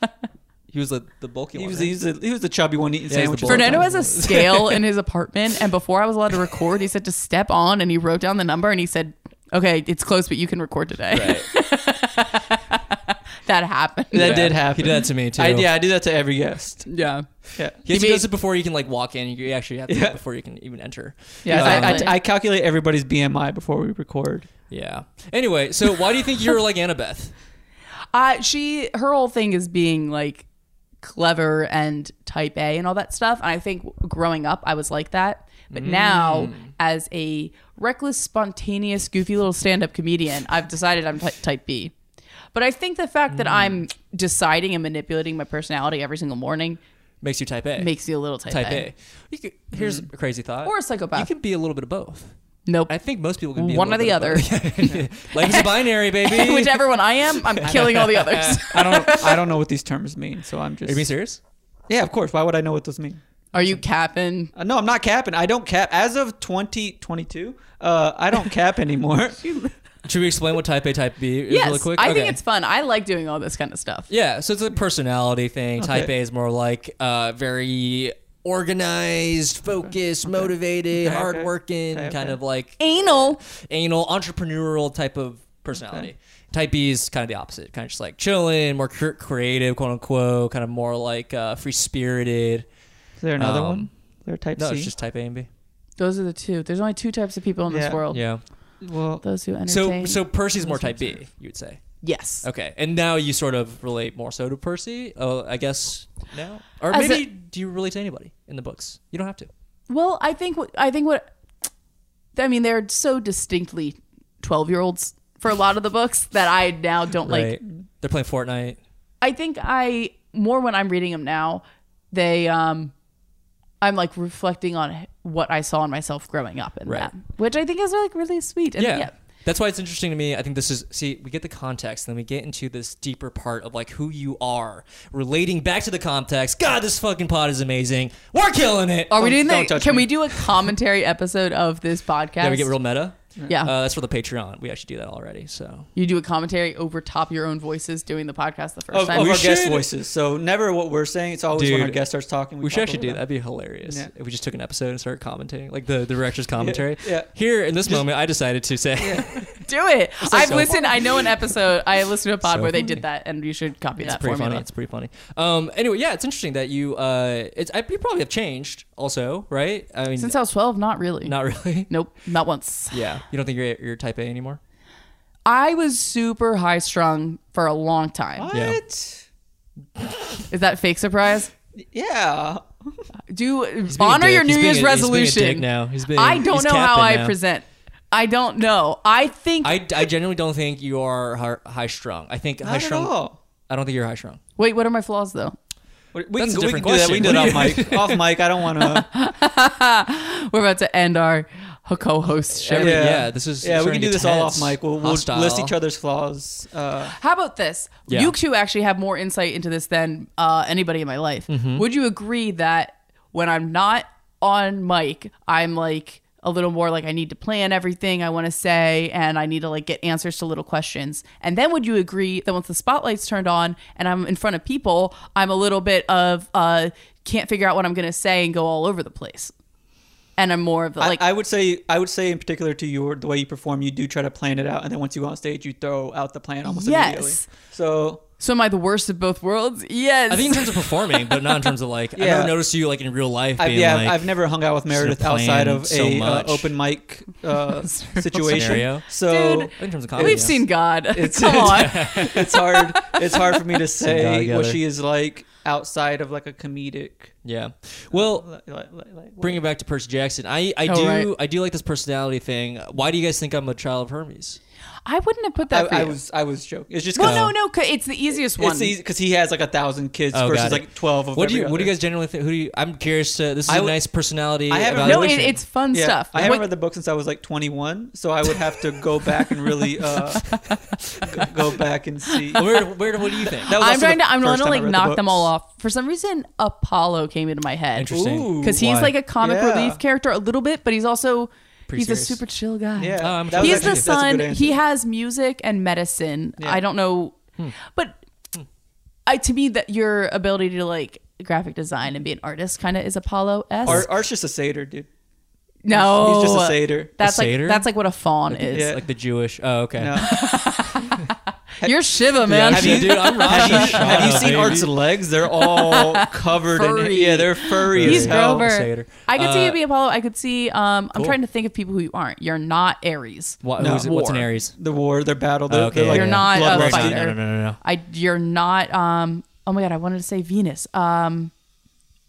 [SPEAKER 4] He was the, the bulky
[SPEAKER 5] He
[SPEAKER 4] one.
[SPEAKER 5] was
[SPEAKER 4] right? [LAUGHS]
[SPEAKER 5] he was the, he was the chubby one eating
[SPEAKER 4] he's the
[SPEAKER 5] sandwiches.
[SPEAKER 4] bully.
[SPEAKER 5] all the
[SPEAKER 8] Fernando
[SPEAKER 5] time.
[SPEAKER 8] has a
[SPEAKER 4] [LAUGHS]
[SPEAKER 8] scale in his apartment, and before I was allowed to record, he said to step on, and he wrote down the number, and he said, "Okay, it's close, but you can record today."
[SPEAKER 4] [LAUGHS]
[SPEAKER 8] [LAUGHS] that happened.
[SPEAKER 5] That
[SPEAKER 4] Yeah.
[SPEAKER 5] did happen.
[SPEAKER 4] He did that to me too.
[SPEAKER 5] I, yeah, I do that to every guest.
[SPEAKER 8] yeah.
[SPEAKER 5] Yeah.
[SPEAKER 4] He has to
[SPEAKER 8] He made-
[SPEAKER 4] does it before you can like walk in. You actually have to do
[SPEAKER 5] Yeah.
[SPEAKER 4] it before you can even enter. Um,
[SPEAKER 5] Yeah, I- I,
[SPEAKER 8] exactly.
[SPEAKER 5] I, calculate everybody's BMI before we record.
[SPEAKER 4] Yeah. Anyway, so why do you think you're like Annabeth?
[SPEAKER 8] Uh, she her whole thing is being like clever and type A and all that stuff. And I think growing up, I was like that. But
[SPEAKER 4] Mm.
[SPEAKER 8] now, as a reckless, spontaneous, goofy little stand-up comedian, I've decided I'm ty- type B. But I think the fact
[SPEAKER 4] Mm.
[SPEAKER 8] that I'm deciding and manipulating my personality every single morning
[SPEAKER 4] Makes you type A.
[SPEAKER 8] makes you a little type,
[SPEAKER 4] type A. You could, here's a crazy thought.
[SPEAKER 8] Or a psychopath.
[SPEAKER 4] You can be a little bit of both.
[SPEAKER 8] Nope.
[SPEAKER 4] I think most people can be
[SPEAKER 8] One
[SPEAKER 4] a
[SPEAKER 8] or the
[SPEAKER 4] little
[SPEAKER 8] other.
[SPEAKER 4] bit of both. [LAUGHS] Life is a binary, [LAUGHS] baby.
[SPEAKER 8] [LAUGHS] Whichever one I am,
[SPEAKER 4] [LAUGHS]
[SPEAKER 8] I'm killing all the others.
[SPEAKER 5] I
[SPEAKER 8] [LAUGHS]
[SPEAKER 5] don't I don't know what these terms mean, so I'm just
[SPEAKER 4] Are you being serious?
[SPEAKER 5] Yeah, of course. Why would I know what those mean?
[SPEAKER 8] Are you capping?
[SPEAKER 5] Uh, no, I'm not capping. I don't cap as of 2022. uh, I
[SPEAKER 8] [LAUGHS]
[SPEAKER 5] don't cap anymore.
[SPEAKER 4] Should we explain what type A, type B is
[SPEAKER 8] Yes,
[SPEAKER 4] really quick?
[SPEAKER 8] I
[SPEAKER 4] Okay.
[SPEAKER 8] think it's fun. I like doing all this kind of stuff.
[SPEAKER 4] Yeah, so it's a personality thing. Type A is more like uh, very organized, focused, motivated,
[SPEAKER 5] okay.
[SPEAKER 4] hardworking,
[SPEAKER 5] Okay,
[SPEAKER 4] kind
[SPEAKER 5] okay.
[SPEAKER 4] of like
[SPEAKER 8] Anal.
[SPEAKER 4] anal, entrepreneurial type of personality. Type B is kind of the opposite, kind of just like chilling, more cre- creative, quote unquote, kind of more like uh, free spirited.
[SPEAKER 5] Is there another
[SPEAKER 4] Um,
[SPEAKER 5] one? Is there a type
[SPEAKER 4] No,
[SPEAKER 5] C?
[SPEAKER 4] it's just type A and B.
[SPEAKER 8] Those are the two. There's only two types of people in this
[SPEAKER 5] Yeah.
[SPEAKER 8] world.
[SPEAKER 4] Yeah.
[SPEAKER 5] well,
[SPEAKER 8] Those who
[SPEAKER 4] So
[SPEAKER 8] entertain.
[SPEAKER 4] so Percy's more type B, you would say.
[SPEAKER 8] yes.
[SPEAKER 4] Okay, and now you sort of relate more so to Percy. Oh, I guess now, or
[SPEAKER 8] As
[SPEAKER 4] maybe
[SPEAKER 8] a-
[SPEAKER 4] do you relate to anybody in the books? You don't have to.
[SPEAKER 8] Well, I think what I think what I mean they're so distinctly 12-year-olds for a lot of the books that I now don't like.
[SPEAKER 4] Right. They're playing Fortnite.
[SPEAKER 8] I think I more when I'm reading them now, they um I'm like reflecting on what I saw in myself growing up in
[SPEAKER 4] Right.
[SPEAKER 8] that, which I think is like really sweet. And
[SPEAKER 4] Yeah.
[SPEAKER 8] yeah.
[SPEAKER 4] That's why it's interesting to me. I think this is see, we get the context, then we get into this deeper part of like who you are, relating back to the context. God, this fucking pod is amazing. We're killing it.
[SPEAKER 8] Are we doing
[SPEAKER 5] don't
[SPEAKER 8] that?
[SPEAKER 5] touch
[SPEAKER 8] Can
[SPEAKER 5] me.
[SPEAKER 8] we do a commentary episode of this podcast?
[SPEAKER 4] yeah, we get real meta.
[SPEAKER 8] Yeah.
[SPEAKER 4] Uh, that's for the Patreon. We actually do that already. So
[SPEAKER 8] you do a commentary over top your own voices doing the podcast the
[SPEAKER 4] Oh,
[SPEAKER 8] first
[SPEAKER 5] of,
[SPEAKER 8] time.
[SPEAKER 5] of our guest
[SPEAKER 4] should-
[SPEAKER 5] voices. So never what we're saying. It's always when our
[SPEAKER 4] Dude,
[SPEAKER 5] guest starts talking.
[SPEAKER 4] we should
[SPEAKER 5] talk
[SPEAKER 4] actually
[SPEAKER 5] over
[SPEAKER 4] do that.
[SPEAKER 5] them.
[SPEAKER 4] That'd be hilarious
[SPEAKER 5] Yeah.
[SPEAKER 4] if we just took an episode and started commentating, like the, the director's commentary.
[SPEAKER 5] yeah.
[SPEAKER 4] Here in this moment, I decided to say,
[SPEAKER 8] do it. I've
[SPEAKER 4] so
[SPEAKER 8] listened. I know an episode. I listened to a pod
[SPEAKER 4] So
[SPEAKER 8] where they
[SPEAKER 4] funny.
[SPEAKER 8] did that, and you should
[SPEAKER 4] [LAUGHS]
[SPEAKER 8] copy
[SPEAKER 4] It's
[SPEAKER 8] that
[SPEAKER 4] pretty
[SPEAKER 8] formula.
[SPEAKER 4] funny. It's pretty funny. Um. Anyway, yeah, it's interesting that you. Uh. It's. I. You probably have changed. Also, right? I mean,
[SPEAKER 8] Since I was 12, not really.
[SPEAKER 4] not really.
[SPEAKER 8] Nope, not once.
[SPEAKER 4] Yeah. You don't think you're you're type A anymore?
[SPEAKER 8] I was super high strung for a long time.
[SPEAKER 4] Yeah.
[SPEAKER 5] What?
[SPEAKER 8] Is that fake surprise?
[SPEAKER 5] Yeah.
[SPEAKER 8] Do
[SPEAKER 4] a
[SPEAKER 8] honor
[SPEAKER 4] dick.
[SPEAKER 8] your New
[SPEAKER 4] He's being a- he's
[SPEAKER 8] Year's
[SPEAKER 4] being a
[SPEAKER 8] resolution.
[SPEAKER 4] dick now. He's being-
[SPEAKER 8] I don't
[SPEAKER 4] he's
[SPEAKER 8] know how
[SPEAKER 4] capping
[SPEAKER 8] I
[SPEAKER 4] now.
[SPEAKER 8] present. I don't know. I think.
[SPEAKER 4] I, I genuinely don't think you are hi- high strung. I think high
[SPEAKER 5] Not at
[SPEAKER 4] strung.
[SPEAKER 5] all.
[SPEAKER 4] I don't think you're high strung.
[SPEAKER 8] wait, what are my flaws though?
[SPEAKER 5] We we
[SPEAKER 4] That's
[SPEAKER 5] can,
[SPEAKER 4] a
[SPEAKER 5] we can
[SPEAKER 4] different
[SPEAKER 5] do that. We can do
[SPEAKER 4] question.
[SPEAKER 5] it off mic. off mic. I don't want to.
[SPEAKER 8] We're about to end our co-host show.
[SPEAKER 4] Every- yeah, [LAUGHS] this is-
[SPEAKER 5] Yeah,
[SPEAKER 4] it's
[SPEAKER 5] we
[SPEAKER 4] starting
[SPEAKER 5] can
[SPEAKER 4] to
[SPEAKER 5] do this
[SPEAKER 4] get
[SPEAKER 5] all
[SPEAKER 4] tense.
[SPEAKER 5] off mic. We'll, we'll
[SPEAKER 4] Hostile.
[SPEAKER 5] list each other's flaws. Uh,
[SPEAKER 8] How about this?
[SPEAKER 4] Yeah.
[SPEAKER 8] You two actually have more insight into this than uh, anybody in my life.
[SPEAKER 4] Mm-hmm.
[SPEAKER 8] Would you agree that when I'm not on mic, I'm like a little more like I need to plan everything I want to say and I need to like get answers to little questions. And then would you agree that once the spotlight's turned on and I'm in front of people, I'm a little bit of uh can't figure out what I'm going to say and go all over the place. And I'm more of like
[SPEAKER 5] I, I would say I would say in particular to your the way you perform, you do try to plan it out, and then once you go on stage, you throw out the plan almost
[SPEAKER 8] Yes.
[SPEAKER 5] immediately. So
[SPEAKER 8] so am I the worst of both worlds? Yes.
[SPEAKER 4] I think in terms of performing, but not in terms of like. I
[SPEAKER 5] Yeah.
[SPEAKER 4] never noticed you like in real life
[SPEAKER 5] I've,
[SPEAKER 4] being
[SPEAKER 5] yeah,
[SPEAKER 4] like.
[SPEAKER 5] I've never hung out with Meredith
[SPEAKER 4] planned
[SPEAKER 5] outside of
[SPEAKER 4] so
[SPEAKER 5] a uh,
[SPEAKER 4] much.
[SPEAKER 5] open
[SPEAKER 4] [LAUGHS]
[SPEAKER 5] mic uh, situation.
[SPEAKER 4] Scenario.
[SPEAKER 5] So
[SPEAKER 8] Dude.
[SPEAKER 4] in terms of comedy,
[SPEAKER 8] We've
[SPEAKER 4] yes.
[SPEAKER 8] seen God. [LAUGHS] Come on.
[SPEAKER 5] [LAUGHS] it's hard. It's hard for me to say
[SPEAKER 4] together.
[SPEAKER 5] what she is like outside of like a comedic.
[SPEAKER 4] Yeah. Well,
[SPEAKER 5] Like, like, like-
[SPEAKER 4] bring it back to Percy Jackson. I I
[SPEAKER 8] Oh,
[SPEAKER 4] do
[SPEAKER 8] right.
[SPEAKER 4] I do like this personality thing. Why do you guys think I'm a child of Hermes?
[SPEAKER 8] I wouldn't have put
[SPEAKER 5] I,
[SPEAKER 8] that for
[SPEAKER 5] I
[SPEAKER 8] you.
[SPEAKER 5] was I was joking. It's just
[SPEAKER 8] Well,
[SPEAKER 5] because
[SPEAKER 8] no, no, 'cause it's the easiest one.
[SPEAKER 5] because he has like a thousand kids
[SPEAKER 4] Oh, got
[SPEAKER 5] versus
[SPEAKER 4] it.
[SPEAKER 5] like twelve of
[SPEAKER 4] What do you
[SPEAKER 5] every
[SPEAKER 4] What do you
[SPEAKER 5] other.
[SPEAKER 4] guys generally think? Who do you? I'm curious. To, this is
[SPEAKER 5] I
[SPEAKER 4] a
[SPEAKER 5] would-
[SPEAKER 4] nice personality.
[SPEAKER 5] I haven't-
[SPEAKER 8] no, it,
[SPEAKER 4] evaluation.
[SPEAKER 8] it's fun
[SPEAKER 5] Yeah,
[SPEAKER 8] stuff.
[SPEAKER 5] I haven't
[SPEAKER 8] What-
[SPEAKER 5] read the book since I was like 21, so I would have to go back and
[SPEAKER 8] [LAUGHS]
[SPEAKER 5] really uh, go, go back and see.
[SPEAKER 4] Where, where, what do you think?
[SPEAKER 5] That was
[SPEAKER 8] I'm
[SPEAKER 5] also
[SPEAKER 8] trying
[SPEAKER 5] the
[SPEAKER 8] to.
[SPEAKER 5] first
[SPEAKER 8] I'm trying
[SPEAKER 5] time
[SPEAKER 8] to
[SPEAKER 5] I
[SPEAKER 8] like
[SPEAKER 5] read the
[SPEAKER 8] knock them
[SPEAKER 5] books.
[SPEAKER 8] all off. For some reason, Apollo came into my head
[SPEAKER 4] Interesting.
[SPEAKER 5] Ooh.
[SPEAKER 8] because he's
[SPEAKER 4] Why?
[SPEAKER 8] like a comic
[SPEAKER 5] Yeah.
[SPEAKER 8] relief character a little bit, but he's also
[SPEAKER 4] Pretty
[SPEAKER 8] he's
[SPEAKER 4] serious.
[SPEAKER 8] a super chill guy.
[SPEAKER 5] Yeah,
[SPEAKER 4] Oh, I'm
[SPEAKER 5] that was
[SPEAKER 8] he's the
[SPEAKER 5] actually- that's a good
[SPEAKER 8] son.
[SPEAKER 5] answer.
[SPEAKER 8] He has music and medicine. I don't know, but I to me that your ability to like graphic design and be an artist kind of is Apollo s.
[SPEAKER 5] Ar- Art's just a satyr, dude.
[SPEAKER 8] no,
[SPEAKER 5] He's just a
[SPEAKER 8] [LAUGHS]
[SPEAKER 5] satyr.
[SPEAKER 8] That's
[SPEAKER 4] A
[SPEAKER 8] like
[SPEAKER 4] satyr?
[SPEAKER 8] that's like what a faun is.
[SPEAKER 5] yeah.
[SPEAKER 4] like the Jewish. Oh, okay.
[SPEAKER 5] No.
[SPEAKER 8] You're Shiva, man.
[SPEAKER 5] Have you,
[SPEAKER 4] Dude, I'm
[SPEAKER 5] have you,
[SPEAKER 4] Rosh Hashanah,
[SPEAKER 5] have you seen
[SPEAKER 4] baby.
[SPEAKER 5] Art's legs? They're all
[SPEAKER 8] [LAUGHS]
[SPEAKER 5] covered in
[SPEAKER 8] Furry.
[SPEAKER 5] yeah, they're furry
[SPEAKER 8] He's
[SPEAKER 5] as hell.
[SPEAKER 8] Grover.
[SPEAKER 4] Crusader.
[SPEAKER 8] I could see
[SPEAKER 4] Uh,
[SPEAKER 8] you be Apollo. I could see. Um, I'm
[SPEAKER 4] cool.
[SPEAKER 8] trying to think of people who you aren't. You're not Aries.
[SPEAKER 4] What,
[SPEAKER 5] No.
[SPEAKER 4] who's it- what's an
[SPEAKER 5] War.
[SPEAKER 4] Aries?
[SPEAKER 5] The war, their battle, they're,
[SPEAKER 4] Oh, okay,
[SPEAKER 5] they're like
[SPEAKER 4] yeah,
[SPEAKER 8] You're not
[SPEAKER 5] blood
[SPEAKER 8] a
[SPEAKER 4] Right,
[SPEAKER 5] rusty.
[SPEAKER 4] no,
[SPEAKER 8] fighter.
[SPEAKER 4] no, no, no, no.
[SPEAKER 8] I. You're not. Um. Oh my god. I wanted to say Venus. Um.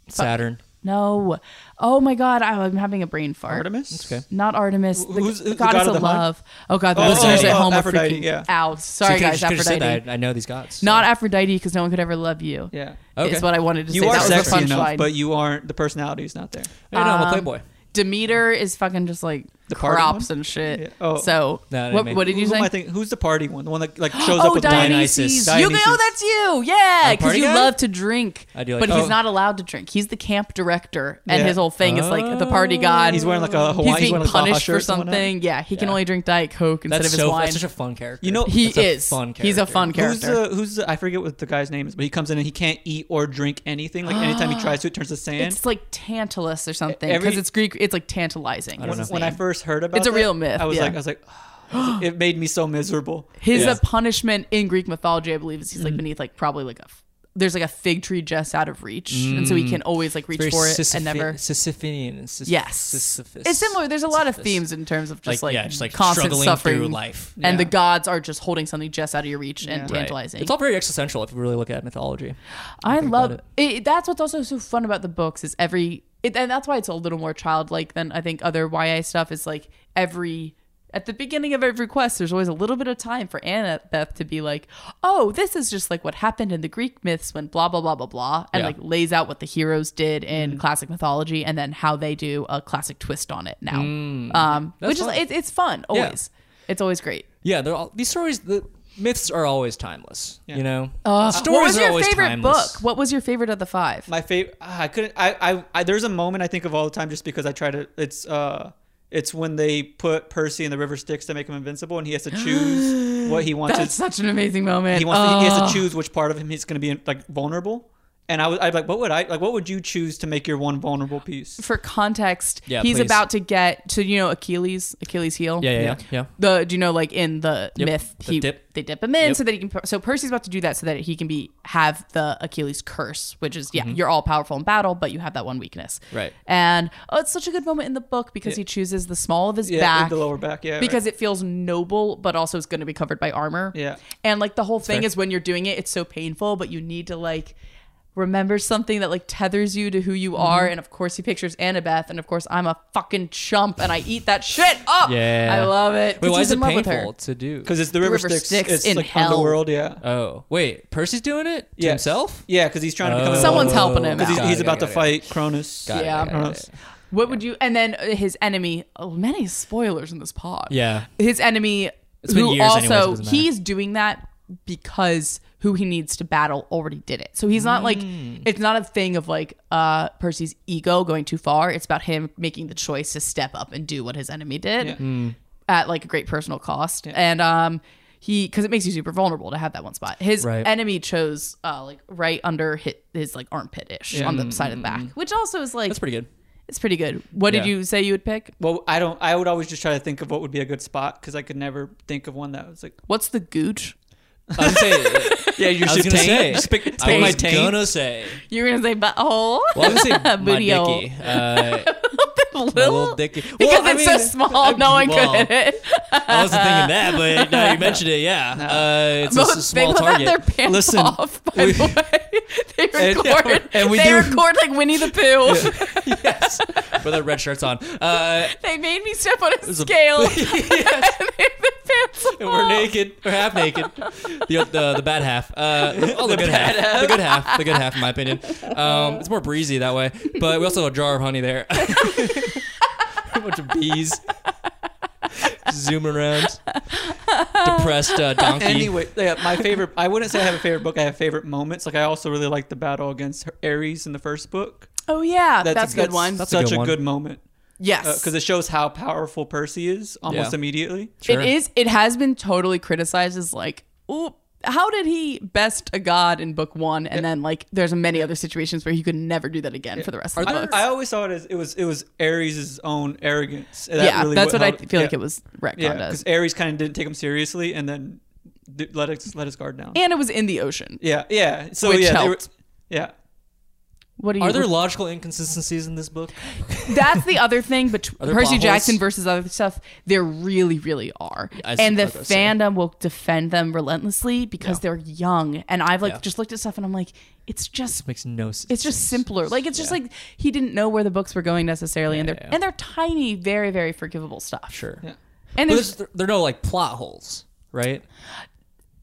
[SPEAKER 4] Saturn.
[SPEAKER 8] No. Oh my god. I, I'm having a brain fart.
[SPEAKER 5] Artemis. Okay.
[SPEAKER 8] Not Artemis. The,
[SPEAKER 5] Who's-
[SPEAKER 8] the
[SPEAKER 5] who's the
[SPEAKER 8] goddess
[SPEAKER 5] god of
[SPEAKER 8] of
[SPEAKER 5] the hunt?
[SPEAKER 8] love. Oh god. The
[SPEAKER 5] Oh,
[SPEAKER 8] listeners
[SPEAKER 5] oh,
[SPEAKER 8] at
[SPEAKER 5] oh,
[SPEAKER 8] home
[SPEAKER 5] Aphrodite,
[SPEAKER 8] are freaking
[SPEAKER 5] yeah.
[SPEAKER 8] out. Sorry
[SPEAKER 4] You could've-
[SPEAKER 8] guys.
[SPEAKER 4] you could've just
[SPEAKER 8] Aphrodite.
[SPEAKER 4] said that. I, I know these gods.
[SPEAKER 8] Not Aphrodite because no one could ever love you.
[SPEAKER 5] Yeah.
[SPEAKER 4] Okay.
[SPEAKER 8] Is what I wanted to
[SPEAKER 5] You
[SPEAKER 8] say.
[SPEAKER 5] are
[SPEAKER 8] that was
[SPEAKER 5] sexy
[SPEAKER 8] the
[SPEAKER 5] enough,
[SPEAKER 8] punchline.
[SPEAKER 5] but you aren't. The personality's not there.
[SPEAKER 4] I know, I'm a playboy.
[SPEAKER 8] Demeter is fucking just like
[SPEAKER 5] The party
[SPEAKER 8] crops
[SPEAKER 5] one?
[SPEAKER 8] and shit.
[SPEAKER 5] Yeah. Oh.
[SPEAKER 8] So
[SPEAKER 4] No, I didn't
[SPEAKER 8] what,
[SPEAKER 4] mean-
[SPEAKER 8] what did you
[SPEAKER 5] Who am I
[SPEAKER 8] say?
[SPEAKER 5] thinking- who's the party one? The one
[SPEAKER 8] [GASPS]
[SPEAKER 5] that like shows up
[SPEAKER 8] Oh,
[SPEAKER 5] with
[SPEAKER 8] Dionysus.
[SPEAKER 4] Dionysus.
[SPEAKER 8] You know that's you. Yeah,
[SPEAKER 4] I'm a
[SPEAKER 8] because
[SPEAKER 4] party
[SPEAKER 8] you
[SPEAKER 4] guy?
[SPEAKER 8] love to drink.
[SPEAKER 4] I do like
[SPEAKER 8] but
[SPEAKER 4] that.
[SPEAKER 8] he's
[SPEAKER 4] Oh.
[SPEAKER 8] not allowed to drink. He's the camp director, and
[SPEAKER 5] Yeah.
[SPEAKER 8] his whole thing is like the
[SPEAKER 4] Oh.
[SPEAKER 8] party god.
[SPEAKER 5] He's wearing like a Hawaiian.
[SPEAKER 8] He's being
[SPEAKER 5] one of those Zaha
[SPEAKER 8] punished for
[SPEAKER 5] shirts and whatnot.
[SPEAKER 8] something. Yeah, he can
[SPEAKER 4] Yeah.
[SPEAKER 8] only drink Diet Coke instead
[SPEAKER 4] That's
[SPEAKER 8] of his
[SPEAKER 4] so.
[SPEAKER 8] wine.
[SPEAKER 4] That's such a fun character.
[SPEAKER 5] You know-
[SPEAKER 8] he
[SPEAKER 4] That's a
[SPEAKER 8] is.
[SPEAKER 4] fun
[SPEAKER 8] He's a
[SPEAKER 4] character.
[SPEAKER 8] fun
[SPEAKER 5] Who's
[SPEAKER 8] character.
[SPEAKER 5] the who's the, I forget what the guy's name is, but he comes in and he can't eat or drink anything. Like anytime he tries to, it turns to sand.
[SPEAKER 8] it's like Tantalus or something
[SPEAKER 5] Every-
[SPEAKER 8] because it's Greek. It's like tantalizing.
[SPEAKER 5] when,
[SPEAKER 8] is his
[SPEAKER 5] when I
[SPEAKER 8] name.
[SPEAKER 5] first heard about
[SPEAKER 8] It's a
[SPEAKER 5] that,
[SPEAKER 8] real myth,
[SPEAKER 5] I was
[SPEAKER 8] yeah.
[SPEAKER 5] like, I was like, it made me so miserable.
[SPEAKER 8] His
[SPEAKER 4] Yeah. Mm.
[SPEAKER 8] uh, punishment in Greek mythology, I believe, is he's like beneath like probably like a f- there's like a fig tree just out of reach, and so he can always like reach
[SPEAKER 4] Mm. Very
[SPEAKER 8] for it
[SPEAKER 4] Sisyphe-
[SPEAKER 8] and never.
[SPEAKER 4] Sisyphean. and Sis-
[SPEAKER 8] Yes,
[SPEAKER 4] Sisyphus.
[SPEAKER 8] it's similar. There's a lot of
[SPEAKER 4] Sisyphus.
[SPEAKER 8] themes in terms of just
[SPEAKER 4] Like,
[SPEAKER 8] like,
[SPEAKER 4] yeah, just, like,
[SPEAKER 8] constant
[SPEAKER 4] struggling
[SPEAKER 8] suffering
[SPEAKER 4] through life.
[SPEAKER 8] and the
[SPEAKER 5] Yeah.
[SPEAKER 8] gods are just holding something just out of your reach and
[SPEAKER 4] Right.
[SPEAKER 8] tantalizing.
[SPEAKER 4] It's all very existential if you really look at mythology.
[SPEAKER 8] I love
[SPEAKER 4] about
[SPEAKER 8] it. That's what's also so fun about the books is every, it, and that's why it's a little more childlike than I think other YA stuff. Is like every At the beginning of every quest, there's always a little bit of time for Annabeth to be like, "Oh, this is just like what happened in the Greek myths when blah blah blah blah blah," and
[SPEAKER 4] Yeah. Mm.
[SPEAKER 8] like lays out what the heroes did in classic mythology and then how they do a classic twist on it now. Um, which
[SPEAKER 4] Mm. fun.
[SPEAKER 8] is it's it's fun always. It's always great.
[SPEAKER 4] Yeah, they're all these stories. The myths are always timeless. You know,
[SPEAKER 8] Oh.
[SPEAKER 4] Uh, stories
[SPEAKER 8] Uh, what was
[SPEAKER 4] are
[SPEAKER 8] your
[SPEAKER 4] always
[SPEAKER 8] favorite
[SPEAKER 4] timeless.
[SPEAKER 8] book? What was your favorite of the five?
[SPEAKER 5] My favorite. I couldn't. I, I. I. There's a moment I think of all the time just because I try to. It's. uh It's when they put Percy in the river Styx to make him invincible, and he has to
[SPEAKER 8] [GASPS]
[SPEAKER 5] choose what he wants.
[SPEAKER 8] That's
[SPEAKER 5] His,
[SPEAKER 8] such an amazing moment.
[SPEAKER 5] he wants. to, he has
[SPEAKER 8] Oh.
[SPEAKER 5] to choose which part of him he's going to be like vulnerable. And I was. I like. What would I like? What would you choose to make your one vulnerable piece?
[SPEAKER 8] for context,
[SPEAKER 4] Yeah,
[SPEAKER 8] he's
[SPEAKER 4] please.
[SPEAKER 8] about to get to you know Achilles, Achilles heel.
[SPEAKER 4] Yeah, yeah, yeah, yeah.
[SPEAKER 8] The do you know like in the
[SPEAKER 4] Yep,
[SPEAKER 8] myth
[SPEAKER 4] the
[SPEAKER 8] he
[SPEAKER 4] dip.
[SPEAKER 8] they dip him in so that he can so Percy's about to do that so that he can be have the Achilles curse, which is yeah you're all powerful in battle but you have that one weakness.
[SPEAKER 4] Mm-hmm. Right.
[SPEAKER 8] And oh, it's such a good moment in the book because he chooses the small of his
[SPEAKER 5] Yeah,
[SPEAKER 8] back.
[SPEAKER 5] the lower back. Yeah.
[SPEAKER 8] because
[SPEAKER 5] right.
[SPEAKER 8] it feels noble, but also it's going to be covered by armor.
[SPEAKER 5] Yeah.
[SPEAKER 8] And like the whole thing is when you're doing it, it's so painful, but you need to like remember something that like tethers you to who
[SPEAKER 4] Mm-hmm.
[SPEAKER 8] you are. And of course, he pictures Annabeth, and of course, I'm a fucking chump, and I eat that shit up.
[SPEAKER 4] Yeah.
[SPEAKER 8] I love it.
[SPEAKER 4] Wait,
[SPEAKER 8] 'Cause
[SPEAKER 4] why
[SPEAKER 8] he's
[SPEAKER 4] is it
[SPEAKER 8] in love with her.
[SPEAKER 4] painful to do?
[SPEAKER 5] because it's the river, Styx. It's
[SPEAKER 8] in
[SPEAKER 5] like
[SPEAKER 8] hell.
[SPEAKER 5] underworld. Yeah.
[SPEAKER 4] oh, wait, Percy's doing it to
[SPEAKER 5] Yes.
[SPEAKER 4] himself. Oh,
[SPEAKER 5] Yeah, because he's trying to become. a-
[SPEAKER 8] Someone's helping him
[SPEAKER 5] 'cause he's,
[SPEAKER 8] out.
[SPEAKER 5] he's about to
[SPEAKER 4] Got it,
[SPEAKER 5] fight Cronus.
[SPEAKER 4] got it,
[SPEAKER 8] Yeah.
[SPEAKER 4] got it, got it.
[SPEAKER 8] What would you? And then uh, his enemy. Oh, many spoilers in this pod.
[SPEAKER 4] Yeah.
[SPEAKER 8] His enemy,
[SPEAKER 4] been
[SPEAKER 8] who
[SPEAKER 4] years anyways, it
[SPEAKER 8] also
[SPEAKER 4] doesn't matter.
[SPEAKER 8] he's doing that because who he needs to battle already did it. So he's not like
[SPEAKER 4] Hmm.
[SPEAKER 8] it's not a thing of like uh Percy's ego going too far. It's about him making the choice to step up and do what his enemy did
[SPEAKER 5] Yeah.
[SPEAKER 8] Hmm. at like a great personal cost. And um he because it makes you super vulnerable to have that one spot. His
[SPEAKER 4] Right.
[SPEAKER 8] enemy chose uh like right under his, his like armpit ish on the side of the back, which also is like
[SPEAKER 4] Mm-hmm. That's pretty good.
[SPEAKER 8] it's pretty good. What did
[SPEAKER 4] Yeah.
[SPEAKER 8] you say you would pick?
[SPEAKER 5] Well, I don't. I would always just try to think of what would be a good spot because I could never think of one that was like.
[SPEAKER 8] What's the gooch?
[SPEAKER 4] I'm saying.
[SPEAKER 5] Yeah,
[SPEAKER 4] [LAUGHS]
[SPEAKER 5] you
[SPEAKER 4] I was
[SPEAKER 5] should
[SPEAKER 4] gonna
[SPEAKER 5] taint.
[SPEAKER 4] say.
[SPEAKER 5] Just pick,
[SPEAKER 4] I
[SPEAKER 5] pick my
[SPEAKER 4] was
[SPEAKER 5] taint.
[SPEAKER 4] gonna say.
[SPEAKER 8] You're gonna say butthole?
[SPEAKER 4] Well, I was
[SPEAKER 8] [LAUGHS]
[SPEAKER 4] gonna say my
[SPEAKER 8] Booty hole.
[SPEAKER 4] dicky. Uh,
[SPEAKER 8] [LAUGHS] Little?
[SPEAKER 4] my little
[SPEAKER 8] [LAUGHS]
[SPEAKER 4] dicky.
[SPEAKER 8] Because
[SPEAKER 4] Well, I
[SPEAKER 8] it's
[SPEAKER 4] mean,
[SPEAKER 8] so small, no one
[SPEAKER 4] well,
[SPEAKER 8] could hit it.
[SPEAKER 4] I wasn't thinking that, but now you mentioned it.
[SPEAKER 5] [LAUGHS]
[SPEAKER 4] Yeah, uh, it's a s-
[SPEAKER 8] Most- they
[SPEAKER 4] small
[SPEAKER 8] both
[SPEAKER 4] target.
[SPEAKER 8] have their pants
[SPEAKER 5] Listen,
[SPEAKER 8] off, by the way. [LAUGHS]
[SPEAKER 4] [LAUGHS]
[SPEAKER 8] They
[SPEAKER 5] And-
[SPEAKER 8] record,
[SPEAKER 5] and we
[SPEAKER 8] they
[SPEAKER 5] do-
[SPEAKER 8] record like Winnie the Pooh.
[SPEAKER 4] yes, with their red shirts on. Uh,
[SPEAKER 8] [LAUGHS] They made me step on a
[SPEAKER 4] a- [LAUGHS]
[SPEAKER 8] scale. [LAUGHS] and they put pants
[SPEAKER 4] and we're
[SPEAKER 8] off.
[SPEAKER 4] naked, we're half naked. The the, the bad half. Uh, oh, the, good half. The good half. The good half, in my opinion. Um, it's more breezy that way. But we also have a jar of honey there. [LAUGHS] a bunch of bees zooming around. Depressed uh, donkey.
[SPEAKER 5] Anyway, yeah, my favorite. I wouldn't say I have a favorite book. I have favorite moments. Like I also really like the battle against Ares in the first book.
[SPEAKER 8] Oh yeah, that's, a good one.
[SPEAKER 5] That's
[SPEAKER 4] a uh,
[SPEAKER 5] such
[SPEAKER 4] good
[SPEAKER 5] a
[SPEAKER 4] one.
[SPEAKER 5] good moment
[SPEAKER 8] yes,
[SPEAKER 5] because it shows how powerful Percy is almost
[SPEAKER 4] Yeah.
[SPEAKER 5] immediately.
[SPEAKER 4] Sure.
[SPEAKER 8] It is. It has been totally criticized as like, oh, how did he best a god in book one, and then like there's many other situations where he could never do that again for the rest of the
[SPEAKER 5] I,
[SPEAKER 8] books.
[SPEAKER 5] I always saw it as it was it was Ares's own arrogance. That
[SPEAKER 8] yeah,
[SPEAKER 5] really
[SPEAKER 8] that's what I
[SPEAKER 5] held-
[SPEAKER 8] feel like
[SPEAKER 5] yeah.
[SPEAKER 8] it was retconned
[SPEAKER 5] Yeah,
[SPEAKER 8] as.
[SPEAKER 5] because Ares kind of didn't take him seriously, and then d- let us let his guard down.
[SPEAKER 8] and it was in the ocean.
[SPEAKER 5] Yeah, yeah. So
[SPEAKER 8] Which
[SPEAKER 5] yeah, they were-
[SPEAKER 8] helped.
[SPEAKER 5] yeah.
[SPEAKER 8] What do you?
[SPEAKER 4] Are [LAUGHS] there logical inconsistencies in this book?
[SPEAKER 8] that's the other thing, but
[SPEAKER 4] there
[SPEAKER 8] Percy
[SPEAKER 4] plot
[SPEAKER 8] Jackson
[SPEAKER 4] holes?
[SPEAKER 8] versus other stuff, there really, really are.
[SPEAKER 4] I s-
[SPEAKER 8] and
[SPEAKER 4] I
[SPEAKER 8] the
[SPEAKER 4] was saying.
[SPEAKER 8] fandom will defend them relentlessly because they're young. And I've like
[SPEAKER 4] Yeah.
[SPEAKER 8] just looked at stuff and I'm like, it's just
[SPEAKER 4] Makes no sense.
[SPEAKER 8] it's just simpler. Like it's just like he didn't know where the books were going necessarily, and they're and they're tiny, very very forgivable stuff.
[SPEAKER 4] sure.
[SPEAKER 8] And
[SPEAKER 4] But
[SPEAKER 8] there's,
[SPEAKER 4] there's, there, there are no like plot holes, right?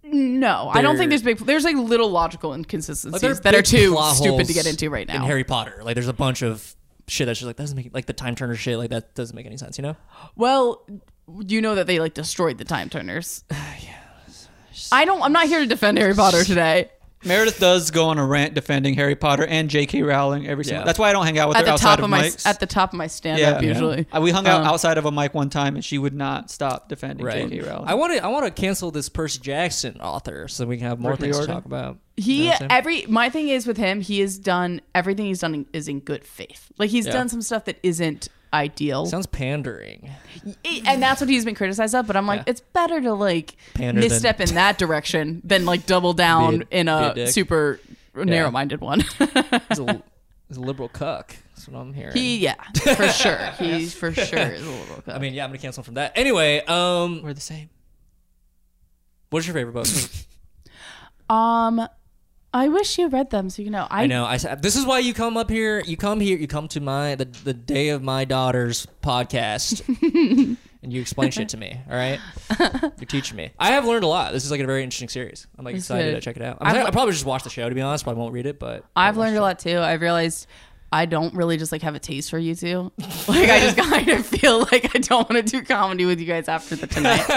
[SPEAKER 8] no, I don't think
[SPEAKER 4] there-
[SPEAKER 8] there's big. There's like little logical inconsistencies
[SPEAKER 4] Like, there
[SPEAKER 8] that are
[SPEAKER 4] big
[SPEAKER 8] too
[SPEAKER 4] plot
[SPEAKER 8] stupid
[SPEAKER 4] holes
[SPEAKER 8] to get into right
[SPEAKER 4] In
[SPEAKER 8] now.
[SPEAKER 4] Harry Potter, like there's a bunch of shit that's just like that doesn't make like the time turner shit like that doesn't make any sense, you know?
[SPEAKER 8] well, you know that they like destroyed the
[SPEAKER 4] [SIGHS]
[SPEAKER 8] time turners. I don't. I'm not here to defend Harry Potter today.
[SPEAKER 5] Meredith does go on a rant defending Harry Potter and J.K. Rowling every single.
[SPEAKER 4] Yeah.
[SPEAKER 5] That's why I don't hang out with
[SPEAKER 8] At
[SPEAKER 5] her
[SPEAKER 8] the
[SPEAKER 5] outside
[SPEAKER 8] top
[SPEAKER 5] of,
[SPEAKER 8] of my
[SPEAKER 5] mics.
[SPEAKER 8] at the top of my stand
[SPEAKER 5] yeah,
[SPEAKER 8] up usually.
[SPEAKER 5] Uh, we hung out
[SPEAKER 8] Um,
[SPEAKER 5] outside of a mic one time, and she would not stop defending J.K. Rowling.
[SPEAKER 4] I want to I want to cancel this Percy Jackson author so we can have more
[SPEAKER 5] Rick
[SPEAKER 4] things
[SPEAKER 5] Riordan?
[SPEAKER 4] to talk about. You
[SPEAKER 8] He
[SPEAKER 4] know what I'm saying?
[SPEAKER 8] every my thing is with him. He has done everything he's done is in good faith. Like he's done some stuff that isn't ideal,
[SPEAKER 4] sounds pandering.
[SPEAKER 8] It- and that's what he's been criticized of. But I'm like,
[SPEAKER 4] Yeah.
[SPEAKER 8] it's better to like
[SPEAKER 4] Pander than-
[SPEAKER 8] misstep in that direction than like double
[SPEAKER 4] [LAUGHS]
[SPEAKER 8] down
[SPEAKER 4] Be a-
[SPEAKER 8] in
[SPEAKER 4] be a
[SPEAKER 8] a
[SPEAKER 4] dick.
[SPEAKER 8] super narrow-minded one. [LAUGHS]
[SPEAKER 4] He's [LAUGHS] a, he's a liberal cuck. That's what I'm hearing.
[SPEAKER 8] he, yeah,
[SPEAKER 4] [LAUGHS]
[SPEAKER 8] for sure. He for sure is a little.
[SPEAKER 4] I mean, yeah, I'm gonna cancel him from that. Anyway, um,
[SPEAKER 5] We're the same.
[SPEAKER 4] what's your favorite book?
[SPEAKER 8] Um, I wish you read them so you know. I,
[SPEAKER 4] I know. I s- this is why you come up
[SPEAKER 8] [LAUGHS]
[SPEAKER 4] here. You come here. You come to my the, the day of my daughter's podcast, and you explain shit to me. All right, you're teaching me. I have learned a lot. This is like a very interesting series. I'm like
[SPEAKER 8] This is
[SPEAKER 4] excited
[SPEAKER 8] good.
[SPEAKER 4] to check it out. I'm
[SPEAKER 8] I've-
[SPEAKER 4] I probably just watch the show to be honest. Probably won't read it, but
[SPEAKER 8] I've learned a lot too. I've realized I don't really just like have a taste for you two. [LAUGHS] Like I just kind of feel like I don't want to do comedy with you guys after the tonight.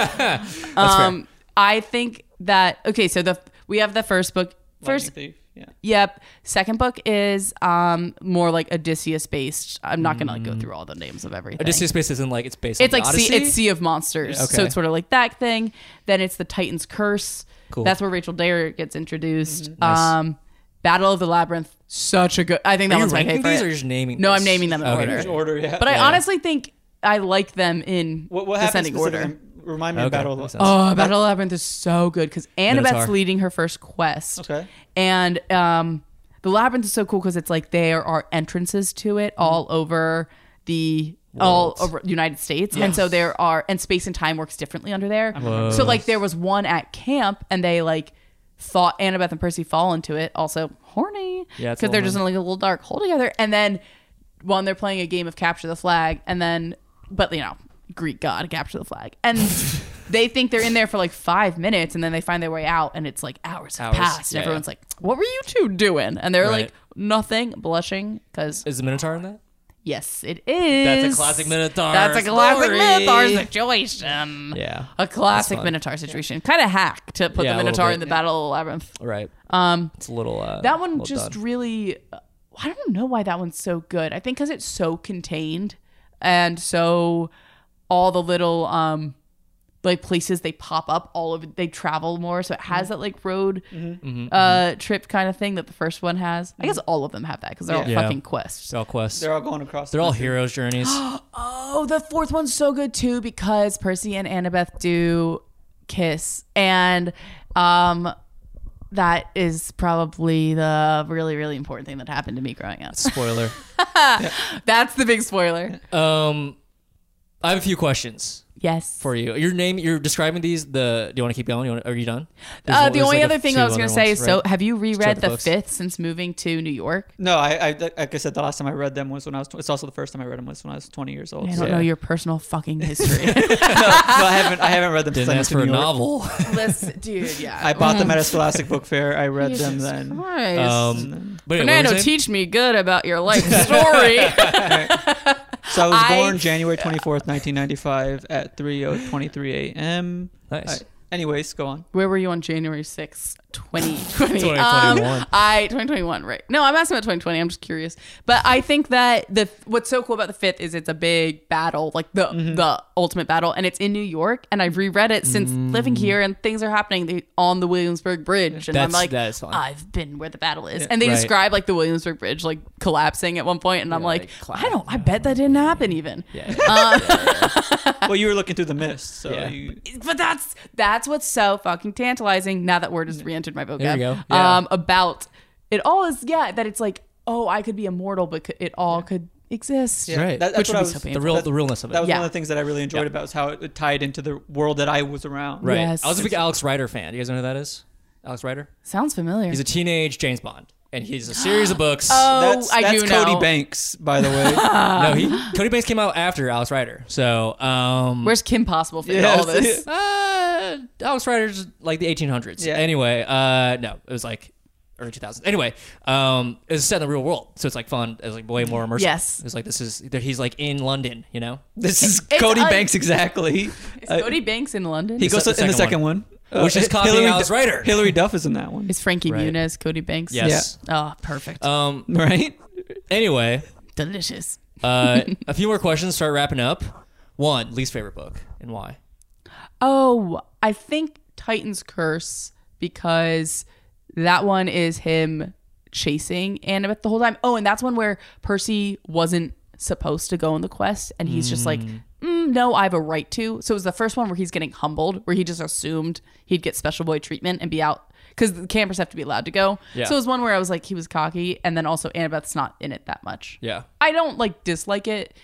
[SPEAKER 8] um I think that okay, so the we have the first book. First
[SPEAKER 5] Lightning Thief, yeah.
[SPEAKER 8] Yep. Second book is um more like Odysseus based. I'm not gonna like, go through all the names of everything.
[SPEAKER 4] Odysseus Space isn't like it's based.
[SPEAKER 8] It's
[SPEAKER 4] on
[SPEAKER 8] like
[SPEAKER 4] the
[SPEAKER 8] sea,
[SPEAKER 4] Odyssey?
[SPEAKER 8] it's Sea of Monsters, so
[SPEAKER 4] Okay.
[SPEAKER 8] it's sort of like that thing. Then it's the Titan's Curse.
[SPEAKER 4] Cool. Mm-hmm.
[SPEAKER 8] That's where Rachel Dare gets introduced. Um, Battle of the Labyrinth, such a good. I think that
[SPEAKER 4] Are you
[SPEAKER 8] one's my
[SPEAKER 4] ranking
[SPEAKER 8] favorite.
[SPEAKER 4] these or you're just naming?
[SPEAKER 8] no, I'm
[SPEAKER 4] these?
[SPEAKER 8] naming them in
[SPEAKER 4] Okay.
[SPEAKER 8] order.
[SPEAKER 5] Order, yeah.
[SPEAKER 8] But I honestly think I like them in
[SPEAKER 5] what, what happens?
[SPEAKER 8] descending order.
[SPEAKER 5] specifically- Remind me of
[SPEAKER 4] Okay,
[SPEAKER 5] Battle.
[SPEAKER 4] makes
[SPEAKER 5] of-
[SPEAKER 4] sense.
[SPEAKER 8] Oh, Battle of the Labyrinth is so good because Annabeth's
[SPEAKER 4] Minotaur.
[SPEAKER 8] leading her first quest.
[SPEAKER 5] Okay.
[SPEAKER 8] And um, the labyrinth is so cool because it's like there are entrances to
[SPEAKER 4] Mm-hmm.
[SPEAKER 8] it all over the all over the United States, and so there are and space and time works differently under there. So like there was one at camp, and they like thought Annabeth and Percy fall into it. Also horny,
[SPEAKER 4] Yeah, it's a
[SPEAKER 8] because they're
[SPEAKER 4] little
[SPEAKER 8] just in like a little dark hole together, and then one they're playing a game of capture the flag, and then but you know Greek god capture the flag, and
[SPEAKER 4] [LAUGHS]
[SPEAKER 8] they think they're in there for like five minutes, and then they find their way out, and it's like hours have
[SPEAKER 4] Hours,
[SPEAKER 8] passed. and
[SPEAKER 4] yeah,
[SPEAKER 8] everyone's
[SPEAKER 4] yeah.
[SPEAKER 8] like, "What were you two doing?" And they're
[SPEAKER 4] Right.
[SPEAKER 8] like, "Nothing," blushing because
[SPEAKER 4] Is the Minotaur in that?
[SPEAKER 8] yes, it is.
[SPEAKER 4] That's a classic Minotaur.
[SPEAKER 8] That's a classic
[SPEAKER 4] story.
[SPEAKER 8] Minotaur Uh, situation.
[SPEAKER 4] Yeah.
[SPEAKER 8] A classic
[SPEAKER 4] fun.
[SPEAKER 8] Minotaur situation. Kind of hack to put
[SPEAKER 4] Yeah, a
[SPEAKER 8] the
[SPEAKER 4] little
[SPEAKER 8] Minotaur
[SPEAKER 4] bit.
[SPEAKER 8] in the Battle of the Labyrinth.
[SPEAKER 4] Right. Um. It's a little. Uh,
[SPEAKER 8] That one
[SPEAKER 4] little
[SPEAKER 8] just
[SPEAKER 4] done.
[SPEAKER 8] really, uh, I don't know why that one's so good. I think because it's so contained and so all the little, um, like places they pop up all over, they travel more. So it has that like road
[SPEAKER 4] Mm-hmm.
[SPEAKER 8] uh, trip kind of thing that the first one has. I guess all of them have that because they're all
[SPEAKER 4] Yeah.
[SPEAKER 8] fucking quests.
[SPEAKER 4] They're all quests.
[SPEAKER 5] They're all going across.
[SPEAKER 4] They're all heroes' journeys.
[SPEAKER 8] [GASPS] Oh, the fourth one's so good too because Percy and Annabeth do kiss, and um, that is probably the really really important thing that happened to me growing up.
[SPEAKER 4] Spoiler.
[SPEAKER 8] That's the big spoiler.
[SPEAKER 4] Um, I have a few questions
[SPEAKER 8] Yes.
[SPEAKER 4] for you. Your name. You're describing these. The. Do you want to keep going? You wanna, are you done? There's
[SPEAKER 8] uh,
[SPEAKER 4] one-
[SPEAKER 8] the
[SPEAKER 4] there's
[SPEAKER 8] only
[SPEAKER 4] like a
[SPEAKER 8] other thing
[SPEAKER 4] few
[SPEAKER 8] I was going to
[SPEAKER 4] other
[SPEAKER 8] say
[SPEAKER 4] ones,
[SPEAKER 8] is so
[SPEAKER 4] right?
[SPEAKER 8] have you reread
[SPEAKER 4] the
[SPEAKER 8] the
[SPEAKER 4] books.
[SPEAKER 8] fifth since moving to New York?
[SPEAKER 5] No, I, I like I said the last time I read them was when I was. Tw- it's also the first time I read them was when I was 20 years old.
[SPEAKER 8] I
[SPEAKER 5] so-
[SPEAKER 8] don't know your personal fucking history.
[SPEAKER 5] no, I haven't. I haven't read them. since
[SPEAKER 4] Didn't
[SPEAKER 5] I
[SPEAKER 4] ask
[SPEAKER 5] moved
[SPEAKER 4] for
[SPEAKER 5] to
[SPEAKER 4] a
[SPEAKER 5] New York.
[SPEAKER 4] novel.
[SPEAKER 8] [LAUGHS] Listen, dude, yeah.
[SPEAKER 4] [LAUGHS]
[SPEAKER 5] I bought them at a Scholastic Book Fair. I
[SPEAKER 8] [LAUGHS]
[SPEAKER 5] read them then.
[SPEAKER 8] Christ.
[SPEAKER 4] Um, but anyway, what
[SPEAKER 8] Fernando,
[SPEAKER 4] was it?
[SPEAKER 8] teach me good about
[SPEAKER 4] [LAUGHS]
[SPEAKER 8] your life story.
[SPEAKER 5] So I was
[SPEAKER 8] I-
[SPEAKER 5] born January 24th, 1995 at oh 3:23 a.m.
[SPEAKER 4] Nice.
[SPEAKER 5] I- anyways, go on.
[SPEAKER 8] Where were you on January 6th, 2020?
[SPEAKER 4] 2021.
[SPEAKER 8] Um, I 2021, right. No, I'm asking about 2020. I'm just curious. But I think that the what's so cool about the 5th is it's a big battle, like the
[SPEAKER 4] Mm-hmm.
[SPEAKER 8] the ultimate battle and it's in New York and I've reread it since living here and things are happening the- on the Williamsburg Bridge and I'm
[SPEAKER 4] Mm. That's-
[SPEAKER 8] like
[SPEAKER 4] that is fun.
[SPEAKER 8] I've been where the battle is. And they
[SPEAKER 4] Right.
[SPEAKER 8] describe like the Williamsburg Bridge like collapsing at one point and I'm like,
[SPEAKER 4] like,
[SPEAKER 8] I don't I bet that didn't happen even. [LAUGHS]
[SPEAKER 4] Yeah.
[SPEAKER 8] um, Uh,
[SPEAKER 5] Well, you were looking through the mist, so
[SPEAKER 4] Yeah.
[SPEAKER 5] you,
[SPEAKER 8] but that's that's what's so fucking tantalizing. Now that word has re-entered my vocab.
[SPEAKER 4] There you go. Yeah.
[SPEAKER 8] Um, about it all is yeah that it's like oh I could be immortal, but could, it all could exist.
[SPEAKER 5] Yeah,
[SPEAKER 4] Right.
[SPEAKER 5] that- that's
[SPEAKER 8] Which
[SPEAKER 5] what I
[SPEAKER 8] would be
[SPEAKER 5] was-
[SPEAKER 8] so
[SPEAKER 4] the
[SPEAKER 8] painful.
[SPEAKER 4] real the realness of it.
[SPEAKER 5] that was
[SPEAKER 8] Yeah.
[SPEAKER 5] one of the things that I really enjoyed about was how it, it tied into the world that I was around.
[SPEAKER 4] right.
[SPEAKER 8] Yes.
[SPEAKER 4] I was a big Alex Rider fan. You guys know who that is? Alex Rider.
[SPEAKER 8] Sounds familiar.
[SPEAKER 4] He's a teenage James Bond, and he's a series
[SPEAKER 8] [GASPS]
[SPEAKER 4] of books.
[SPEAKER 8] oh,
[SPEAKER 5] That's,
[SPEAKER 8] I
[SPEAKER 5] that's
[SPEAKER 8] do
[SPEAKER 5] Cody
[SPEAKER 8] know.
[SPEAKER 5] Banks, by the
[SPEAKER 8] [LAUGHS]
[SPEAKER 5] way.
[SPEAKER 4] no, he Cody Banks came out after Alex Rider. So, um,
[SPEAKER 8] Where's Kim Possible for
[SPEAKER 5] Yes.
[SPEAKER 4] [LAUGHS]
[SPEAKER 8] all this?
[SPEAKER 4] uh, Alex Rider's like the 1800s.
[SPEAKER 5] Yeah.
[SPEAKER 4] Anyway, uh, no, it was like early 2000s. Anyway, um, it was set in the real world, so it's like fun. It's like way more immersive.
[SPEAKER 8] Yes.
[SPEAKER 4] it's like this is he's like in London, you know.
[SPEAKER 5] this is
[SPEAKER 8] It's
[SPEAKER 5] Cody
[SPEAKER 8] un-
[SPEAKER 5] Banks exactly.
[SPEAKER 8] Is
[SPEAKER 5] Uh,
[SPEAKER 8] Cody Banks in London?
[SPEAKER 5] he
[SPEAKER 8] Is
[SPEAKER 5] goes
[SPEAKER 4] the
[SPEAKER 5] to- in the
[SPEAKER 4] second
[SPEAKER 5] second one, Uh,
[SPEAKER 4] Which is copying
[SPEAKER 5] Hillary
[SPEAKER 4] Alice
[SPEAKER 5] Du-
[SPEAKER 4] Rider.
[SPEAKER 5] Hillary Duff is in that one, [LAUGHS]
[SPEAKER 8] Frankie
[SPEAKER 4] Right.
[SPEAKER 8] Muniz Cody Banks?
[SPEAKER 4] Yes.
[SPEAKER 8] Oh, perfect.
[SPEAKER 4] Um.
[SPEAKER 5] right?
[SPEAKER 4] Anyway,
[SPEAKER 8] Delicious.
[SPEAKER 4] uh, a few more questions. Start wrapping up. One least favorite book and why?
[SPEAKER 8] Oh, I think Titan's Curse because that one is him chasing Annabeth the whole time. Oh, and that's one where Percy wasn't supposed to go on the quest, and he's just like, mm, "No, I have a right to." So it was the first one where he's getting humbled, where he just assumed he'd get special boy treatment and be out because the campers have to be allowed to go.
[SPEAKER 4] Yeah.
[SPEAKER 8] So it was one where I was like, he was cocky, and then also Annabeth's not in it that much.
[SPEAKER 4] Yeah.
[SPEAKER 8] I don't like dislike it,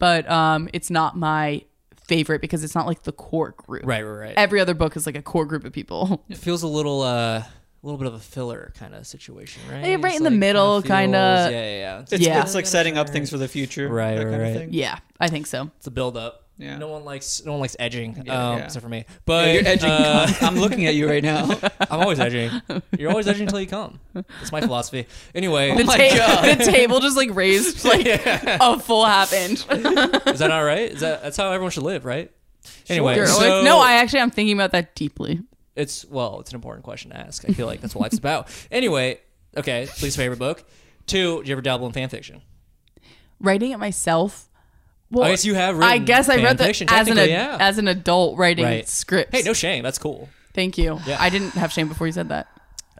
[SPEAKER 8] but um, it's not my favorite because it's not like the core group.
[SPEAKER 4] Right. Right. Right.
[SPEAKER 8] Every other book is like a core group of people. [LAUGHS]
[SPEAKER 4] It feels a little uh a little bit of a filler kind of situation, right?
[SPEAKER 8] Yeah, right
[SPEAKER 4] It's
[SPEAKER 8] in the middle,
[SPEAKER 4] kinda
[SPEAKER 8] kinda.
[SPEAKER 4] feels- Yeah, yeah, yeah. It's,
[SPEAKER 5] It's,
[SPEAKER 8] Yeah.
[SPEAKER 5] it's like setting up things for the future,
[SPEAKER 4] Right,
[SPEAKER 5] that
[SPEAKER 4] right,
[SPEAKER 5] kind of
[SPEAKER 4] right.
[SPEAKER 5] thing.
[SPEAKER 8] Yeah, I think so.
[SPEAKER 4] it's a build up.
[SPEAKER 5] Yeah.
[SPEAKER 4] No one likes no one likes edging, um,
[SPEAKER 5] yeah.
[SPEAKER 4] except for me. But
[SPEAKER 5] You're [LAUGHS] edging.
[SPEAKER 4] uh,
[SPEAKER 5] cum. I'm looking at you right [LAUGHS] now.
[SPEAKER 4] I'm always
[SPEAKER 8] [LAUGHS]
[SPEAKER 4] edging. You're always edging until you come. That's my philosophy.
[SPEAKER 8] [LAUGHS]
[SPEAKER 4] Anyway,
[SPEAKER 8] The, ta- the table just
[SPEAKER 4] [LAUGHS]
[SPEAKER 8] like raised like a full half inch.
[SPEAKER 4] is that all right? Is that that's how everyone should live, right? Anyway,
[SPEAKER 8] You're always-
[SPEAKER 4] so-
[SPEAKER 8] no, I actually I'm thinking about that deeply.
[SPEAKER 4] It's well, it's an important question to ask. I feel like that's what life's about. Anyway, okay, please favorite book. Two, do you ever dabble in fan fiction?
[SPEAKER 8] Writing it myself. Well,
[SPEAKER 4] I guess you have
[SPEAKER 8] I
[SPEAKER 4] written
[SPEAKER 8] guess I
[SPEAKER 4] fan
[SPEAKER 8] read that
[SPEAKER 4] fiction,
[SPEAKER 8] as an
[SPEAKER 4] technically, yeah.
[SPEAKER 8] as an adult writing
[SPEAKER 4] Right.
[SPEAKER 8] scripts.
[SPEAKER 4] Hey, no shame. That's cool.
[SPEAKER 8] Thank you. I didn't have shame before you said that.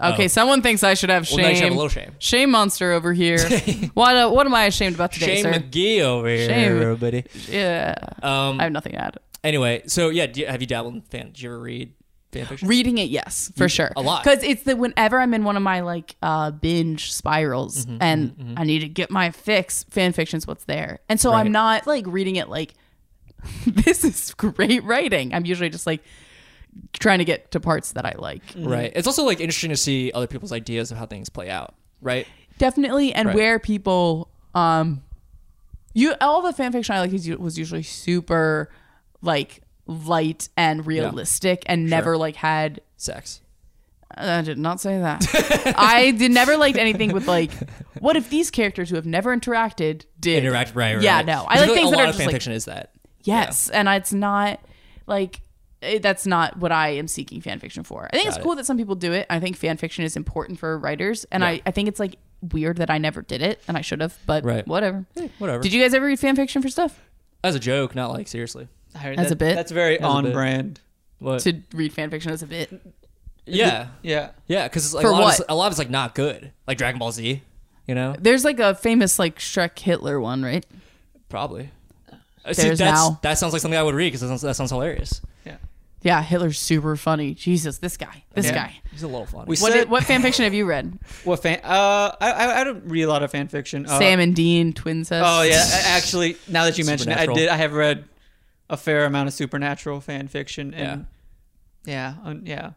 [SPEAKER 8] Okay,
[SPEAKER 4] Oh.
[SPEAKER 8] someone thinks I should have shame.
[SPEAKER 4] Well, now you should have a little shame.
[SPEAKER 8] Shame monster over here.
[SPEAKER 4] [LAUGHS]
[SPEAKER 8] what uh, what am I ashamed about today,
[SPEAKER 4] Shame
[SPEAKER 8] sir?
[SPEAKER 4] McGee over here,
[SPEAKER 8] Shame.
[SPEAKER 4] everybody.
[SPEAKER 8] yeah,
[SPEAKER 4] Um,
[SPEAKER 8] I have nothing to add.
[SPEAKER 4] anyway, so yeah, do you, have you dabbled in fan? Did you ever read fan fiction?
[SPEAKER 8] Reading it, yes, for sure,
[SPEAKER 4] a lot.
[SPEAKER 8] Because it's the whenever I'm in one of my like uh, binge spirals
[SPEAKER 4] Mm-hmm,
[SPEAKER 8] and I need to get my fix, fan fiction's what's there, and so
[SPEAKER 4] Right.
[SPEAKER 8] I'm not like reading it like [LAUGHS] this is great writing. I'm usually just like trying to get to parts that I like.
[SPEAKER 4] Right. It's also like interesting to see other people's ideas of how things play out. Right.
[SPEAKER 8] definitely and
[SPEAKER 4] Right.
[SPEAKER 8] where people um you all the fan fiction i like is, was usually super like light and realistic and never like had
[SPEAKER 4] Sex.
[SPEAKER 8] i did not say that [LAUGHS] i did never liked anything with like what if these characters who have never interacted did
[SPEAKER 4] Interact. Right. right
[SPEAKER 8] yeah
[SPEAKER 4] right.
[SPEAKER 8] no
[SPEAKER 4] Because
[SPEAKER 8] i like
[SPEAKER 4] feel [LAUGHS]
[SPEAKER 8] things
[SPEAKER 4] a
[SPEAKER 8] that
[SPEAKER 4] lot
[SPEAKER 8] are
[SPEAKER 4] of
[SPEAKER 8] just
[SPEAKER 4] fan
[SPEAKER 8] like
[SPEAKER 4] fiction is that.
[SPEAKER 8] yes and it's not like it, that's not what i am seeking fan fiction for i think it's cool that some people do it i think fan fiction is important for writers and I, I think it's like weird that i never did it and i should have but
[SPEAKER 4] Right.
[SPEAKER 8] whatever
[SPEAKER 4] whatever.
[SPEAKER 8] did you guys ever read fan fiction for stuff
[SPEAKER 4] As a joke, not like seriously.
[SPEAKER 8] That's a bit.
[SPEAKER 5] That's very on
[SPEAKER 4] bit.
[SPEAKER 5] brand.
[SPEAKER 4] What?
[SPEAKER 8] to read fan fiction as a bit
[SPEAKER 4] yeah.
[SPEAKER 5] Yeah.
[SPEAKER 4] Yeah, because like
[SPEAKER 8] For
[SPEAKER 4] a lot,
[SPEAKER 8] what?
[SPEAKER 4] Of, it's- a lot of it's like not good, like Dragon Ball Z, you know?
[SPEAKER 8] there's like a famous like shrek hitler one right
[SPEAKER 4] Probably. Uh, See,
[SPEAKER 8] There's
[SPEAKER 4] that's,
[SPEAKER 8] now.
[SPEAKER 4] that sounds like something I would read because that sounds, that sounds hilarious.
[SPEAKER 5] Yeah.
[SPEAKER 8] yeah hitler's super funny jesus this guy this
[SPEAKER 5] Yeah.
[SPEAKER 8] guy
[SPEAKER 4] He's a little funny.
[SPEAKER 5] We
[SPEAKER 8] what,
[SPEAKER 5] said
[SPEAKER 8] did, what fan fiction have you read
[SPEAKER 5] what fan? Uh, I, I I don't read a lot of fan fiction. [LAUGHS] Uh,
[SPEAKER 8] sam and dean twin says
[SPEAKER 5] Oh yeah, a- actually, now that you mention it, I
[SPEAKER 4] Supernatural.
[SPEAKER 5] did. I have read a fair amount of supernatural fan fiction, and yeah, yeah, um, yeah.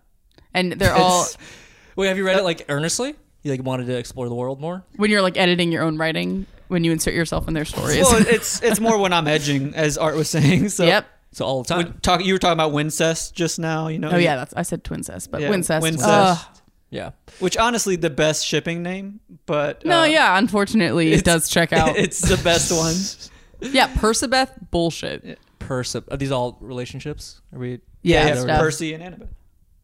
[SPEAKER 8] and
[SPEAKER 5] [LAUGHS]
[SPEAKER 8] they're all
[SPEAKER 5] It's-
[SPEAKER 4] Wait, have you
[SPEAKER 8] Uh,
[SPEAKER 4] read it like earnestly? You like wanted to explore the world more?
[SPEAKER 8] when you're like editing your own writing when you insert yourself in their stories [LAUGHS]
[SPEAKER 5] well, it's it's more when I'm edging, as Art was [LAUGHS] saying. So
[SPEAKER 8] yep
[SPEAKER 4] So all the time.
[SPEAKER 5] When talk, you were talking about Wincest just now, you know?
[SPEAKER 8] Oh yeah, that's I said twincest, but
[SPEAKER 5] Yeah,
[SPEAKER 8] wincest.
[SPEAKER 5] Wincest.
[SPEAKER 8] Ugh.
[SPEAKER 4] yeah.
[SPEAKER 5] which honestly the best shipping name, but
[SPEAKER 8] no,
[SPEAKER 5] uh,
[SPEAKER 8] yeah, unfortunately it does check out.
[SPEAKER 5] [LAUGHS] it's the best [LAUGHS] one.
[SPEAKER 8] yeah, Persebeth bullshit.
[SPEAKER 4] Perse- are these all relationships? Are we?
[SPEAKER 8] Yeah,
[SPEAKER 5] yeah,
[SPEAKER 8] stuff.
[SPEAKER 5] Percy and Annabeth.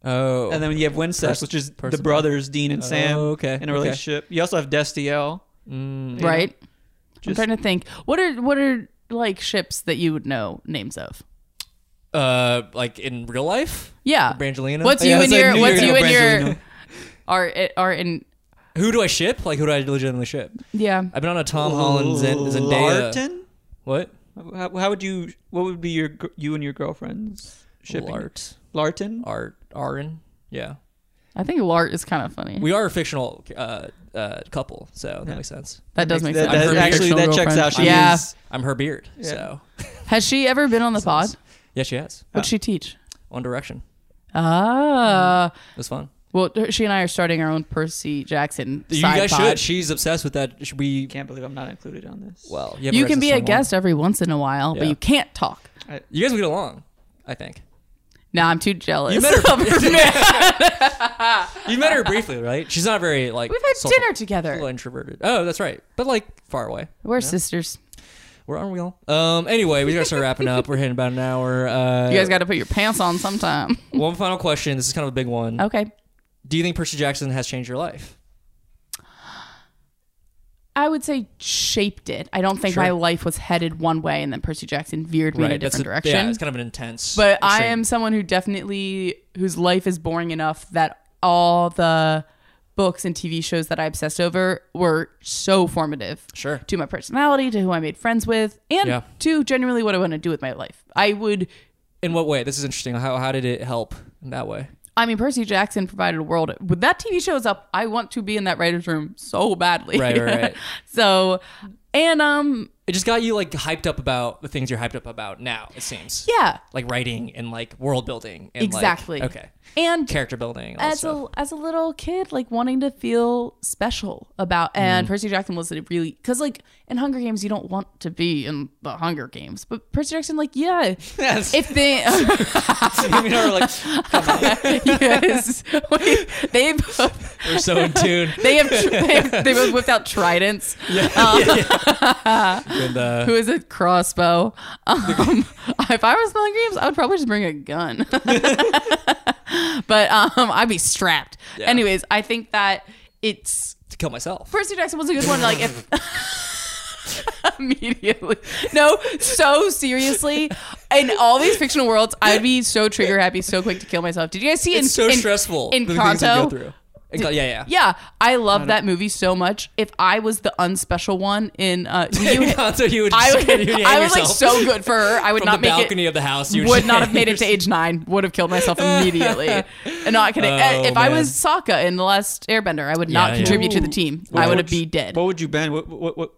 [SPEAKER 4] Oh.
[SPEAKER 5] And then you have Wincest,
[SPEAKER 4] Percy-
[SPEAKER 5] which is the
[SPEAKER 4] Percival.
[SPEAKER 5] brothers Dean and Sam.
[SPEAKER 4] Oh, okay,
[SPEAKER 5] In
[SPEAKER 4] okay.
[SPEAKER 5] a relationship. You also have Destiel.
[SPEAKER 8] right? I'm
[SPEAKER 5] Just-
[SPEAKER 8] trying to think. What are what are like ships that you would know names of?
[SPEAKER 4] uh, like in real life?
[SPEAKER 8] Yeah,
[SPEAKER 4] Brangelina?
[SPEAKER 8] What's
[SPEAKER 5] Oh, Yeah,
[SPEAKER 8] you
[SPEAKER 5] I
[SPEAKER 8] and
[SPEAKER 5] said
[SPEAKER 8] your
[SPEAKER 5] New
[SPEAKER 8] What's you
[SPEAKER 5] York
[SPEAKER 8] and your
[SPEAKER 5] Brangelina.
[SPEAKER 8] are are in
[SPEAKER 4] Who do I ship? Like who do I legitimately ship?
[SPEAKER 8] yeah
[SPEAKER 4] I've been on a Tom Holland Zen- Zendaya.
[SPEAKER 5] Uh, Larton?
[SPEAKER 4] What?
[SPEAKER 5] How, how would you? What would be your gr- you and your girlfriend's shipping?
[SPEAKER 4] Lart.
[SPEAKER 5] Larton.
[SPEAKER 4] Art. Arin. Yeah.
[SPEAKER 8] I think Lart is kind of funny.
[SPEAKER 4] We are a fictional uh, uh, couple, so that makes sense.
[SPEAKER 8] that does make
[SPEAKER 5] That-
[SPEAKER 8] sense.
[SPEAKER 5] that-
[SPEAKER 4] I'm her
[SPEAKER 5] actually, that
[SPEAKER 8] fictional
[SPEAKER 5] checks
[SPEAKER 8] girlfriend.
[SPEAKER 5] out. She
[SPEAKER 8] Yeah.
[SPEAKER 5] is-
[SPEAKER 4] I'm her beard, so
[SPEAKER 8] Has she ever been on the pod?
[SPEAKER 4] yeah, she has.
[SPEAKER 8] What'd she teach?
[SPEAKER 4] One Direction.
[SPEAKER 8] Ah,
[SPEAKER 4] It was fun.
[SPEAKER 8] well, she and I are starting our own Percy Jackson.
[SPEAKER 4] You
[SPEAKER 8] side
[SPEAKER 4] guys
[SPEAKER 8] pod.
[SPEAKER 4] should. She's obsessed with that. Sh- We
[SPEAKER 5] can't believe I'm not included on this.
[SPEAKER 4] well,
[SPEAKER 8] You
[SPEAKER 4] haven't
[SPEAKER 8] can
[SPEAKER 4] read
[SPEAKER 8] be
[SPEAKER 4] this
[SPEAKER 8] a
[SPEAKER 4] one.
[SPEAKER 8] guest every once in a while, but
[SPEAKER 4] Yeah.
[SPEAKER 8] you can't talk.
[SPEAKER 4] You guys would get along, I
[SPEAKER 8] [LAUGHS]
[SPEAKER 4] think.
[SPEAKER 8] Now [LAUGHS] I'm too jealous.
[SPEAKER 4] You met her. [LAUGHS]
[SPEAKER 8] of her.
[SPEAKER 4] You met her briefly, right? She's not very like.
[SPEAKER 8] We've had
[SPEAKER 4] social-
[SPEAKER 8] dinner
[SPEAKER 4] A little
[SPEAKER 8] together.
[SPEAKER 4] introverted. Oh, that's right. But like far away.
[SPEAKER 8] We're sisters.
[SPEAKER 4] We're on wheel. Um. Anyway, we gotta start wrapping up. We're hitting about an hour. Uh,
[SPEAKER 8] [LAUGHS] You guys got to put your pants on sometime.
[SPEAKER 4] one final question. This is kind of a big one.
[SPEAKER 8] [LAUGHS] okay.
[SPEAKER 4] Do you think Percy Jackson has changed your life?
[SPEAKER 8] I would say shaped it. I don't think my life was headed one way, and then Percy Jackson veered me in a
[SPEAKER 4] That's
[SPEAKER 8] different
[SPEAKER 4] a-
[SPEAKER 8] direction.
[SPEAKER 4] Yeah, it's kind of an intense.
[SPEAKER 8] but I
[SPEAKER 4] extreme.
[SPEAKER 8] am someone who definitely whose life is boring enough that all the books and TV shows that I obsessed over were so formative.
[SPEAKER 4] Sure.
[SPEAKER 8] To my personality, to who I made friends with, and
[SPEAKER 4] Yeah.
[SPEAKER 8] to genuinely what I want to do with my life. I would
[SPEAKER 4] In what way? This is interesting. How how did it help in that way?
[SPEAKER 8] I mean, Percy Jackson provided a world. When that TV show is up, I want to be in that writer's room [LAUGHS] so badly.
[SPEAKER 4] Right, right, right.
[SPEAKER 8] so, and um,
[SPEAKER 4] It just got you like hyped up about the things you're hyped up about now. It seems.
[SPEAKER 8] Yeah.
[SPEAKER 4] Like writing and like world building. And, like-
[SPEAKER 8] Exactly.
[SPEAKER 4] okay.
[SPEAKER 8] And
[SPEAKER 4] Character building. And all
[SPEAKER 8] as
[SPEAKER 4] stuff.
[SPEAKER 8] a as a little kid, like wanting to feel special about, and
[SPEAKER 4] Mm.
[SPEAKER 8] Percy Jackson was a really because like in Hunger Games, you don't want to be in the Hunger Games, but Percy Jackson, like yeah,
[SPEAKER 4] Yes.
[SPEAKER 8] if they [LAUGHS]
[SPEAKER 4] [LAUGHS] You know, we're like
[SPEAKER 8] yes, Wait, they both
[SPEAKER 4] we're so
[SPEAKER 8] [LAUGHS]
[SPEAKER 4] in tune.
[SPEAKER 8] they have they have, they both whipped out tridents. Um,
[SPEAKER 4] And, uh,
[SPEAKER 8] Who is a crossbow? Um, [LAUGHS] if I was selling games, I would probably just bring a gun. [LAUGHS] but um, I'd be strapped. Anyways, I think that it's
[SPEAKER 4] to kill myself.
[SPEAKER 8] Percy Jackson was a good one. Like if [LAUGHS] immediately, no, so seriously, in all these fictional worlds, I'd be so trigger happy, so quick to kill myself. Did you guys see?
[SPEAKER 4] It's
[SPEAKER 8] in,
[SPEAKER 4] so
[SPEAKER 8] in-
[SPEAKER 4] stressful.
[SPEAKER 8] in
[SPEAKER 4] the things we go
[SPEAKER 8] Kanto?
[SPEAKER 4] through. In Ka- yeah, yeah.
[SPEAKER 8] Yeah, I love that movie so much. If I was the unspecial one in uh,
[SPEAKER 4] [LAUGHS]
[SPEAKER 8] you,
[SPEAKER 4] In Kanto, [LAUGHS] you would.
[SPEAKER 5] [LAUGHS]
[SPEAKER 8] I
[SPEAKER 4] just-
[SPEAKER 8] would,
[SPEAKER 4] you'd hang
[SPEAKER 8] I was like
[SPEAKER 4] yourself
[SPEAKER 8] so good for her. I would
[SPEAKER 4] from
[SPEAKER 8] not
[SPEAKER 4] the
[SPEAKER 8] make
[SPEAKER 4] balcony
[SPEAKER 8] it.
[SPEAKER 4] of the house. You
[SPEAKER 8] Would,
[SPEAKER 4] would, [LAUGHS] just
[SPEAKER 8] not
[SPEAKER 4] hang
[SPEAKER 8] have made it to
[SPEAKER 4] yourself.
[SPEAKER 8] age nine. Would have
[SPEAKER 5] [LAUGHS]
[SPEAKER 8] killed myself immediately. and not gonna.
[SPEAKER 4] Oh,
[SPEAKER 8] if I was Sokka in the last Airbender, I would not
[SPEAKER 4] Yeah, yeah.
[SPEAKER 8] contribute to the team. I
[SPEAKER 5] What
[SPEAKER 8] would be dead.
[SPEAKER 5] What would you ban? What what what?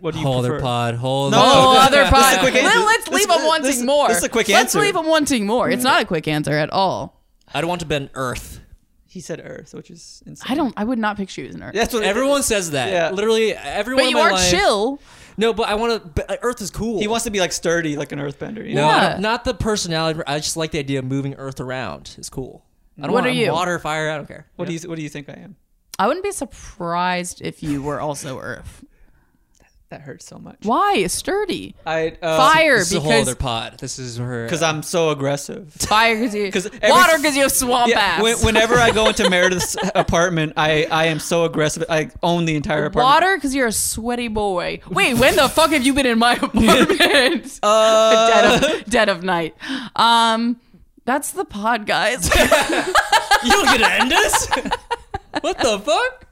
[SPEAKER 5] What do you
[SPEAKER 4] Whole other
[SPEAKER 5] prefer?
[SPEAKER 4] pod. Whole
[SPEAKER 5] No.
[SPEAKER 4] other-
[SPEAKER 8] Oh,
[SPEAKER 5] [LAUGHS]
[SPEAKER 8] other
[SPEAKER 5] This is
[SPEAKER 8] pod.
[SPEAKER 5] a quick answer.
[SPEAKER 8] Let, us
[SPEAKER 5] This-
[SPEAKER 8] leave them wanting
[SPEAKER 5] this-
[SPEAKER 8] more.
[SPEAKER 5] this is a quick
[SPEAKER 8] Let's
[SPEAKER 5] answer. Mm.
[SPEAKER 8] leave them wanting more. It's not a quick answer at all.
[SPEAKER 4] I don't want to bend Earth.
[SPEAKER 5] He said Earth, which is insane.
[SPEAKER 8] I don't. I would not pick shoes in Earth.
[SPEAKER 5] That's what
[SPEAKER 4] Everyone says that.
[SPEAKER 5] Yeah.
[SPEAKER 4] Literally, everyone.
[SPEAKER 8] but
[SPEAKER 4] in
[SPEAKER 8] you
[SPEAKER 4] my
[SPEAKER 8] are
[SPEAKER 4] life-
[SPEAKER 8] chill.
[SPEAKER 4] No, but I want to. Earth is cool.
[SPEAKER 5] He wants to be like sturdy, like an Earthbender. You
[SPEAKER 4] No,
[SPEAKER 5] know?
[SPEAKER 4] I
[SPEAKER 8] Yeah.
[SPEAKER 4] don't- not the personality. I just like the idea of moving Earth around. It's cool. I don't
[SPEAKER 8] What
[SPEAKER 4] want
[SPEAKER 8] are
[SPEAKER 4] I'm
[SPEAKER 8] you?
[SPEAKER 4] Water, fire. I don't care.
[SPEAKER 5] What do you What do you think I am?
[SPEAKER 8] I wouldn't be surprised if you were also Earth.
[SPEAKER 5] That hurts so much.
[SPEAKER 8] Why sturdy?
[SPEAKER 5] I uh,
[SPEAKER 8] Fire
[SPEAKER 4] This is a whole
[SPEAKER 8] because
[SPEAKER 4] other pod. This is her.
[SPEAKER 5] because I'm so aggressive.
[SPEAKER 8] fire because
[SPEAKER 5] [LAUGHS]
[SPEAKER 8] you
[SPEAKER 5] 'Cause every-
[SPEAKER 8] water because you have swamp ass.
[SPEAKER 5] when- whenever I go into Meredith's apartment, I I am so aggressive. I own the entire apartment.
[SPEAKER 8] Water because you're a sweaty boy. Wait, when the fuck have you been in my [LAUGHS]
[SPEAKER 4] [LAUGHS]
[SPEAKER 8] apartment?
[SPEAKER 4] Uh.
[SPEAKER 8] [LAUGHS] dead, of, dead of night. Um, that's the pod, guys. [LAUGHS]
[SPEAKER 4] you don't get to end us. [LAUGHS] what the fuck?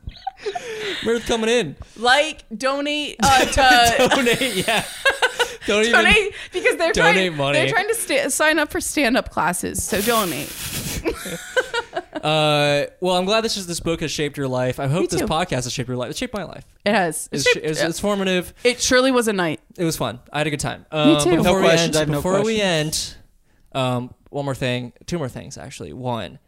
[SPEAKER 4] Meredith coming in.
[SPEAKER 8] like, donate uh, to.
[SPEAKER 4] [LAUGHS] Donate. Yeah. Don't even.
[SPEAKER 8] Donate because they're
[SPEAKER 4] Donate
[SPEAKER 8] trying.
[SPEAKER 4] money.
[SPEAKER 8] They're trying to sta- sign up for stand-up classes, so donate.
[SPEAKER 4] Uh, well, I'm glad this is this book has shaped your life. I hope
[SPEAKER 8] Me
[SPEAKER 4] this
[SPEAKER 8] too.
[SPEAKER 4] podcast has shaped your life. It shaped my life.
[SPEAKER 8] It has.
[SPEAKER 4] It's,
[SPEAKER 8] Shit.
[SPEAKER 4] it's, it's formative.
[SPEAKER 8] it surely was a night.
[SPEAKER 4] It was fun. I had a good time. Um, but
[SPEAKER 8] too. No
[SPEAKER 4] Before we
[SPEAKER 5] questions.
[SPEAKER 4] end,
[SPEAKER 5] I have no
[SPEAKER 4] before we end, um, one more thing, two more things actually. One,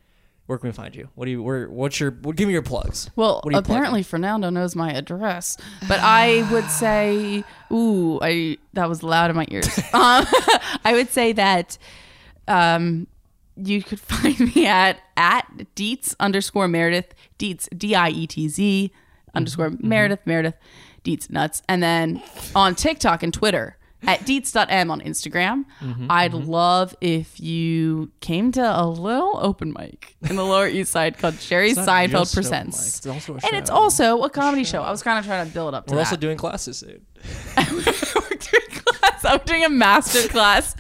[SPEAKER 4] where can we find you? What do you? Where? What's your? What, give me your plugs.
[SPEAKER 8] Well,
[SPEAKER 4] What are you plugging?
[SPEAKER 8] apparently Fernando knows my address, but I
[SPEAKER 4] [SIGHS]
[SPEAKER 8] would say, ooh, I that was loud in my ears. [LAUGHS] um, I would say that um, you could [LAUGHS] find me at at Dietz underscore Meredith Dietz D I E T Z underscore
[SPEAKER 4] Mm-hmm,
[SPEAKER 8] Meredith Meredith Dietz nuts, and then on TikTok and Twitter at Dietz.m on Instagram.
[SPEAKER 4] Mm-hmm,
[SPEAKER 8] I'd love if you came to a little open mic in the Lower East Side called Jerry
[SPEAKER 4] not
[SPEAKER 8] Seinfeld
[SPEAKER 4] just open mic, it's
[SPEAKER 8] Presents,
[SPEAKER 4] also a
[SPEAKER 8] and it's
[SPEAKER 4] show.
[SPEAKER 8] also a comedy show. I was kind of trying to build up to
[SPEAKER 4] We're
[SPEAKER 8] that.
[SPEAKER 4] also doing classes soon.
[SPEAKER 8] We're doing class. I'm doing a master class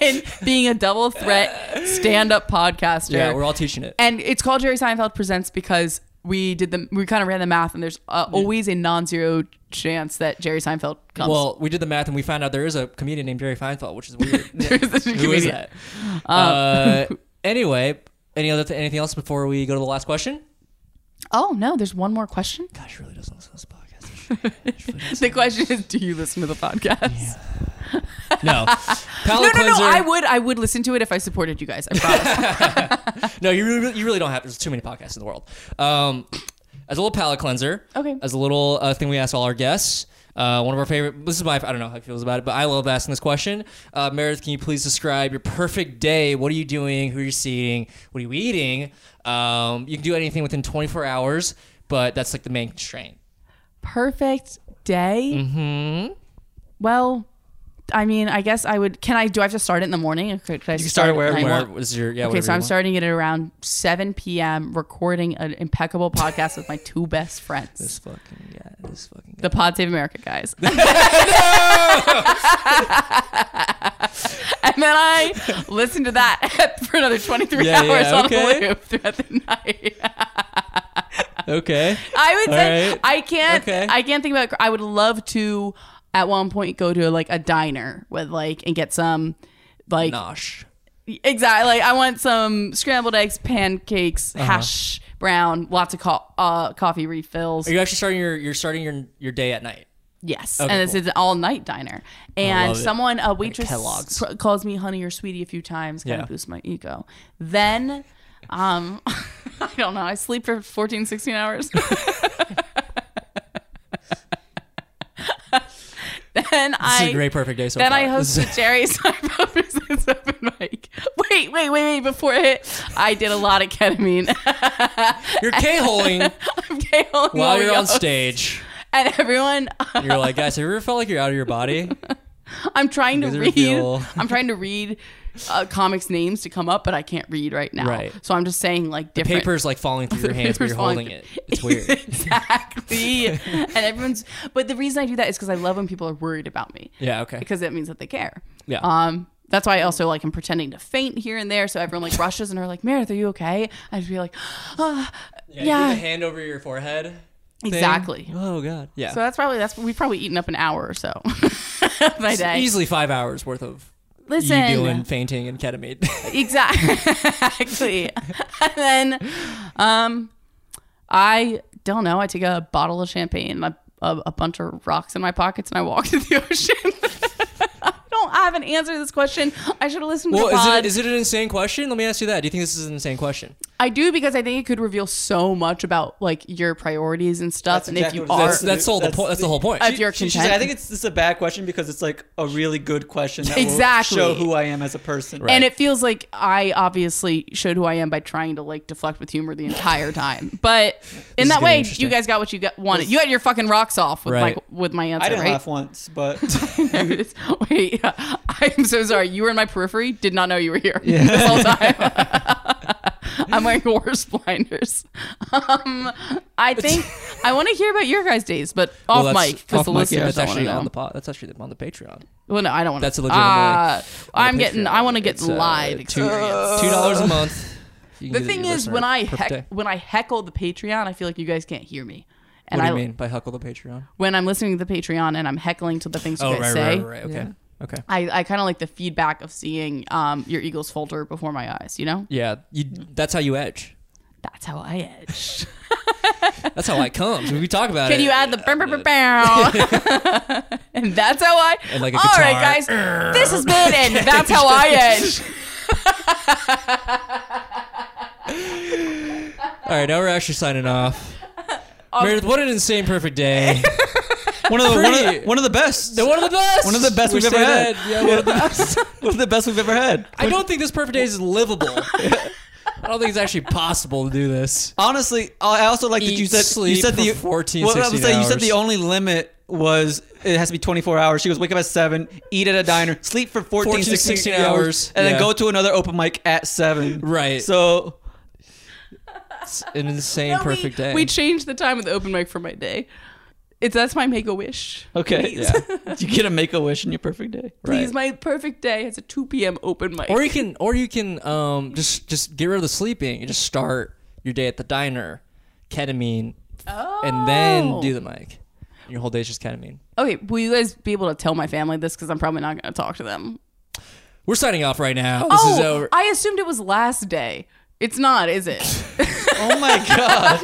[SPEAKER 8] in being a double threat stand-up podcaster.
[SPEAKER 4] Yeah, we're all teaching it.
[SPEAKER 8] And it's called Jerry Seinfeld Presents because we did the we kind of ran the math, and there's uh, always a non-zero chance that Jerry Seinfeld comes. [LAUGHS]
[SPEAKER 4] Well, we did the math and we found out there is a comedian named Jerry Feinfeld, which is weird. Who is that?
[SPEAKER 8] [LAUGHS]
[SPEAKER 4] Uh, anyway, any other th- anything else before we go to the last question?
[SPEAKER 8] Oh no, there's one more question.
[SPEAKER 4] Gosh, she really doesn't listen to this podcast.
[SPEAKER 8] [LAUGHS] The question is, do you listen to the podcast?
[SPEAKER 4] No,
[SPEAKER 8] [LAUGHS] No,
[SPEAKER 4] [LAUGHS] palate
[SPEAKER 8] no, no.
[SPEAKER 4] cleanser.
[SPEAKER 8] I would, I would listen to it if I supported you guys.
[SPEAKER 4] [LAUGHS]
[SPEAKER 8] I promise.
[SPEAKER 4] No, you really, you really don't have. There's too many podcasts in the world. Um, [CLEARS THROAT] as a little palate cleanser.
[SPEAKER 8] Okay.
[SPEAKER 4] As a little uh, thing we ask all our guests. Uh, one of our favorite. This is my. I don't know how he feels about it, but I love asking this question. Uh, Meredith, can you please describe your perfect day? What are you doing? Who are you seeing? What are you eating? Um, you can do anything within 24 hours, but that's like the main constraint.
[SPEAKER 8] Perfect day. Mm-hmm. Well, I mean, I guess I would. Can I? Do I have to start it in the morning? Or could, could I you
[SPEAKER 5] start it wherever-
[SPEAKER 8] I
[SPEAKER 4] Where
[SPEAKER 8] want?
[SPEAKER 4] was your? Yeah.
[SPEAKER 8] Okay,
[SPEAKER 4] whatever
[SPEAKER 8] so
[SPEAKER 4] you
[SPEAKER 8] I'm
[SPEAKER 4] want.
[SPEAKER 8] starting it at around 7 p.m. recording an impeccable podcast with my two best friends,
[SPEAKER 4] This fucking guy. This fucking guy.
[SPEAKER 8] the Pod Save America
[SPEAKER 4] [LAUGHS]
[SPEAKER 8] guys. [LAUGHS] and then I listen to that [LAUGHS] for another 23
[SPEAKER 4] Yeah, yeah,
[SPEAKER 8] hours on
[SPEAKER 4] okay.
[SPEAKER 8] a loop throughout the [LAUGHS] night.
[SPEAKER 4] [LAUGHS] Okay.
[SPEAKER 8] I would
[SPEAKER 4] All
[SPEAKER 8] say
[SPEAKER 4] right.
[SPEAKER 8] I can't.
[SPEAKER 4] Okay.
[SPEAKER 8] I can't think about. I would love to at one point go to like a diner with like and get some like
[SPEAKER 4] Nosh.
[SPEAKER 8] Exactly. Like, I want some scrambled eggs, pancakes, hash brown, lots of co- uh, coffee refills.
[SPEAKER 4] Are you actually starting your? You're starting your your day at night.
[SPEAKER 8] Yes, and it's, it's an all night diner. And
[SPEAKER 4] love it.
[SPEAKER 8] someone, a waitress,
[SPEAKER 4] Kellogg's.
[SPEAKER 8] pr- calls me honey or sweetie a few times, kind
[SPEAKER 4] Yeah.
[SPEAKER 8] of boosts my ego. Then, um, [LAUGHS] I don't know, I sleep for 14, 16 hours. [LAUGHS] then
[SPEAKER 4] This
[SPEAKER 8] I.
[SPEAKER 4] is a great perfect day so
[SPEAKER 8] Then
[SPEAKER 4] far.
[SPEAKER 8] I
[SPEAKER 4] This [LAUGHS] is-
[SPEAKER 8] hosted Jerry [LAUGHS] Seinfeld Presents Open Mic. Wait, wait, wait, wait. Before it, I did a lot of ketamine. [LAUGHS]
[SPEAKER 4] You're K-holing
[SPEAKER 8] I'm gay only
[SPEAKER 4] while you're on
[SPEAKER 8] host.
[SPEAKER 4] stage.
[SPEAKER 8] And everyone,
[SPEAKER 4] You're like, guys, have you ever felt like you're out of your
[SPEAKER 8] [LAUGHS]
[SPEAKER 4] body?
[SPEAKER 8] I'm trying to
[SPEAKER 4] These are
[SPEAKER 8] read.
[SPEAKER 4] feel-
[SPEAKER 8] [LAUGHS] I'm trying to read uh, comics names to come up, but I can't read right now.
[SPEAKER 4] Right.
[SPEAKER 8] So I'm just saying like different
[SPEAKER 4] Paper's like falling through your
[SPEAKER 8] [LAUGHS] the
[SPEAKER 4] hands, but
[SPEAKER 8] paper's
[SPEAKER 4] you're
[SPEAKER 8] falling
[SPEAKER 4] holding it.
[SPEAKER 8] through-
[SPEAKER 4] It's weird.
[SPEAKER 8] [LAUGHS] exactly. and everyone's. But the reason I do that is because I love when people are worried about me.
[SPEAKER 4] Yeah, okay.
[SPEAKER 8] Because that means that they care.
[SPEAKER 4] Yeah.
[SPEAKER 8] Um. That's why I also like am pretending to faint here and there, so everyone like rushes and are like, "Meredith, are you okay?" I just be like, "Ah, yeah,
[SPEAKER 4] hand over your forehead.
[SPEAKER 8] exactly."
[SPEAKER 4] Oh god. Yeah.
[SPEAKER 8] So that's probably that's we've probably eaten up an hour or so [LAUGHS] by
[SPEAKER 4] It's
[SPEAKER 8] day.
[SPEAKER 4] easily five hours worth of
[SPEAKER 8] Listen,
[SPEAKER 4] you doing fainting and ketamine. [LAUGHS]
[SPEAKER 8] exactly. [LAUGHS] and then, um, I don't know. I took a bottle of champagne, a, a, a bunch of rocks in my pockets, and I [LAUGHS] walked to the ocean. I don't. I haven't answered this question. I should have listened
[SPEAKER 4] well,
[SPEAKER 8] to the
[SPEAKER 4] is
[SPEAKER 8] pod.
[SPEAKER 4] it, is it an insane question? Let me ask you that. Do you think this is an insane question?
[SPEAKER 8] I do because I think it could reveal so much about like your priorities and stuff, and
[SPEAKER 5] exactly
[SPEAKER 8] if you
[SPEAKER 5] what it
[SPEAKER 8] are
[SPEAKER 5] is.
[SPEAKER 4] That's that's all the
[SPEAKER 5] That's
[SPEAKER 4] po- that's the whole point.
[SPEAKER 8] if you're
[SPEAKER 5] She-
[SPEAKER 8] content.
[SPEAKER 5] she's like, I think it's this is a bad question because it's like a really good question that
[SPEAKER 8] Exactly.
[SPEAKER 5] will show who I am as a person.
[SPEAKER 8] and it feels like I obviously showed who I am by trying to like deflect with humor the entire time. But in that
[SPEAKER 4] getting
[SPEAKER 8] way,
[SPEAKER 4] interesting.
[SPEAKER 8] you guys got what you got wanted. You had your fucking rocks off with
[SPEAKER 4] Right.
[SPEAKER 8] my with my answer,
[SPEAKER 5] I didn't
[SPEAKER 8] right?
[SPEAKER 5] laugh once, but
[SPEAKER 8] [LAUGHS] It's- Wait, [LAUGHS] yeah. I'm so sorry. You were in my periphery. Did not know you were here this whole time.
[SPEAKER 4] [LAUGHS]
[SPEAKER 8] I'm wearing horse blinders. Um, I think I want to hear about your guys' days, but off
[SPEAKER 4] Well, that's-
[SPEAKER 8] mic because
[SPEAKER 4] off
[SPEAKER 8] the
[SPEAKER 4] mic,
[SPEAKER 8] listeners
[SPEAKER 4] yeah, that's
[SPEAKER 8] don't want
[SPEAKER 4] actually
[SPEAKER 8] to know.
[SPEAKER 4] on the pod. That's actually on the Patreon.
[SPEAKER 8] well, no, I don't want.
[SPEAKER 4] That's a legitimate-
[SPEAKER 8] Uh, I'm
[SPEAKER 4] Patreon.
[SPEAKER 8] getting. I want to get
[SPEAKER 4] It's, uh,
[SPEAKER 8] live
[SPEAKER 4] two-
[SPEAKER 8] experience.
[SPEAKER 4] Two dollars a month. You can
[SPEAKER 8] Uh, The
[SPEAKER 4] do
[SPEAKER 8] thing
[SPEAKER 4] your
[SPEAKER 8] is,
[SPEAKER 4] listener
[SPEAKER 8] when I
[SPEAKER 4] perfect day.
[SPEAKER 8] heck, when I heckle the Patreon, I feel like you guys can't hear me. And
[SPEAKER 4] what do you
[SPEAKER 8] I
[SPEAKER 4] mean by heckle the Patreon?
[SPEAKER 8] when I'm listening to the Patreon and I'm heckling to the things you
[SPEAKER 4] Oh
[SPEAKER 8] guys
[SPEAKER 4] right,
[SPEAKER 8] say.
[SPEAKER 4] right, right, right. Okay, okay.
[SPEAKER 8] I, I kind of like the feedback of seeing um, your Eagles folder before my eyes, you know?
[SPEAKER 4] Yeah, you, that's how you edge.
[SPEAKER 8] [LAUGHS] That's how I edge.
[SPEAKER 4] That's how it comes. We talk about it.
[SPEAKER 8] Can you add the bam, bam, bam, bam?
[SPEAKER 4] [LAUGHS]
[SPEAKER 8] [LAUGHS] And that's how I.
[SPEAKER 4] And like a
[SPEAKER 8] All right,
[SPEAKER 4] guitar.
[SPEAKER 8] guys. this has been,
[SPEAKER 4] [LAUGHS]
[SPEAKER 8] and that's how I edge.
[SPEAKER 4] All right, now we're actually signing
[SPEAKER 8] [LAUGHS]
[SPEAKER 4] off. Meredith, what an insane perfect day. one of the
[SPEAKER 5] one, of the, one of the best.
[SPEAKER 4] one of the best.
[SPEAKER 5] One of the best
[SPEAKER 4] We
[SPEAKER 5] we've ever
[SPEAKER 4] say
[SPEAKER 5] had.
[SPEAKER 4] that. Yeah, one
[SPEAKER 5] [LAUGHS]
[SPEAKER 4] of the best.
[SPEAKER 5] One of the best we've ever had.
[SPEAKER 4] I don't think this perfect day is livable.
[SPEAKER 5] [LAUGHS]
[SPEAKER 4] I don't think it's actually possible to do this.
[SPEAKER 5] Honestly, I I also like that
[SPEAKER 4] Eat,
[SPEAKER 5] you said
[SPEAKER 4] sleep
[SPEAKER 5] you said the
[SPEAKER 4] for 14,
[SPEAKER 5] Well, I was
[SPEAKER 4] 16
[SPEAKER 5] saying, you said
[SPEAKER 4] hours.
[SPEAKER 5] the only limit was it has to be 24 hours. She goes wake up at 7, eat at a diner, sleep for 14,
[SPEAKER 4] 14,
[SPEAKER 5] 16,
[SPEAKER 4] 16
[SPEAKER 5] hours,
[SPEAKER 4] hours.
[SPEAKER 5] and
[SPEAKER 4] Yeah.
[SPEAKER 5] then go to another open mic at 7.
[SPEAKER 4] Right.
[SPEAKER 5] So,
[SPEAKER 4] It's an insane
[SPEAKER 8] No,
[SPEAKER 4] [LAUGHS]
[SPEAKER 8] we-
[SPEAKER 4] perfect day.
[SPEAKER 8] We changed the time of the open mic for my day. It's That's my make a wish.
[SPEAKER 5] okay. Yeah. [LAUGHS] you get a make a wish in your perfect day.
[SPEAKER 8] Please, my perfect day has a 2 p.m. open mic.
[SPEAKER 4] or you can or you can um just just get rid of the sleeping and just start your day at the diner, ketamine, and then
[SPEAKER 8] Oh.
[SPEAKER 4] do the mic. Your whole day's just ketamine.
[SPEAKER 8] Okay, will you guys be able to tell my family this? Because I'm probably not going to talk to them.
[SPEAKER 4] We're signing off right now. This
[SPEAKER 8] oh,
[SPEAKER 4] is over.
[SPEAKER 8] I assumed it was last day. It's not, is
[SPEAKER 4] [LAUGHS]
[SPEAKER 8] it?
[SPEAKER 5] Oh my god.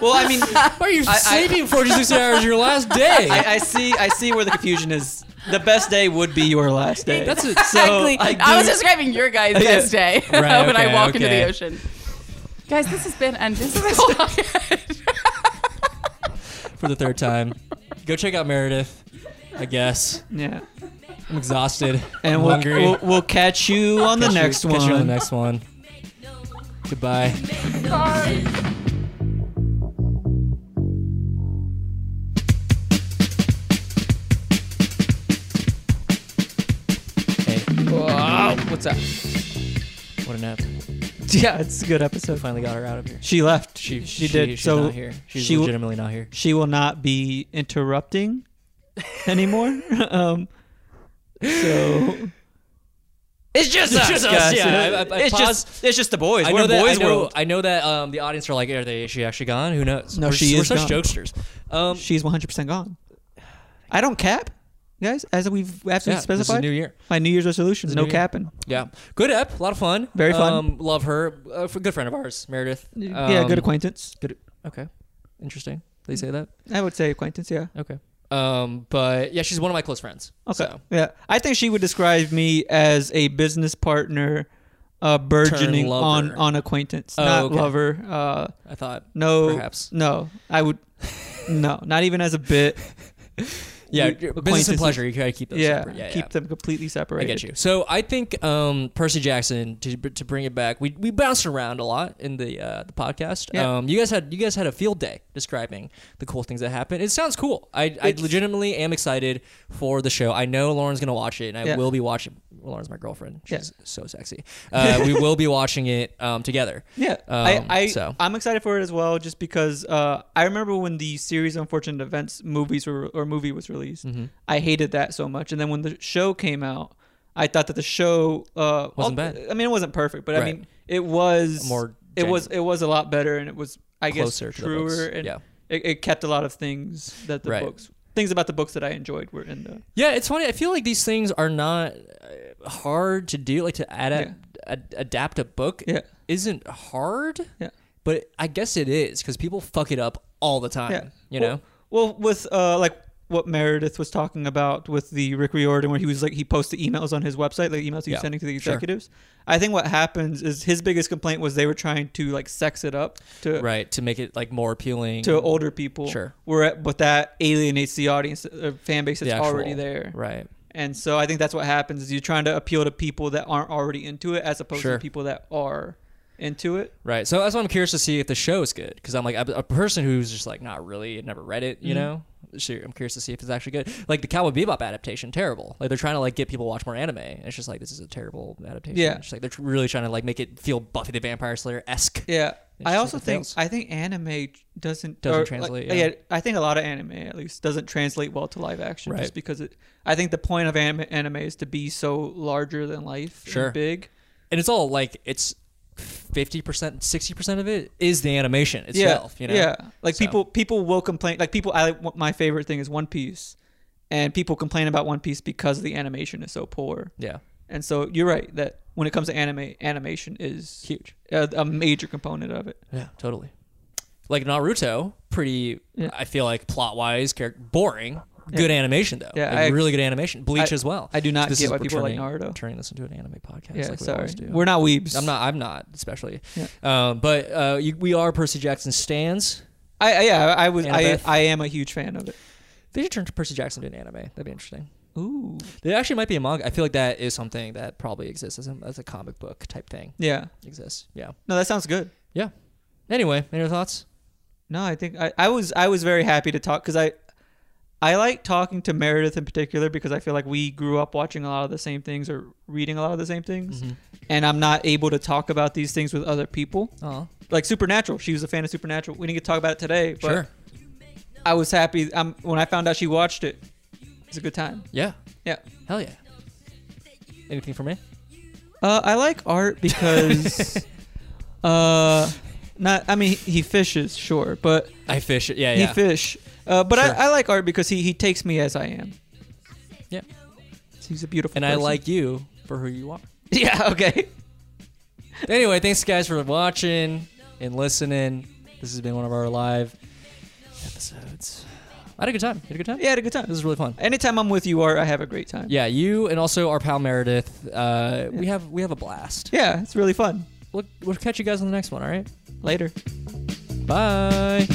[SPEAKER 5] [LAUGHS] well, I mean, I,
[SPEAKER 4] Why are you sleeping 46 hours your
[SPEAKER 5] [LAUGHS]
[SPEAKER 4] last day?
[SPEAKER 5] I see I see where the confusion is. The best day would be your last day.
[SPEAKER 4] That's it. Oh,
[SPEAKER 8] Exactly.
[SPEAKER 5] I
[SPEAKER 8] I,
[SPEAKER 5] do-
[SPEAKER 8] was describing your guys'
[SPEAKER 4] [LAUGHS]
[SPEAKER 5] Yeah.
[SPEAKER 8] best day [LAUGHS]
[SPEAKER 4] Right,
[SPEAKER 8] when I
[SPEAKER 4] okay,
[SPEAKER 8] walk into
[SPEAKER 4] okay.
[SPEAKER 8] the ocean. Guys, this has
[SPEAKER 4] [LAUGHS]
[SPEAKER 8] been and this [LAUGHS] is
[SPEAKER 4] for the third time. Go check out Meredith. I guess
[SPEAKER 5] yeah.
[SPEAKER 4] I'm exhausted.
[SPEAKER 5] And
[SPEAKER 4] I'm
[SPEAKER 5] we'll,
[SPEAKER 4] hungry.
[SPEAKER 5] we'll we'll catch you on the
[SPEAKER 4] Catch you-
[SPEAKER 5] next
[SPEAKER 4] catch
[SPEAKER 5] one.
[SPEAKER 4] you on the next one. Goodbye. Hey,
[SPEAKER 5] What's up?
[SPEAKER 4] what an app.
[SPEAKER 5] Yeah, it's a good episode.
[SPEAKER 4] Finally got her out of here.
[SPEAKER 5] She left.
[SPEAKER 4] She,
[SPEAKER 5] She she, did.
[SPEAKER 4] She's
[SPEAKER 5] so
[SPEAKER 4] not here. She's
[SPEAKER 5] she will-
[SPEAKER 4] legitimately not here.
[SPEAKER 5] she will not be interrupting
[SPEAKER 4] [LAUGHS]
[SPEAKER 5] anymore. [LAUGHS] um, so it's just
[SPEAKER 4] It's
[SPEAKER 5] us.
[SPEAKER 4] just us,
[SPEAKER 5] guys.
[SPEAKER 4] yeah. I- I- I
[SPEAKER 5] it's
[SPEAKER 4] paused.
[SPEAKER 5] just it's just the boys.
[SPEAKER 4] I
[SPEAKER 5] We're
[SPEAKER 4] know
[SPEAKER 5] a
[SPEAKER 4] that.
[SPEAKER 5] boys
[SPEAKER 4] I know,
[SPEAKER 5] world.
[SPEAKER 4] I know that um, the audience are like, are they? Is she actually gone? Who knows?
[SPEAKER 5] No,
[SPEAKER 4] we're,
[SPEAKER 5] she
[SPEAKER 4] we're
[SPEAKER 5] is
[SPEAKER 4] such
[SPEAKER 5] gone.
[SPEAKER 4] jokesters. Um,
[SPEAKER 5] She's one hundred percent gone. I don't cap, guys. As we've as we
[SPEAKER 4] Yeah, this is
[SPEAKER 5] specified,
[SPEAKER 4] new year.
[SPEAKER 5] My New Year's resolution: no
[SPEAKER 4] new year.
[SPEAKER 5] capping.
[SPEAKER 4] yeah, good ep. A lot of fun.
[SPEAKER 5] Very fun.
[SPEAKER 4] Um, love her. Uh, f- good friend of ours, Meredith.
[SPEAKER 5] yeah,
[SPEAKER 4] Um,
[SPEAKER 5] good acquaintance.
[SPEAKER 4] Good. Okay. Interesting. They say that.
[SPEAKER 5] I would say acquaintance. Yeah.
[SPEAKER 4] Okay. Um, but yeah, she's one of my close friends.
[SPEAKER 5] Okay.
[SPEAKER 4] So.
[SPEAKER 5] Yeah. I think she would describe me as a business partner, uh, burgeoning
[SPEAKER 4] lover.
[SPEAKER 5] on on acquaintance,
[SPEAKER 4] Oh,
[SPEAKER 5] not
[SPEAKER 4] okay.
[SPEAKER 5] lover. Uh,
[SPEAKER 4] I thought.
[SPEAKER 5] no.
[SPEAKER 4] Perhaps.
[SPEAKER 5] No. I would. no. Not even as a
[SPEAKER 4] [LAUGHS]
[SPEAKER 5] bit.
[SPEAKER 4] Yeah,
[SPEAKER 5] You-
[SPEAKER 4] business and
[SPEAKER 5] acquaintances-
[SPEAKER 4] pleasure. You gotta keep those.
[SPEAKER 5] Yeah.
[SPEAKER 4] separate. yeah
[SPEAKER 5] keep
[SPEAKER 4] yeah.
[SPEAKER 5] them completely
[SPEAKER 4] I
[SPEAKER 5] separated.
[SPEAKER 4] get you. So I think um, Percy Jackson to, to bring it back. We we bounced around a lot in the uh, the podcast.
[SPEAKER 5] Yeah.
[SPEAKER 4] Um, you guys had you guys had a field day describing the cool things that happened. It sounds cool. I, I legitimately am excited for the show. I know Lauren's gonna watch it, and I
[SPEAKER 5] Yeah.
[SPEAKER 4] will be watching. Lauren's my girlfriend.
[SPEAKER 5] Yeah.
[SPEAKER 4] She's so sexy. Uh, we will be watching it um, together.
[SPEAKER 5] Yeah,
[SPEAKER 4] Um,
[SPEAKER 5] I, I
[SPEAKER 4] so
[SPEAKER 5] I'm excited for it as well, just because uh, I remember when the series Unfortunate Events movies were, or movie was released,
[SPEAKER 4] Mm-hmm.
[SPEAKER 5] I hated that so much, and then when the show came out, I thought that the show uh,
[SPEAKER 4] Wasn't
[SPEAKER 5] al-
[SPEAKER 4] bad.
[SPEAKER 5] I mean, it wasn't perfect, but I
[SPEAKER 4] Right.
[SPEAKER 5] mean, it was
[SPEAKER 4] More
[SPEAKER 5] It was it was a lot better, and it was I guess
[SPEAKER 4] Closer to the
[SPEAKER 5] truer,
[SPEAKER 4] books,
[SPEAKER 5] and
[SPEAKER 4] yeah.
[SPEAKER 5] it, it kept a lot of things that the
[SPEAKER 4] Right.
[SPEAKER 5] books things about the books that I enjoyed were in the
[SPEAKER 4] Yeah, it's funny. I feel like these things are not uh, hard to do. Like to adapt, ad- adapt a book
[SPEAKER 5] Yeah.
[SPEAKER 4] isn't hard.
[SPEAKER 5] Yeah.
[SPEAKER 4] But I guess it is because people fuck it up all the time. You
[SPEAKER 5] Well-
[SPEAKER 4] know.
[SPEAKER 5] Well, with uh, like what Meredith was talking about with the Rick Riordan, where he was like he posted emails on his website, like emails he
[SPEAKER 4] Yeah,
[SPEAKER 5] was sending to the
[SPEAKER 4] sure.
[SPEAKER 5] executives. I think what happens is his biggest complaint was they were trying to like sex it up to
[SPEAKER 4] Right to make it like more appealing
[SPEAKER 5] to older people.
[SPEAKER 4] Sure.
[SPEAKER 5] where but that alienates the audience, uh, fan base that's
[SPEAKER 4] the actual-
[SPEAKER 5] already there.
[SPEAKER 4] Right.
[SPEAKER 5] And so I think that's what happens is you're trying to appeal to people that aren't already into it, as opposed
[SPEAKER 4] Sure.
[SPEAKER 5] to people that are into it.
[SPEAKER 4] Right. So that's why I'm curious to see if the show is good because I'm like a, a person who's just like not really never read it.
[SPEAKER 5] Mm-hmm.
[SPEAKER 4] You know. Sure. I'm curious to see if it's actually good. Like the Cowboy Bebop adaptation, terrible. Like they're trying to like get people to watch more anime. and It's just like this is a terrible adaptation.
[SPEAKER 5] Yeah.
[SPEAKER 4] It's just, like they're tr- really trying to like make it feel Buffy the Vampire Slayer esque.
[SPEAKER 5] Yeah.
[SPEAKER 4] It's
[SPEAKER 5] I
[SPEAKER 4] just
[SPEAKER 5] also
[SPEAKER 4] like it
[SPEAKER 5] think
[SPEAKER 4] fails.
[SPEAKER 5] I think anime doesn't
[SPEAKER 4] Doesn't
[SPEAKER 5] like,
[SPEAKER 4] translate, yeah.
[SPEAKER 5] yeah. I think a lot of anime at least doesn't translate well to live action
[SPEAKER 4] Right.
[SPEAKER 5] just because it. I think the point of anime, anime is to be so larger than life, and
[SPEAKER 4] Sure.
[SPEAKER 5] big.
[SPEAKER 4] and it's all like it's 50% 60% of it is the animation itself
[SPEAKER 5] yeah,
[SPEAKER 4] you know
[SPEAKER 5] yeah. Like
[SPEAKER 4] So-
[SPEAKER 5] people, people will complain. Like people, I my favorite thing is One Piece, and people complain about One Piece because the animation is so poor.
[SPEAKER 4] yeah
[SPEAKER 5] And so you're right that when it comes to anime, animation is
[SPEAKER 4] Huge.
[SPEAKER 5] a, a major component of it.
[SPEAKER 4] yeah totally like naruto pretty i feel like plot wise character boring good animation though
[SPEAKER 5] Yeah,
[SPEAKER 4] Like,
[SPEAKER 5] I-
[SPEAKER 4] really good animation bleach
[SPEAKER 5] I-
[SPEAKER 4] as well
[SPEAKER 5] I do not
[SPEAKER 4] this
[SPEAKER 5] get
[SPEAKER 4] is
[SPEAKER 5] why
[SPEAKER 4] we're
[SPEAKER 5] people like
[SPEAKER 4] turning,
[SPEAKER 5] Naruto.
[SPEAKER 4] turning this into an anime podcast
[SPEAKER 5] Yeah,
[SPEAKER 4] like we
[SPEAKER 5] sorry,
[SPEAKER 4] always do
[SPEAKER 5] we're not weebs.
[SPEAKER 4] i'm not i'm not especially um, but uh, you, we are percy jackson stands
[SPEAKER 5] I, I- yeah, I was. I,
[SPEAKER 4] Annabeth.
[SPEAKER 5] I am a huge fan of it.
[SPEAKER 4] they should turn to percy jackson to an anime that'd be interesting
[SPEAKER 5] Ooh.
[SPEAKER 4] there actually might be a manga i feel like that is something that probably exists as a, as a comic book type thing
[SPEAKER 5] Yeah.
[SPEAKER 4] exists yeah
[SPEAKER 5] No, that sounds good.
[SPEAKER 4] Yeah. Anyway, any other thoughts?
[SPEAKER 5] No, I think I, I was I was very happy to talk because I I like talking to Meredith in particular because I feel like we grew up watching a lot of the same things or reading a lot of the same things,
[SPEAKER 4] Mm-hmm.
[SPEAKER 5] and I'm not able to talk about these things with other people.
[SPEAKER 4] Oh,
[SPEAKER 5] Like Supernatural, she was a fan of Supernatural. We didn't get to talk about it today, but
[SPEAKER 4] sure.
[SPEAKER 5] I was happy. i when I found out she watched it. It's a good time.
[SPEAKER 4] Yeah.
[SPEAKER 5] Yeah.
[SPEAKER 4] Hell yeah. Anything for me?
[SPEAKER 5] Uh, I like art because,
[SPEAKER 4] [LAUGHS]
[SPEAKER 5] uh, not. I mean, he fishes, sure, but
[SPEAKER 4] I fish. Yeah,
[SPEAKER 5] he fish. Uh, but
[SPEAKER 4] Sure.
[SPEAKER 5] I, I like art because he, he takes me as I am.
[SPEAKER 4] Yeah.
[SPEAKER 5] He's a beautiful.
[SPEAKER 4] And I
[SPEAKER 5] person.
[SPEAKER 4] like you for who you are.
[SPEAKER 5] [LAUGHS] Yeah. Okay. [LAUGHS]
[SPEAKER 4] anyway, thanks guys for watching and listening. This has been one of our live episodes. I had a good time. You had a good time?
[SPEAKER 5] Yeah. I Had a good time.
[SPEAKER 4] This is really fun.
[SPEAKER 5] Anytime I'm with you, art, I have a great time.
[SPEAKER 4] Yeah, you and also our pal Meredith. Uh, We have we have a blast.
[SPEAKER 5] Yeah. It's really fun.
[SPEAKER 4] We'll, we'll catch you guys on the next one, all right?
[SPEAKER 5] Later.
[SPEAKER 4] Bye.